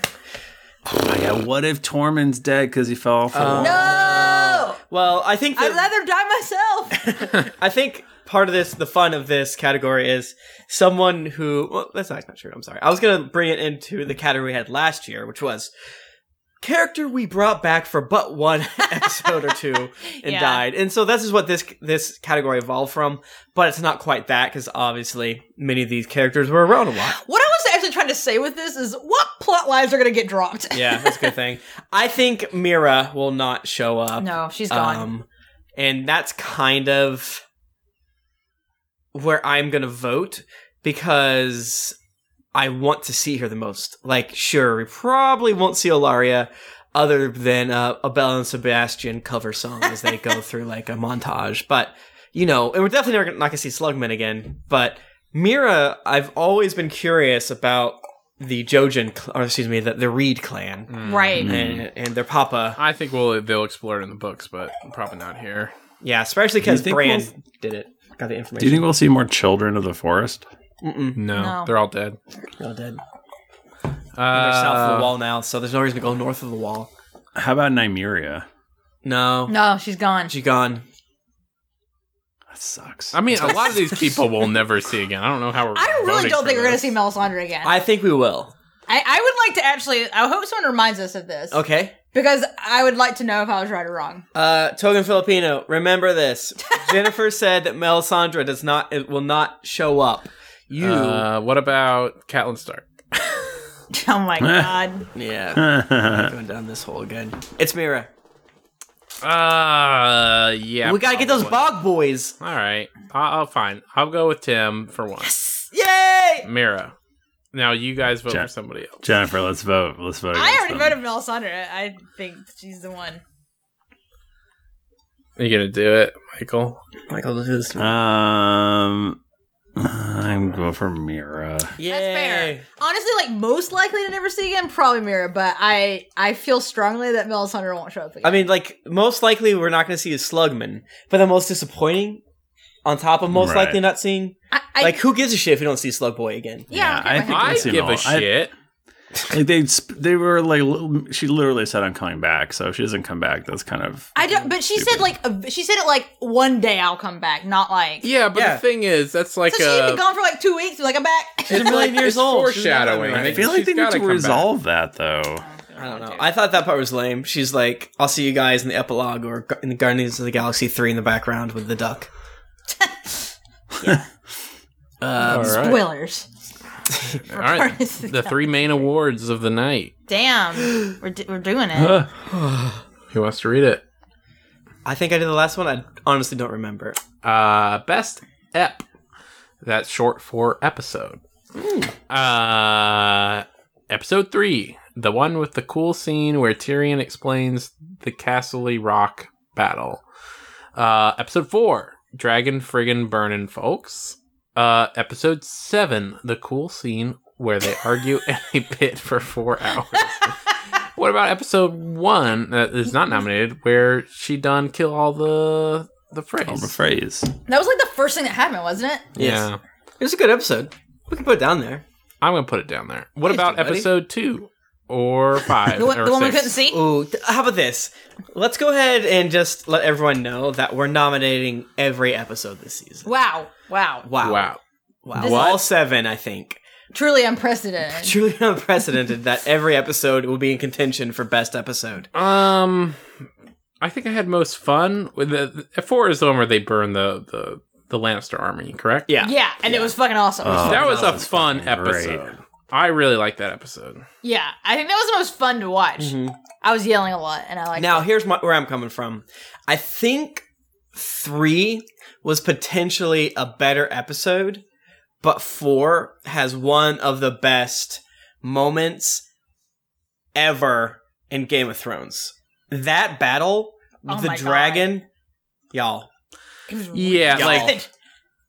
Speaker 1: Oh, yeah, what if Tormund's dead because he fell off? the
Speaker 4: Uh,
Speaker 1: wall?
Speaker 4: No,
Speaker 3: Well, I think
Speaker 4: I'd
Speaker 3: that-
Speaker 4: rather die myself.
Speaker 3: I think part of this, the fun of this category is someone who. Well, that's not, not true. I'm sorry. I was going to bring it into the category we had last year, which was character we brought back for but one episode or two and
Speaker 4: Yeah.
Speaker 3: died. And so this is what this this category evolved from, but it's not quite that because obviously many of these characters were around a lot.
Speaker 4: What I was actually trying to say with this is what plot lines are going to get dropped.
Speaker 3: Yeah, that's a good thing. I think Mira will not show up.
Speaker 4: No, she's gone.
Speaker 3: Um, and that's kind of where I'm going to vote because I want to see her the most. Like, sure, we probably won't see Olaria. other than uh, a Bell and Sebastian cover song as they go through like a montage. But you know, and we're definitely never, gonna- not going to see Slugman again. But Mira, I've always been curious about the Jojen, cl- or excuse me, the, the Reed clan
Speaker 4: Right.
Speaker 3: and, and their papa.
Speaker 2: Mm. I think we'll they'll explore it in the books, but probably not here.
Speaker 3: Yeah, especially because
Speaker 1: think
Speaker 3: Bran
Speaker 1: we'll-
Speaker 3: did it. Got
Speaker 1: Do
Speaker 3: the
Speaker 1: you
Speaker 3: information.
Speaker 1: think we'll see more children of the forest?
Speaker 2: No,
Speaker 4: No.
Speaker 2: they're all dead.
Speaker 3: No, dead. They're
Speaker 2: Uh,
Speaker 3: south of the wall now, so there's no reason to go north of the wall.
Speaker 1: How about Nymeria?
Speaker 3: No,
Speaker 4: No, she's gone.
Speaker 3: she gone.
Speaker 1: That sucks.
Speaker 2: I mean, a lot of these people we'll never see again. I don't know how we're.
Speaker 4: I really
Speaker 2: voting
Speaker 4: don't
Speaker 2: for
Speaker 4: think we're going
Speaker 2: this.
Speaker 4: to see Melisandre again. I,
Speaker 3: I think we will.
Speaker 4: I, would like to actually. I hope someone reminds us of this.
Speaker 3: Okay.
Speaker 4: Because I would like to know if I was right or wrong.
Speaker 3: Uh, Token Filipino, remember this. Jennifer said that Melisandre does not, it will not show up. You,
Speaker 2: Uh, what about Catelyn Stark?
Speaker 4: Oh my god.
Speaker 3: yeah, going down this hole again. It's Mira.
Speaker 2: Uh, yeah.
Speaker 3: we gotta get those
Speaker 2: probably.
Speaker 3: bog boys.
Speaker 2: All right. I'll, I'll fine. I'll go with Tim for one.
Speaker 3: Yay!
Speaker 2: Mira. Now you guys vote
Speaker 1: Jack.
Speaker 2: for somebody else.
Speaker 1: Jennifer, let's vote. Let's vote.
Speaker 4: I
Speaker 1: against
Speaker 4: already
Speaker 1: them.
Speaker 4: voted Melisandre. I think she's the one.
Speaker 2: Are you gonna do it, Michael?
Speaker 3: Michael, let's do this.
Speaker 1: Um, I'm going for Mira.
Speaker 3: Yay!
Speaker 4: That's fair. Honestly, like most likely to never see again, probably Mira. But I, I feel strongly that Melisandre won't show up again.
Speaker 3: I mean, like, most likely we're not gonna see a Slugman, but the most disappointing, on top of most
Speaker 1: Right.
Speaker 3: likely not seeing,
Speaker 4: I, I,
Speaker 3: like, who gives a shit if we don't see Slugboy again?
Speaker 1: Yeah,
Speaker 4: yeah,
Speaker 1: I
Speaker 4: I,
Speaker 1: think
Speaker 4: don't care about him.
Speaker 2: I
Speaker 1: I've seen
Speaker 2: give
Speaker 1: all-
Speaker 2: a
Speaker 1: I-
Speaker 2: shit.
Speaker 1: Like they, sp- they were like, li- she literally said, "I'm coming back." So if she doesn't come back, that's kind of
Speaker 4: I don't. But she said like a, she said it like one day I'll come back, not like.
Speaker 2: Yeah, but
Speaker 3: Yeah.
Speaker 2: the thing is, that's like uh,
Speaker 4: So she's
Speaker 2: a
Speaker 4: been gone for like two weeks. and, Like I'm back.
Speaker 3: She's a million years
Speaker 2: it's
Speaker 3: old. She's not that
Speaker 2: foreshadowing.
Speaker 3: old.
Speaker 1: I feel like
Speaker 2: She's
Speaker 1: they need
Speaker 2: gotta
Speaker 1: to
Speaker 2: come back.
Speaker 1: resolve that though.
Speaker 3: I don't know. I thought that part was lame. She's like, I'll see you guys in the epilogue or gu- in the Guardians of the Galaxy 3 in the background with the duck.
Speaker 1: All right.
Speaker 4: Spoilers.
Speaker 2: All right,
Speaker 4: Guardians of
Speaker 2: the
Speaker 4: the
Speaker 2: three main awards of the night.
Speaker 4: Damn, we're, d- we're doing it.
Speaker 2: Who wants to read it?
Speaker 3: I think I did the last one. I honestly don't remember.
Speaker 2: Uh, best ep. That's short for episode.
Speaker 1: Hmm.
Speaker 2: Uh, episode three, the one with the cool scene where Tyrion explains the Castle Rock battle. Uh, episode four, dragon friggin' burnin' folks. Uh, episode seven, the cool scene where they argue in a pit for four hours. what about episode one that is not nominated, where she done kill all the the
Speaker 1: All the
Speaker 2: phrase?
Speaker 1: phrase.
Speaker 4: That was like the first thing that happened, wasn't it?
Speaker 3: Yes. It was a good episode. We can put it down there.
Speaker 2: I'm gonna put it down there. What
Speaker 3: Please
Speaker 2: about
Speaker 3: do, buddy.
Speaker 2: episode two or five?
Speaker 4: The one,
Speaker 2: or
Speaker 4: the one we
Speaker 2: six?
Speaker 4: couldn't see.
Speaker 3: Ooh, th- how about this? Let's go ahead and just let everyone know that we're nominating every episode this season.
Speaker 4: Wow, wow,
Speaker 3: Wow.
Speaker 2: Wow.
Speaker 3: Wow.
Speaker 4: This-
Speaker 3: All seven, I think.
Speaker 4: truly unprecedented.
Speaker 3: Truly unprecedented that every episode will be in contention for best episode.
Speaker 2: Um, I think I had most fun with the, the four is the one where they burn the the the Lannister army, correct?
Speaker 3: Yeah.
Speaker 4: Yeah, and it was fucking awesome.
Speaker 1: Oh,
Speaker 2: that was
Speaker 1: that
Speaker 2: a
Speaker 1: was
Speaker 2: fun
Speaker 1: fucking great.
Speaker 2: episode. I really like that episode.
Speaker 4: yeah, I think that was the most fun to watch.
Speaker 2: Mm-hmm.
Speaker 4: I was yelling a lot, and I like
Speaker 3: Now, here's my, where I'm coming from. I think three was potentially a better episode, but four has one of the best moments ever in Game of Thrones. That battle with
Speaker 4: Oh
Speaker 3: the
Speaker 4: my God.
Speaker 3: dragon, y'all.
Speaker 4: It was really
Speaker 2: Yeah,
Speaker 4: good.
Speaker 2: like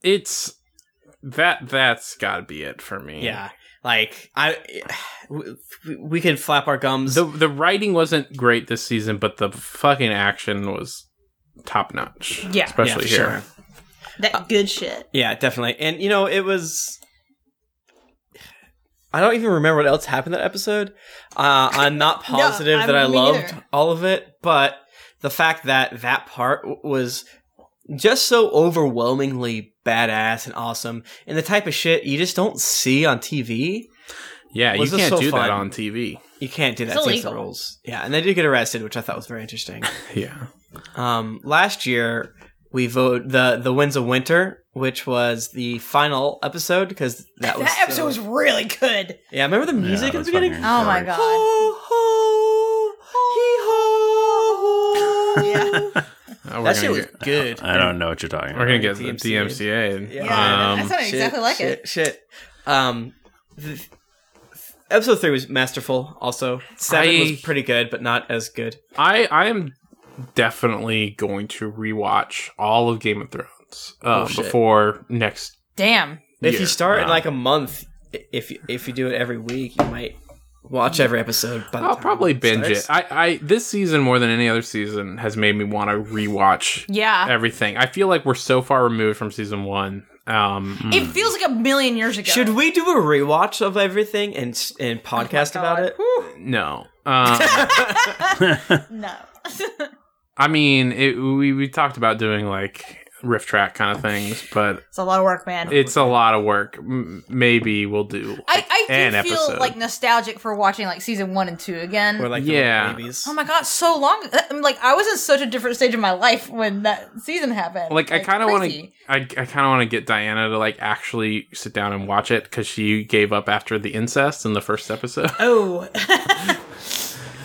Speaker 2: it's that that's gotta be it for me.
Speaker 3: Yeah, like I, we, we could flap our gums.
Speaker 2: The the writing wasn't great this season, but the fucking action was top notch.
Speaker 4: Yeah.
Speaker 3: Yeah, for
Speaker 2: Especially here.
Speaker 3: sure.
Speaker 4: that good shit.
Speaker 3: Yeah, definitely. And you know, it was I don't even remember what else happened that episode. Uh, I'm not
Speaker 4: No,
Speaker 3: positive that I
Speaker 4: I'm- me
Speaker 3: loved
Speaker 4: neither.
Speaker 3: all of it, but the fact that that part w- was just so overwhelmingly badass and awesome, and the type of shit you just don't see on TV.
Speaker 2: Yeah,
Speaker 3: Was
Speaker 2: you
Speaker 3: this
Speaker 2: can't
Speaker 3: so
Speaker 2: do
Speaker 3: fun?
Speaker 2: that on TV.
Speaker 3: You can't do that.
Speaker 4: It's
Speaker 3: It's against the
Speaker 4: illegal.
Speaker 3: rules. Yeah, and they did get arrested, which I thought was very interesting.
Speaker 2: Yeah.
Speaker 3: Um, last year we vote the the Winds of Winter, which was the final episode because that was
Speaker 4: That episode
Speaker 3: so-
Speaker 4: was really good.
Speaker 3: Yeah, remember the
Speaker 1: Yeah,
Speaker 3: music
Speaker 1: that
Speaker 3: at
Speaker 1: was
Speaker 3: the beginning?
Speaker 1: fucking
Speaker 4: Oh my
Speaker 1: great.
Speaker 4: god.
Speaker 3: yeah.
Speaker 2: Uh, we're
Speaker 3: That
Speaker 2: gonna
Speaker 3: shit was
Speaker 2: get-
Speaker 3: good.
Speaker 1: I don't know what you're talking.
Speaker 2: We're
Speaker 1: about.
Speaker 2: gonna get the
Speaker 3: DMCA.
Speaker 2: DMCA.
Speaker 3: Yeah.
Speaker 4: Yeah,
Speaker 2: Um,
Speaker 4: that sounded exactly like
Speaker 3: shit,
Speaker 4: it.
Speaker 3: Shit. shit. Um, th- Episode three was masterful. Also, seven
Speaker 2: I-
Speaker 3: was pretty good, but not as good.
Speaker 2: I I am definitely going to rewatch all of Game of Thrones
Speaker 4: Oh,
Speaker 2: um,
Speaker 3: Bullshit.
Speaker 2: before next.
Speaker 4: Damn.
Speaker 3: If
Speaker 2: year.
Speaker 3: you start in
Speaker 1: Wow.
Speaker 3: like a month, i- if you, if you do it every week, you might watch every episode. By the
Speaker 2: I'll
Speaker 3: time
Speaker 2: probably
Speaker 3: it
Speaker 2: binge
Speaker 3: starts.
Speaker 2: it. I, I this season more than any other season has made me want to rewatch
Speaker 4: Yeah.
Speaker 2: everything. I feel like we're so far removed from season one. Um,
Speaker 4: It feels like a million years ago.
Speaker 3: Should we do a rewatch of everything and s- and podcast about
Speaker 4: Oh God.
Speaker 3: it?
Speaker 2: no, um,
Speaker 4: No.
Speaker 2: I mean it, we we talked about doing like riff track kind of things, but
Speaker 4: it's a lot of work, man.
Speaker 2: it's a lot of work. M- maybe we'll do
Speaker 4: I, I do
Speaker 2: an
Speaker 4: feel
Speaker 2: episode.
Speaker 4: like nostalgic for watching like season one and two again.
Speaker 3: Or like the
Speaker 2: Yeah.
Speaker 3: little babies?
Speaker 4: oh my god, so long. I'm like I was in such a different stage of my life when that season happened.
Speaker 2: like, I kind of want to
Speaker 4: crazy.
Speaker 2: I, I kind of want to get Diana to like actually sit down and watch it because she gave up after the incest in the first episode.
Speaker 4: Oh,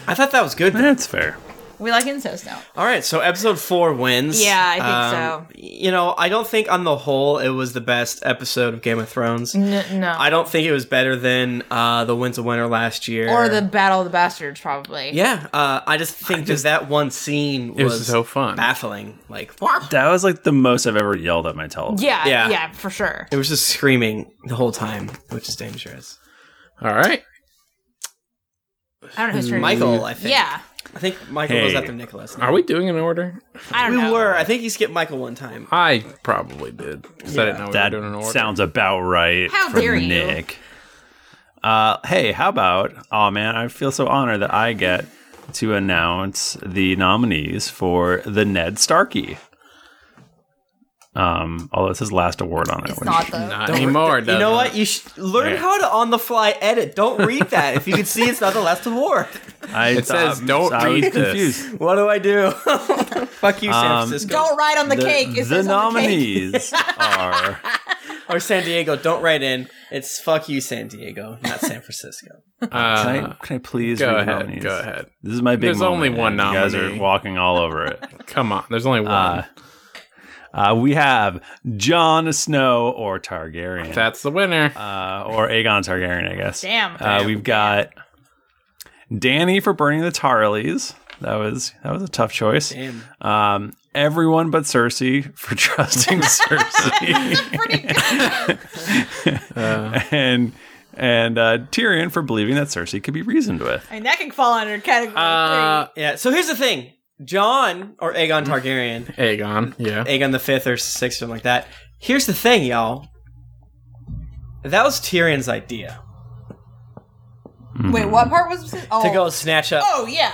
Speaker 3: I thought that was good. though.
Speaker 1: That's fair.
Speaker 4: we like incest now.
Speaker 3: All right, so episode four wins.
Speaker 4: Yeah, I
Speaker 3: think so. You know, I don't think on the whole it was the best episode of Game of Thrones.
Speaker 4: N- no,
Speaker 3: I don't think it was better than uh, the Winds of Winter last year,
Speaker 4: or the Battle of the Bastards probably.
Speaker 3: yeah. Uh, I just think just, that one scene
Speaker 2: It was
Speaker 3: was
Speaker 2: so fun.
Speaker 3: baffling. Like
Speaker 1: That was like the most I've ever yelled at my television.
Speaker 4: yeah,
Speaker 3: Yeah.
Speaker 4: yeah, for sure.
Speaker 3: it was just screaming the whole time, which is dangerous.
Speaker 2: All right.
Speaker 4: I don't know who's turn it is.
Speaker 3: Michael, I think.
Speaker 4: Yeah,
Speaker 3: I think Michael was
Speaker 1: Hey.
Speaker 3: after Nicholas.
Speaker 2: Are we doing an order?
Speaker 4: I don't
Speaker 3: we
Speaker 4: know.
Speaker 3: were. I think he skipped Michael one time.
Speaker 2: I probably did because I didn't know we
Speaker 1: That
Speaker 2: were doing an order.
Speaker 1: sounds about right.
Speaker 4: How
Speaker 1: from
Speaker 4: dare you.
Speaker 1: Nick. Uh, hey, how about? Oh man, I feel so honored that I get to announce the nominees for the Ned Starkey. Um, although it's his last award on it.
Speaker 4: It's
Speaker 1: which-
Speaker 4: not though.
Speaker 2: not anymore.
Speaker 3: You
Speaker 2: doesn't
Speaker 3: know
Speaker 2: it?
Speaker 3: what? You should learn
Speaker 1: Yeah.
Speaker 3: how to on the fly edit. Don't read that. if you can see, it's not the last award.
Speaker 1: I
Speaker 2: It says
Speaker 1: thought-
Speaker 2: don't
Speaker 1: I was
Speaker 2: read this.
Speaker 1: confused.
Speaker 3: What do I do? Fuck you, San
Speaker 1: Um,
Speaker 3: Francisco
Speaker 4: Don't write on the,
Speaker 1: The,
Speaker 4: cake. It
Speaker 1: the
Speaker 4: says on the cake.
Speaker 1: nominees are
Speaker 3: or San Diego. Don't write in. It's fuck you, San Diego, not San Francisco.
Speaker 2: Uh,
Speaker 1: Can I, can I please
Speaker 2: go
Speaker 1: read the
Speaker 2: ahead,
Speaker 1: nominees?
Speaker 2: go ahead.
Speaker 1: This is my big.
Speaker 2: There's only
Speaker 1: moment,
Speaker 2: one
Speaker 1: and You guys are
Speaker 2: nominee.
Speaker 1: walking all over it.
Speaker 2: come on. There's only one.
Speaker 1: Uh, uh, we have Jon Snow or Targaryen,
Speaker 2: That's the winner.
Speaker 1: uh, or Aegon Targaryen, I guess.
Speaker 4: Damn.
Speaker 1: Uh, we've got Danny for burning the Tarleys. That was that was a tough choice.
Speaker 3: Damn.
Speaker 1: Um, everyone but Cersei for trusting Cersei,
Speaker 4: Pretty good.
Speaker 1: and and uh, Tyrion for believing that Cersei could be reasoned with.
Speaker 4: I mean, that can fall under category
Speaker 2: Uh,
Speaker 3: Yeah. So here's the thing: John or Aegon Targaryen,
Speaker 2: Aegon. Yeah.
Speaker 3: Aegon the Fifth or Sixth, something like that. Here's the thing, y'all. That was Tyrion's idea
Speaker 2: Hmm.
Speaker 4: three. Wait, what part was? Oh,
Speaker 3: to go snatch up.
Speaker 4: oh yeah,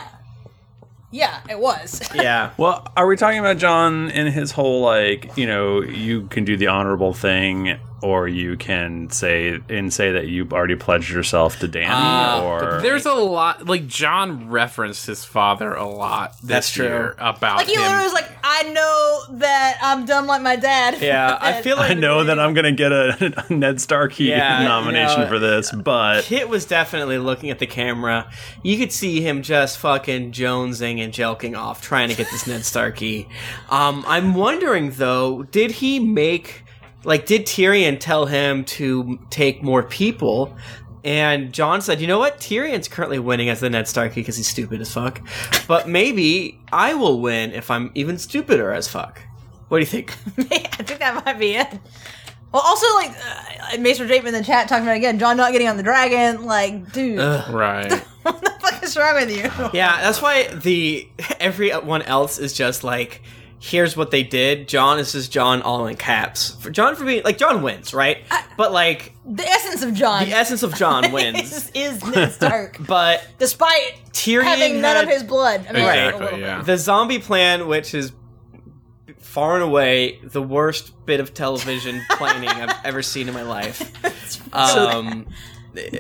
Speaker 4: yeah, it was.
Speaker 3: Yeah.
Speaker 1: Well, are we talking about John in his whole like, you know, you can do the honorable thing or you can say and say that you already pledged yourself to Danny or
Speaker 2: Uh, There's a lot. Like John referenced his father a lot. This
Speaker 3: That's true.
Speaker 2: year about
Speaker 4: Like he
Speaker 2: him.
Speaker 4: literally was like, I know that I'm dumb like my dad.
Speaker 3: Yeah. I feel like
Speaker 1: I know that I'm going to get a, a Ned Starkey
Speaker 3: Yeah,
Speaker 1: nomination
Speaker 3: no,
Speaker 1: for this, but
Speaker 3: Kit was definitely looking at the camera. You could see him just fucking jonesing and jelking off, trying to get this Ned Starkey. Um, I'm wondering though, did he make like did Tyrion tell him to take more people? And John said, "You know what? Tyrion's currently winning as the Ned Starkey because he's stupid as fuck. But maybe I will win if I'm even stupider as fuck." What do you think?
Speaker 4: I think that might be it. Well, also like uh, Maester Jape in the chat talking about again, John not getting on the dragon. Like, dude,
Speaker 2: right.
Speaker 4: what the fuck is wrong with you?
Speaker 3: Yeah, that's why the everyone else is just like, here's what they did. John is just John all in caps. For John for being like John wins, right? but like
Speaker 4: The essence of John
Speaker 3: the essence of John
Speaker 4: is,
Speaker 3: wins.
Speaker 4: is Ned Stark,
Speaker 3: But
Speaker 4: despite
Speaker 3: Tyrion
Speaker 4: having none
Speaker 3: had
Speaker 4: of his blood. I mean,
Speaker 3: Right.
Speaker 4: a little
Speaker 2: Exactly.
Speaker 4: bit.
Speaker 2: Yeah.
Speaker 3: the zombie plan, which is far and away the worst bit of television planning I've ever seen in my life. Um,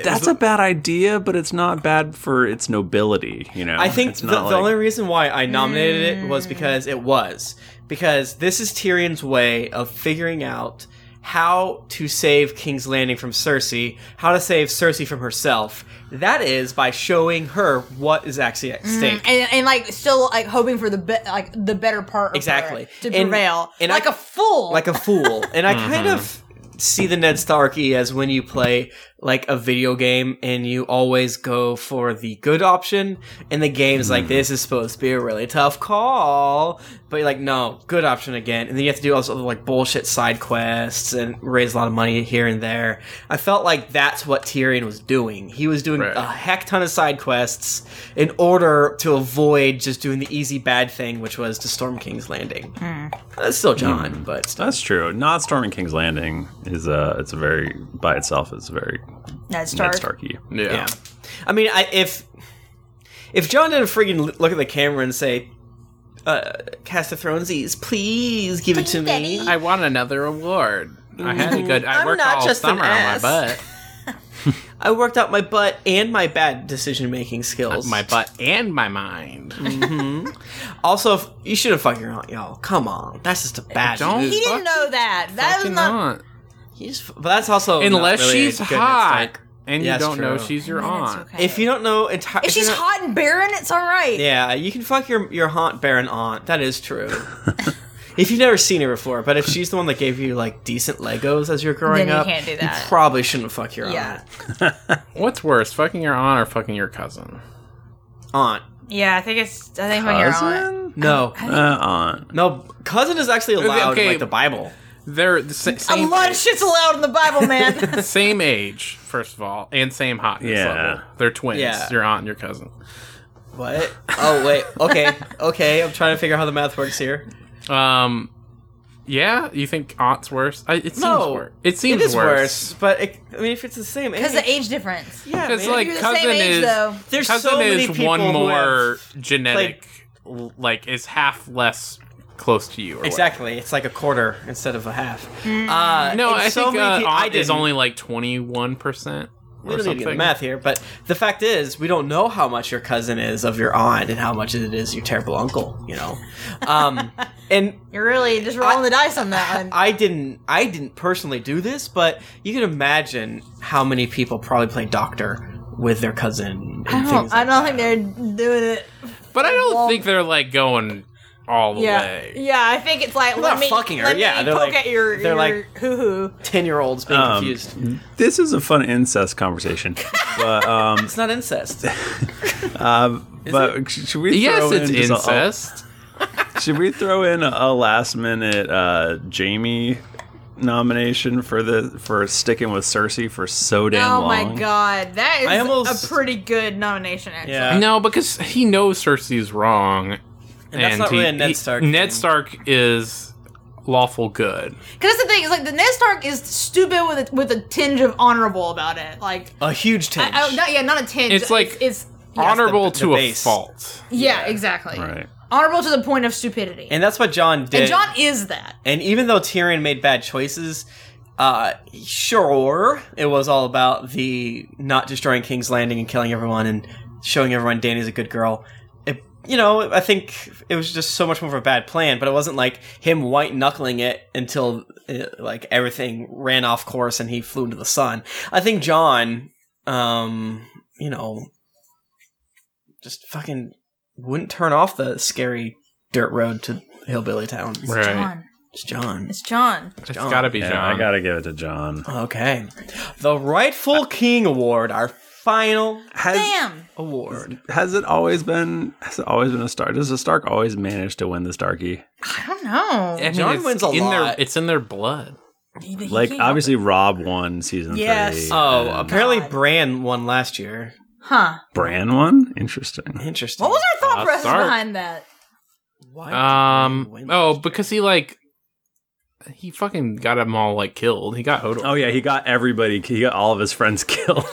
Speaker 1: that's a bad idea, but it's not bad for its nobility, you know.
Speaker 3: I think
Speaker 1: it's
Speaker 3: the,
Speaker 1: not like-
Speaker 3: the only reason why I nominated it was because it was because this is Tyrion's way of figuring out how to save King's Landing from Cersei, how to save Cersei from herself. That is by showing her what is actually at stake.
Speaker 4: and, and like still like hoping for the be- like the better part of her
Speaker 3: Exactly.
Speaker 4: to
Speaker 3: And-
Speaker 4: prevail
Speaker 3: and
Speaker 4: like
Speaker 3: I-
Speaker 4: a fool
Speaker 3: like a fool. And I kind of see the Ned Starkey as when you play like a video game and you always go for the good option, and the game's like this is supposed to be a really tough call, but you're like no, good option again, and then you have to do all this other like bullshit side quests and raise a lot of money here and there. I felt like that's what Tyrion was doing. He was doing
Speaker 2: Right.
Speaker 3: a heck ton of side quests in order to avoid just doing the easy bad thing, which was to storm King's Landing. That's still John, but still.
Speaker 1: That's true. Not storming King's Landing is uh it's a very by itself. It's very
Speaker 4: Ned Stark.
Speaker 1: Ned Starky.
Speaker 2: Yeah.
Speaker 3: Yeah. I mean, I, if if John didn't friggin' l- look at the camera and say, uh, "Cast of Thronesies, please give it to
Speaker 4: Please,
Speaker 3: me,"
Speaker 4: Daddy.
Speaker 2: I won another award. I had a good. I
Speaker 3: I'm
Speaker 2: worked
Speaker 3: not
Speaker 2: all
Speaker 3: just an
Speaker 2: summer on my
Speaker 3: ass.
Speaker 2: butt,
Speaker 3: I worked out my butt and my bad decision making skills.
Speaker 2: my butt and my mind.
Speaker 3: Also, f- you should have fucked your aunt, y'all. Come on, that's just a bad.
Speaker 2: Don't.
Speaker 3: move.
Speaker 4: He didn't
Speaker 2: Fuck-
Speaker 4: know that. That was
Speaker 2: Fucking
Speaker 4: not.
Speaker 2: not.
Speaker 3: You just f- but that's also not
Speaker 2: Unless
Speaker 3: really a
Speaker 2: she's
Speaker 3: good Ned
Speaker 2: hot
Speaker 3: Stark.
Speaker 2: and
Speaker 3: Yeah,
Speaker 2: you
Speaker 3: it's
Speaker 2: don't know
Speaker 3: true.
Speaker 2: she's your
Speaker 4: I mean, it's
Speaker 2: aunt.
Speaker 4: okay.
Speaker 3: If you don't know entirely,
Speaker 4: if she's hot and barren, it's all right.
Speaker 3: yeah, you can fuck your your haunt Baron aunt. That is true. if you've never seen her before, but if she's the one that gave you like decent Legos as you're growing
Speaker 4: Then you
Speaker 3: up,
Speaker 4: can't do that.
Speaker 3: you probably shouldn't fuck your
Speaker 4: Yeah.
Speaker 2: What's worse, fucking your aunt or fucking your cousin?
Speaker 3: aunt. Aunt.
Speaker 4: Yeah, I think it's. I think when you're on.
Speaker 1: Cousin?
Speaker 3: No,
Speaker 1: Uh, aunt.
Speaker 3: no. Cousin is actually allowed in
Speaker 2: okay.
Speaker 3: like the Bible.
Speaker 2: They're the sa-
Speaker 4: A
Speaker 2: same
Speaker 4: lot of shit's allowed in the Bible, man.
Speaker 2: same age, first of all, and same hotness
Speaker 1: Yeah.
Speaker 2: level. They're twins.
Speaker 3: Yeah.
Speaker 2: Your aunt and your cousin.
Speaker 3: What? Oh wait. Okay. Okay. I'm trying to figure out how the math works here.
Speaker 2: Um, yeah, you think aunt's worse? I, it seems
Speaker 3: No.
Speaker 2: worse. It
Speaker 3: It
Speaker 2: seems
Speaker 3: is worse,
Speaker 2: worse.
Speaker 3: but it, I mean, if it's the same age,
Speaker 4: Because the age difference.
Speaker 3: yeah,
Speaker 2: Because
Speaker 3: man.
Speaker 2: like
Speaker 4: You're the same
Speaker 2: cousin
Speaker 4: age,
Speaker 2: is
Speaker 4: though.
Speaker 3: There's
Speaker 2: cousin
Speaker 3: so many
Speaker 2: is
Speaker 3: people
Speaker 2: one
Speaker 3: who have
Speaker 2: more genetic, l- like is half less close to you. Or whatever.
Speaker 3: Exactly. It's like a quarter instead of a half. Uh,
Speaker 2: No,
Speaker 3: and
Speaker 2: I
Speaker 3: so
Speaker 2: think
Speaker 3: many
Speaker 2: uh,
Speaker 3: peop- I
Speaker 2: aunt is
Speaker 3: didn't-
Speaker 2: only like twenty one percent
Speaker 3: We
Speaker 2: or
Speaker 3: don't need to get the
Speaker 2: something.
Speaker 3: math here, but the fact is, we don't know how much your cousin is of your aunt and how much it is your terrible uncle. You know, um, and
Speaker 4: You're really just rolling the dice on that one.
Speaker 3: I didn't, I didn't personally do this, but you can imagine how many people probably play doctor with their cousin. And
Speaker 4: I
Speaker 3: things
Speaker 4: don't, I
Speaker 3: like
Speaker 4: don't
Speaker 3: that.
Speaker 4: think they're doing it.
Speaker 2: But I don't
Speaker 4: Well-
Speaker 2: think they're like going all the
Speaker 4: Yeah,
Speaker 2: way.
Speaker 4: yeah. I think it's like
Speaker 3: They're
Speaker 4: let
Speaker 3: not
Speaker 4: me
Speaker 3: fucking her,
Speaker 4: let me
Speaker 3: yeah, they're
Speaker 4: poke
Speaker 3: like-
Speaker 4: at your
Speaker 3: they're
Speaker 4: your
Speaker 3: like-
Speaker 4: hoo hoo.
Speaker 3: ten-year-olds being
Speaker 1: Um,
Speaker 3: confused.
Speaker 1: This is a fun incest conversation. but um
Speaker 3: It's not incest.
Speaker 1: but sh- should we throw
Speaker 2: Yes,
Speaker 1: in
Speaker 2: it's
Speaker 1: just a-
Speaker 2: incest.
Speaker 1: should we throw in a, a last minute uh Jamie nomination for the for sticking with Cersei for so damn
Speaker 4: Oh
Speaker 1: long?
Speaker 4: my god, that is
Speaker 3: I almost-
Speaker 4: a pretty good nomination. Actually,
Speaker 3: Yeah.
Speaker 2: No, because he knows Cersei's wrong.
Speaker 3: uh, And that's not really a Ned Stark thing.
Speaker 2: Ned Stark is lawful good.
Speaker 4: because the thing is like the Ned Stark is stupid with a, with a tinge of honorable about it. Like,
Speaker 3: A huge
Speaker 4: I,
Speaker 3: tinge.
Speaker 4: I, not, yeah, not a tinge.
Speaker 2: It's like-
Speaker 4: it's,
Speaker 2: Honorable
Speaker 3: the- the
Speaker 2: to a
Speaker 3: base.
Speaker 2: fault.
Speaker 4: yeah, exactly
Speaker 1: Right.
Speaker 4: honorable to the point of stupidity.
Speaker 3: and that's what John did.
Speaker 4: and John is that.
Speaker 3: And even though Tyrion made bad choices, uh, sure, it was all about the not destroying King's Landing and killing everyone and showing everyone Danny's a good girl. It, you know, I think it was just so much more of a bad plan, but it wasn't like him white knuckling it until uh, like everything ran off course and he flew into the sun. I think John, um, you know, just fucking wouldn't turn off the scary dirt road to Hillbilly Town.
Speaker 2: Right.
Speaker 4: John,
Speaker 3: It's John.
Speaker 4: it's John.
Speaker 2: It's gotta be
Speaker 1: Yeah,
Speaker 2: John.
Speaker 1: I gotta give it to John.
Speaker 3: Okay. The Rightful King Award, our final
Speaker 1: Has
Speaker 4: Damn.
Speaker 3: award.
Speaker 1: has it always been has it always been a Stark? Does a Stark always manage to win the Starkey?
Speaker 4: I don't know.
Speaker 2: I mean,
Speaker 3: John
Speaker 2: it's
Speaker 3: wins a
Speaker 2: in Their,
Speaker 3: lot.
Speaker 2: it's in their blood.
Speaker 4: He- he
Speaker 1: Like
Speaker 4: can't help
Speaker 1: obviously Rob won season
Speaker 4: Yes.
Speaker 1: three.
Speaker 3: Oh,
Speaker 1: and
Speaker 3: apparently
Speaker 4: God.
Speaker 3: Bran won last year.
Speaker 4: it. huh?
Speaker 1: Bran won? Interesting.
Speaker 3: Interesting.
Speaker 4: What was our thought
Speaker 2: Uh,
Speaker 4: process
Speaker 2: Stark.
Speaker 4: behind that?
Speaker 3: Why did Bran
Speaker 2: Um.
Speaker 3: win
Speaker 2: Oh,
Speaker 3: last
Speaker 2: because he like he fucking got them all like killed. He got Hodor.
Speaker 1: Oh yeah, he got everybody. He got all of his friends killed.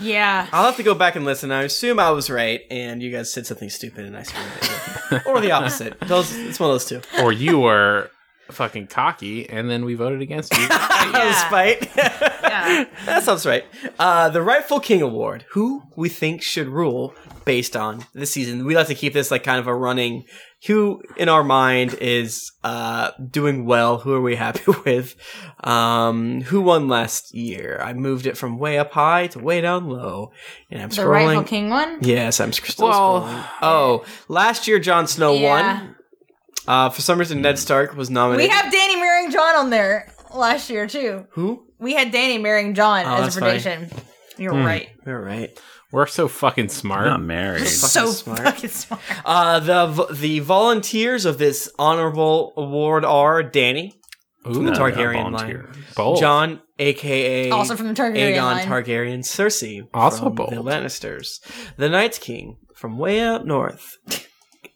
Speaker 4: Yeah.
Speaker 3: year? I'll have to go back and listen. I assume I was right, and you guys said something stupid, and I screwed it. or the opposite. Those, it's one of those two.
Speaker 2: Or you were fucking cocky, and then we voted against you.
Speaker 3: Out of
Speaker 4: Yeah.
Speaker 3: spite.
Speaker 4: Yeah.
Speaker 3: that sounds right. Uh, the Rightful King Award, who we think should rule based on the season. We like to keep this like kind of a running who in our mind is uh, doing well, who are we happy with? Um, who won last year? I moved it from way up high to way down low. And I'm
Speaker 4: The rightful
Speaker 3: scrolling.
Speaker 4: king one.
Speaker 3: Yes, I'm sc- still
Speaker 2: Well-
Speaker 3: scrolling. Oh, last year Jon Snow
Speaker 4: Yeah.
Speaker 3: won. Uh, for some reason, Ned Stark was nominated.
Speaker 4: We have Danny marrying John on there. last year too.
Speaker 3: Who?
Speaker 4: We had Danny marrying John
Speaker 3: Oh,
Speaker 4: as
Speaker 3: that's
Speaker 4: a
Speaker 3: funny. Hmm.
Speaker 4: prediction. You're right.
Speaker 3: All right.
Speaker 2: We're so fucking smart.
Speaker 1: Not married.
Speaker 4: So
Speaker 3: smart.
Speaker 4: fucking smart.
Speaker 3: Uh, the vo- the volunteers of this honorable award are Danny,
Speaker 2: Ooh,
Speaker 1: No,
Speaker 3: Targaryen
Speaker 1: not
Speaker 3: line.
Speaker 1: volunteer.
Speaker 2: bold.
Speaker 3: John, aka
Speaker 4: Also from the Targaryen
Speaker 3: Aegon
Speaker 4: line.
Speaker 3: Targaryen, Cersei,
Speaker 2: Also
Speaker 3: from
Speaker 2: bold.
Speaker 3: the Lannisters, the Night's King from way up north.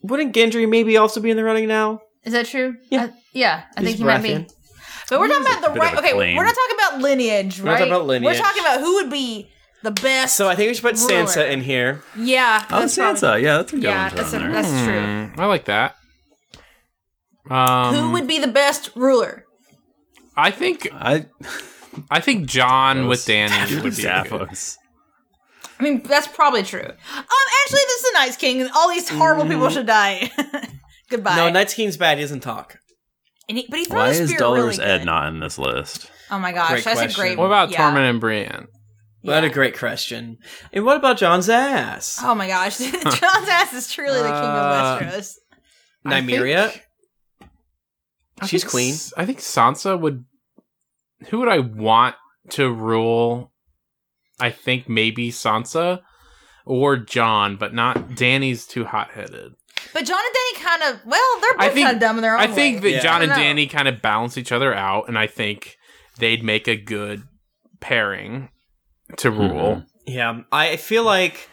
Speaker 3: Wouldn't Gendry maybe also be in the running now?
Speaker 4: Is that true?
Speaker 3: Yeah.
Speaker 4: I, yeah, I
Speaker 3: He's
Speaker 4: think you might be.
Speaker 3: Baratheon.
Speaker 4: But we're talking
Speaker 1: a
Speaker 4: about the
Speaker 1: bit of
Speaker 4: right.
Speaker 1: a
Speaker 4: Okay,
Speaker 1: claim.
Speaker 4: we're not talking about lineage,
Speaker 3: not
Speaker 4: right?
Speaker 3: talking about
Speaker 4: We're
Speaker 3: lineage.
Speaker 4: talking about who would be the best.
Speaker 3: So I think we should put
Speaker 4: Ruler.
Speaker 3: Sansa in here.
Speaker 4: yeah,
Speaker 1: Oh,
Speaker 4: that's probably-
Speaker 1: Sansa. yeah, that's a good
Speaker 4: Yeah,
Speaker 1: one.
Speaker 4: that's, a,
Speaker 1: John, there.
Speaker 4: that's true.
Speaker 2: Mm, I like that. Um,
Speaker 4: who would be the best ruler?
Speaker 2: I think
Speaker 1: I
Speaker 2: I think John
Speaker 1: Gross.
Speaker 2: with Danny
Speaker 1: give
Speaker 2: would
Speaker 1: it to
Speaker 2: be good.
Speaker 1: Davos.
Speaker 4: I mean, that's probably true. Um, actually, this is the Night's King, and all these horrible people should die. Goodbye.
Speaker 3: Mm. No, Night's King's bad. He doesn't talk.
Speaker 4: And he- but he throws
Speaker 1: Why
Speaker 4: a
Speaker 1: is
Speaker 4: spear
Speaker 1: Dolores
Speaker 4: really
Speaker 1: Ed
Speaker 4: good.
Speaker 1: not in this list?
Speaker 4: Oh my gosh,
Speaker 3: Great
Speaker 4: that's
Speaker 3: question.
Speaker 4: a great.
Speaker 2: What about
Speaker 4: yeah.
Speaker 2: Tormund and Brienne?
Speaker 3: What a
Speaker 4: Yeah.
Speaker 3: great question. And what about John's ass?
Speaker 4: Oh my gosh, John's ass is truly the king
Speaker 2: Uh,
Speaker 4: of Westeros.
Speaker 2: I
Speaker 3: Nymeria?
Speaker 2: think- I
Speaker 3: She's
Speaker 2: think
Speaker 3: queen.
Speaker 2: S- I think Sansa would. Who would I want to rule? I think maybe Sansa or John, but not Danny's too hot headed.
Speaker 4: But John and Danny kind of well, they're
Speaker 2: I
Speaker 4: both
Speaker 2: think-
Speaker 4: kind of dumb in their own
Speaker 2: I think that
Speaker 4: way.
Speaker 3: Yeah.
Speaker 2: John and
Speaker 4: Oh, I don't know.
Speaker 2: Danny kind of balance each other out, and I think they'd make a good pairing to
Speaker 1: Mm-hmm.
Speaker 2: rule.
Speaker 3: Yeah, I feel like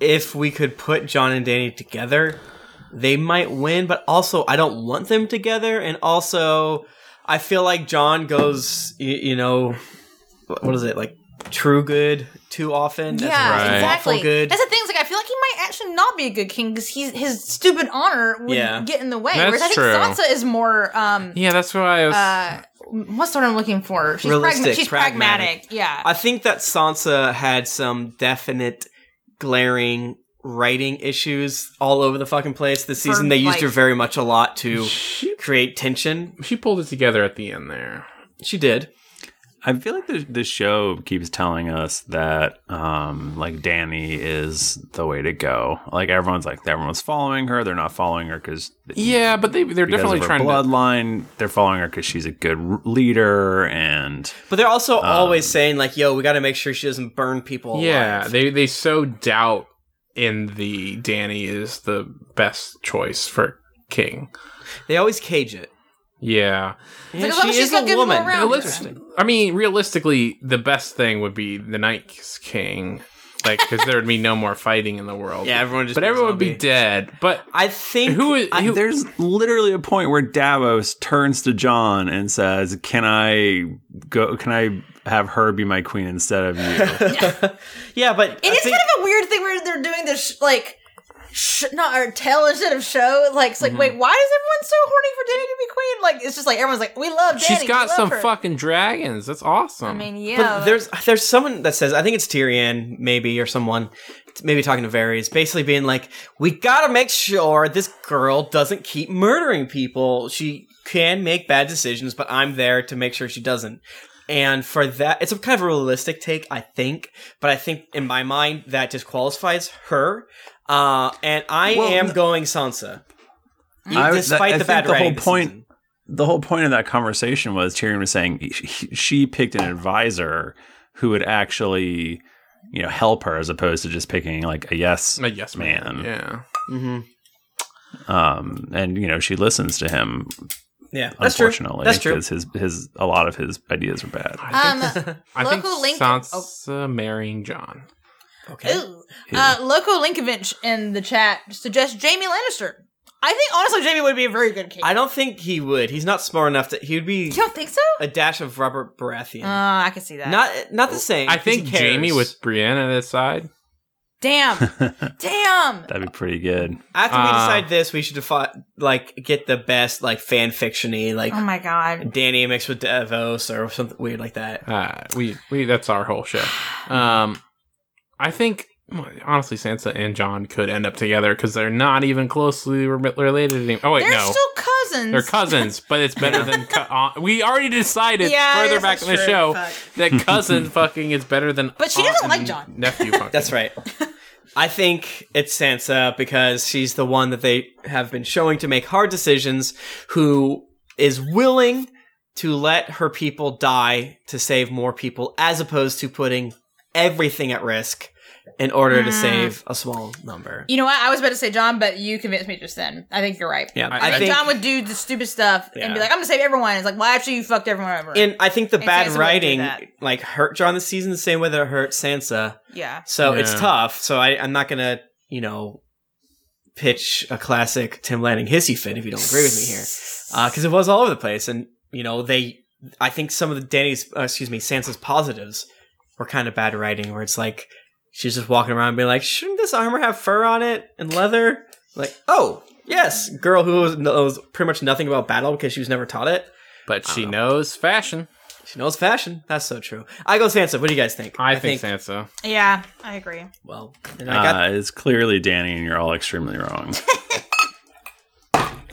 Speaker 3: if we could put John and Danny together, they might win, but also I don't want them together. And also, I feel like John goes, you, you know, what is it, like true good too often? That's
Speaker 4: yeah,
Speaker 2: right.
Speaker 4: exactly.
Speaker 3: Awful good.
Speaker 4: That's the thing. Is like I feel like he might actually not be a good king because he's his stupid honor would
Speaker 3: Yeah.
Speaker 4: get in the way.
Speaker 2: That's
Speaker 4: Whereas I think
Speaker 2: true.
Speaker 4: Sansa is more um
Speaker 2: Yeah, that's what I was.
Speaker 4: uh what's the word I'm looking for? She's
Speaker 3: Realistic,
Speaker 4: pragma- she's
Speaker 3: pragmatic.
Speaker 4: pragmatic. Yeah.
Speaker 3: I think that Sansa had some definite glaring writing issues all over the fucking place this
Speaker 4: For,
Speaker 3: season. They used
Speaker 4: like-
Speaker 3: her very much a lot to
Speaker 2: she,
Speaker 3: create tension.
Speaker 2: she pulled it together at the end there.
Speaker 1: Mm-hmm.
Speaker 3: She did.
Speaker 1: I feel like the the show keeps telling us that um like Danny is the way to go. Like everyone's like everyone's following her. They're not following her because
Speaker 2: Yeah, but they they're
Speaker 1: because
Speaker 2: definitely
Speaker 1: of her
Speaker 2: trying to.
Speaker 1: bloodline. They're following her because she's a good r- leader and
Speaker 3: But they're also always saying like, "Yo, we got to make sure she doesn't burn people." alive.
Speaker 2: Um, Yeah, they they so doubt in the Danny is the best choice for king.
Speaker 3: they always cage it.
Speaker 2: Yeah,
Speaker 3: Yeah,
Speaker 4: as long as oh, she's got good moral
Speaker 2: Now,
Speaker 4: Sounds
Speaker 2: let's- I mean, realistically, the best thing would be the Night's King, like because there would be no more fighting in the world.
Speaker 3: Yeah, everyone just
Speaker 2: but
Speaker 3: be a
Speaker 2: everyone would be
Speaker 3: zombie.
Speaker 2: dead. But
Speaker 3: I think
Speaker 2: who is
Speaker 3: I-
Speaker 2: who,
Speaker 1: There's literally a point where Davos turns to John and says, "Can I go? Can I have her be my queen instead of you?"
Speaker 3: yeah, but
Speaker 4: It is kind of a weird thing where they're doing this, sh- like, sh- not or tell instead of show. Like, it's like,
Speaker 3: Mm-hmm.
Speaker 4: wait, why is everyone so horny for Danny to be queen? Like, it's just like everyone's like, we love Danny.
Speaker 2: she's
Speaker 4: we
Speaker 2: got
Speaker 4: love
Speaker 2: some
Speaker 4: her.
Speaker 2: fucking dragons. That's awesome.
Speaker 4: I mean, yeah.
Speaker 3: But there's there's someone that says I think it's Tyrion maybe or someone t- maybe talking to Varys basically being like we gotta make sure this girl doesn't keep murdering people she can make bad decisions but I'm there to make sure she doesn't and for that it's a kind of a realistic take I think but I think in my mind that disqualifies her uh, and I
Speaker 1: Well,
Speaker 3: am
Speaker 1: no-
Speaker 3: going Sansa E-
Speaker 1: I-
Speaker 3: despite
Speaker 1: I
Speaker 3: the
Speaker 1: think
Speaker 3: bad
Speaker 1: the whole
Speaker 3: writing this
Speaker 1: point-
Speaker 3: season.
Speaker 1: the whole point of that conversation was Tyrion was saying she, she picked an advisor who would actually, you know, help her as opposed to just picking like a yes.
Speaker 2: a Uh, yes man.
Speaker 1: Man.
Speaker 2: Yeah,
Speaker 3: Mm-hmm.
Speaker 1: Um, and you know, she listens to him.
Speaker 3: yeah that's true
Speaker 1: Unfortunately,
Speaker 3: that's true
Speaker 1: Because his his a lot of his ideas are bad.
Speaker 4: um,
Speaker 2: I think
Speaker 4: Local oh. link-
Speaker 2: Sansa marrying John.
Speaker 3: okay
Speaker 4: ooh, uh, Loco Linkovich in the chat suggests Jamie Lannister. I think honestly, Jamie would be a very good king.
Speaker 3: I don't think he would he's not smart enough to he would be
Speaker 4: you don't think so?
Speaker 3: a dash of Robert Baratheon.
Speaker 4: Uh, I can see that.
Speaker 3: not not the same.
Speaker 2: I
Speaker 3: 'cause he
Speaker 2: think
Speaker 3: cares.
Speaker 2: Jamie with Brienne at his side.
Speaker 4: damn, damn.
Speaker 1: That'd be pretty good.
Speaker 3: After we
Speaker 2: Ah.
Speaker 3: decide this, we should defi- like get the best like fan fictiony like
Speaker 4: Oh my god.
Speaker 3: Danny mixed with Davos or something weird like that.
Speaker 2: Uh, we we that's our whole show. Um, I think honestly, Sansa and John could end up together because they're not even closely re- related anymore. Oh wait,
Speaker 4: They're
Speaker 2: no,
Speaker 4: still cousins.
Speaker 2: they're cousins, but it's better than cou- aunt. we already decided
Speaker 4: Yeah, I
Speaker 2: further
Speaker 4: guess
Speaker 2: back
Speaker 4: that's
Speaker 2: in the
Speaker 4: true.
Speaker 2: show
Speaker 4: Fuck.
Speaker 2: that cousin fucking is better than.
Speaker 4: But she
Speaker 2: aunt
Speaker 4: doesn't like
Speaker 2: and
Speaker 4: John.
Speaker 2: nephew. Fucking.
Speaker 3: That's right. I think it's Sansa because she's the one that they have been showing to make hard decisions, who is willing to let her people die to save more people, as opposed to putting everything at risk in order to save a small number.
Speaker 4: Mm. You know what? I was about to say John, but you convinced me just then. I think you're right.
Speaker 3: Yeah,
Speaker 2: I-
Speaker 4: I,
Speaker 3: I
Speaker 4: think
Speaker 3: think
Speaker 4: John would do the stupid stuff and
Speaker 3: Yeah.
Speaker 4: be like, "I'm gonna save everyone." It's like, well, actually, you fucked everyone over.
Speaker 3: and I think the
Speaker 4: And Sansa
Speaker 3: bad
Speaker 4: wouldn't do
Speaker 3: writing
Speaker 4: that.
Speaker 3: like hurt John this season the same way that it hurt Sansa.
Speaker 4: yeah,
Speaker 3: So it's
Speaker 2: Yeah.
Speaker 3: tough. So I, I'm not gonna, you know, pitch a classic Tim Lanning hissy fit if you don't agree with me here, because Uh, it was all over the place. And you know, they, I think some of the Danny's, uh, excuse me, Sansa's positives were kind of bad writing, where it's like she's just walking around being like, shouldn't this armor have fur on it and leather? Like, oh yes, girl who knows pretty much nothing about battle because she was never taught it.
Speaker 2: But she knows fashion.
Speaker 3: She knows fashion. That's so true. I go Sansa. What do you guys think?
Speaker 2: I, think, Sansa.
Speaker 4: yeah, I agree.
Speaker 3: well, and I got
Speaker 1: uh, it's clearly Danny, and you're all extremely wrong.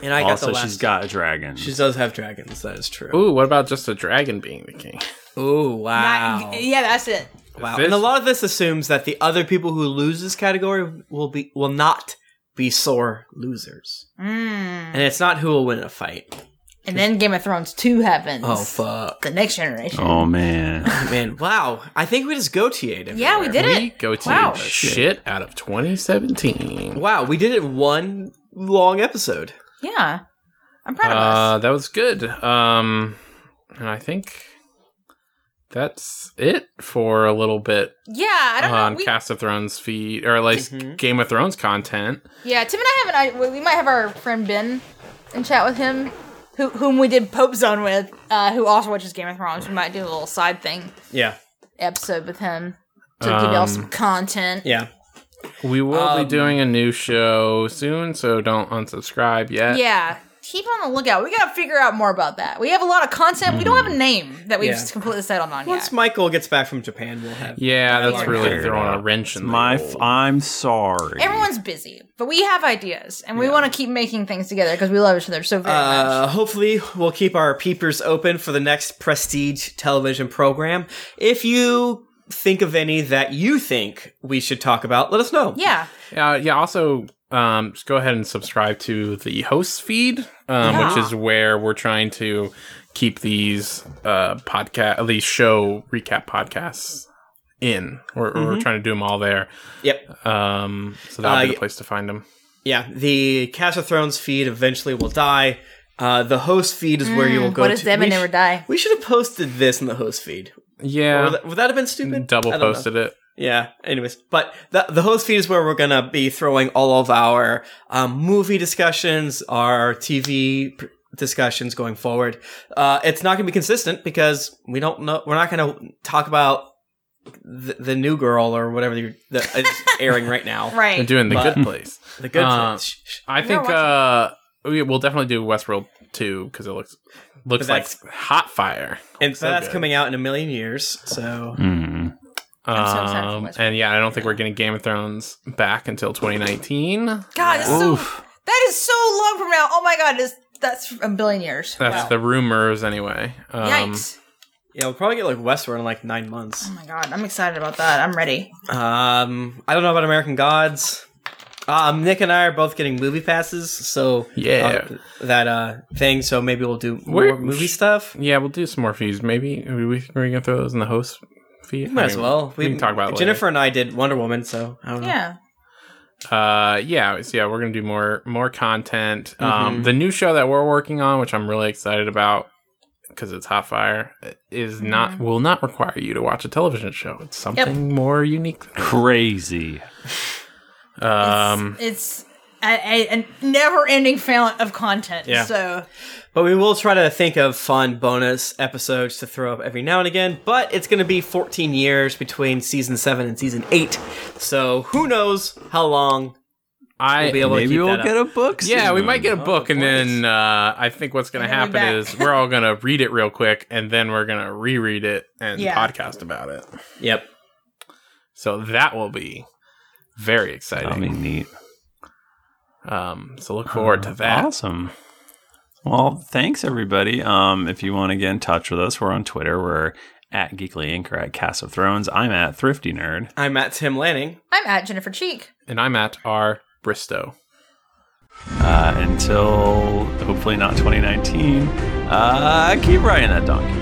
Speaker 3: and I got the
Speaker 1: also,
Speaker 3: last.
Speaker 1: she's got a dragon.
Speaker 3: She does have dragons. That is true.
Speaker 2: Ooh, what about just a dragon being the king?
Speaker 3: Ooh,
Speaker 4: Not- yeah, that's it.
Speaker 3: wow.
Speaker 2: This-
Speaker 3: And a lot of this assumes that the other people who lose this category will be will not be sore losers,
Speaker 4: Mm.
Speaker 3: and it's not who will win in a fight.
Speaker 4: And then Game of Thrones two happens.
Speaker 3: Oh fuck,
Speaker 4: The next generation.
Speaker 1: oh man,
Speaker 3: man! Wow, I think we just goateed. everywhere.
Speaker 4: Yeah, we did
Speaker 2: Oh, We
Speaker 4: it.
Speaker 2: go to
Speaker 4: Wow.
Speaker 2: the shit out of 2017.
Speaker 3: Wow, we did it in one long episode.
Speaker 4: Yeah, I'm proud of us.
Speaker 2: Uh, that was good. Um, and I think that's it for a little bit
Speaker 4: Yeah, I don't
Speaker 2: on
Speaker 4: know. We,
Speaker 2: Cast of Thrones feed or like
Speaker 3: Mhm.
Speaker 2: Game of Thrones content.
Speaker 4: yeah, Tim and I haven't. I, we- we might have our friend Ben and chat with him, who, whom we did Pope Zone with, uh, who also watches Game of Thrones. We might do a little side thing
Speaker 3: Yeah,
Speaker 4: episode with him to give y'all
Speaker 2: Um,
Speaker 4: some content.
Speaker 3: yeah.
Speaker 2: We will
Speaker 3: Um,
Speaker 2: be doing a new show soon, so don't unsubscribe yet.
Speaker 4: Yeah. Keep on the lookout. We gotta figure out more about that. We have a lot of content. We don't have a name that we've
Speaker 3: Yeah.
Speaker 4: completely settled on
Speaker 3: Once
Speaker 4: yet.
Speaker 3: Michael gets back from Japan, we'll have.
Speaker 2: Yeah, that's
Speaker 4: Figure it
Speaker 2: really
Speaker 1: out.
Speaker 2: throwing a wrench in the
Speaker 1: my,
Speaker 2: old-
Speaker 1: f- I'm sorry.
Speaker 4: Everyone's busy, but we have ideas, and we want to keep making things together because we love each other so very much.
Speaker 3: Uh, hopefully, we'll keep our peepers open for the next prestige television program. If you think of any that you think we should talk about, let us know.
Speaker 4: Yeah,
Speaker 2: Uh, yeah. Also, um, just go ahead and subscribe to the host feed, um,
Speaker 4: Yeah.
Speaker 2: which is where we're trying to keep these uh, podcast, these show recap podcasts in. We're, we're trying to do them all there.
Speaker 3: Yep.
Speaker 2: Um, so that'll
Speaker 3: Mm-hmm. Uh,
Speaker 2: be
Speaker 3: y-
Speaker 2: the place to find them.
Speaker 3: Yeah. The Cast of Thrones feed eventually will die. Uh, the host feed is where you will go.
Speaker 4: Mm, what does
Speaker 3: to-
Speaker 4: Devin
Speaker 3: we
Speaker 4: never
Speaker 3: sh-
Speaker 4: die?
Speaker 3: We should have posted this in the host feed. Or
Speaker 2: Yeah, Mm,
Speaker 3: Would, that, would that have been stupid?
Speaker 2: double
Speaker 3: I don't know.
Speaker 2: posted it.
Speaker 3: Yeah. Anyways, but the the host feed is where we're gonna be throwing all of our um, movie discussions, our TV pr- discussions going forward. Uh, it's not gonna be consistent because we don't know. We're not gonna talk about the, the new girl or whatever you're, that is airing right now.
Speaker 2: We're
Speaker 4: Right.
Speaker 2: doing the
Speaker 3: But-
Speaker 2: good place.
Speaker 3: The good.
Speaker 2: Uh,
Speaker 3: shh, shh.
Speaker 2: I think
Speaker 4: watching-
Speaker 2: uh, we, we'll definitely do Westworld two because it looks looks like
Speaker 3: that's-
Speaker 2: hot fire.
Speaker 3: and so that's
Speaker 2: good.
Speaker 3: coming out in a million years. So
Speaker 1: Mm.
Speaker 4: I'm so excited for
Speaker 2: Um,
Speaker 4: Westworld.
Speaker 2: and yeah, I don't think we're getting Game of Thrones back until 2019.
Speaker 4: God, that's so,
Speaker 1: Oof.
Speaker 4: that is so long from now. Oh my God, this, that's a billion years.
Speaker 2: That's
Speaker 4: Wow.
Speaker 2: the rumors, anyway. Um,
Speaker 4: Yikes.
Speaker 3: yeah, we'll probably get like Westworld in like nine months.
Speaker 4: Oh my God, I'm excited about that. I'm ready.
Speaker 3: Um, I don't know about American Gods. Um, Nick and I are both getting movie passes, so
Speaker 2: Yeah.
Speaker 3: uh, that uh thing. So maybe we'll do more
Speaker 2: Where-
Speaker 3: movie stuff.
Speaker 2: Yeah, we'll do some more feeds. Maybe we, we we're gonna throw those in the host feed.
Speaker 3: Might as well.
Speaker 2: We, can talk about it
Speaker 3: Jennifer and I did Wonder Woman, so I don't know.
Speaker 4: Yeah.
Speaker 2: Later. Uh, yeah, so yeah, we're gonna do more more content.
Speaker 3: Mm-hmm.
Speaker 2: Um, the new show that we're working on, which I'm really excited about because it's hot fire, is not
Speaker 4: Mm-hmm.
Speaker 2: will not require you to watch a television show. It's something more unique.
Speaker 1: Crazy.
Speaker 2: Um,
Speaker 4: it's a, a, a never-ending fount of content.
Speaker 3: Yeah.
Speaker 4: So
Speaker 3: But we will try to think of fun bonus episodes to throw up every now and again. But it's going to be 14 years between season seven and season eight, so who knows how long
Speaker 2: I
Speaker 3: we'll be able to Oh,
Speaker 1: Maybe
Speaker 3: keep
Speaker 1: we'll
Speaker 3: that
Speaker 1: get
Speaker 3: up.
Speaker 1: a book.
Speaker 2: Yeah, we
Speaker 1: soon.
Speaker 2: might get a book, and then uh, I think what's going to
Speaker 4: And then we'll be
Speaker 2: happen
Speaker 4: back.
Speaker 2: is we're all going to read it real quick, and then we're going to reread it and
Speaker 4: Yeah.
Speaker 2: podcast about it.
Speaker 3: Yep.
Speaker 2: So that will be very
Speaker 1: That'll be
Speaker 2: exciting.
Speaker 1: neat.
Speaker 2: Um, so look forward to that.
Speaker 1: Awesome. Well, thanks everybody. Um, if you want to get in touch with us, we're on Twitter. We're at Geekly Inc. or at Cast of Thrones. I'm at Thrifty Nerd.
Speaker 3: I'm at Tim Lanning.
Speaker 4: I'm at Jennifer Cheek.
Speaker 2: And I'm at R Bristow.
Speaker 1: uh, until hopefully not 2019. Uh, keep riding that donkey.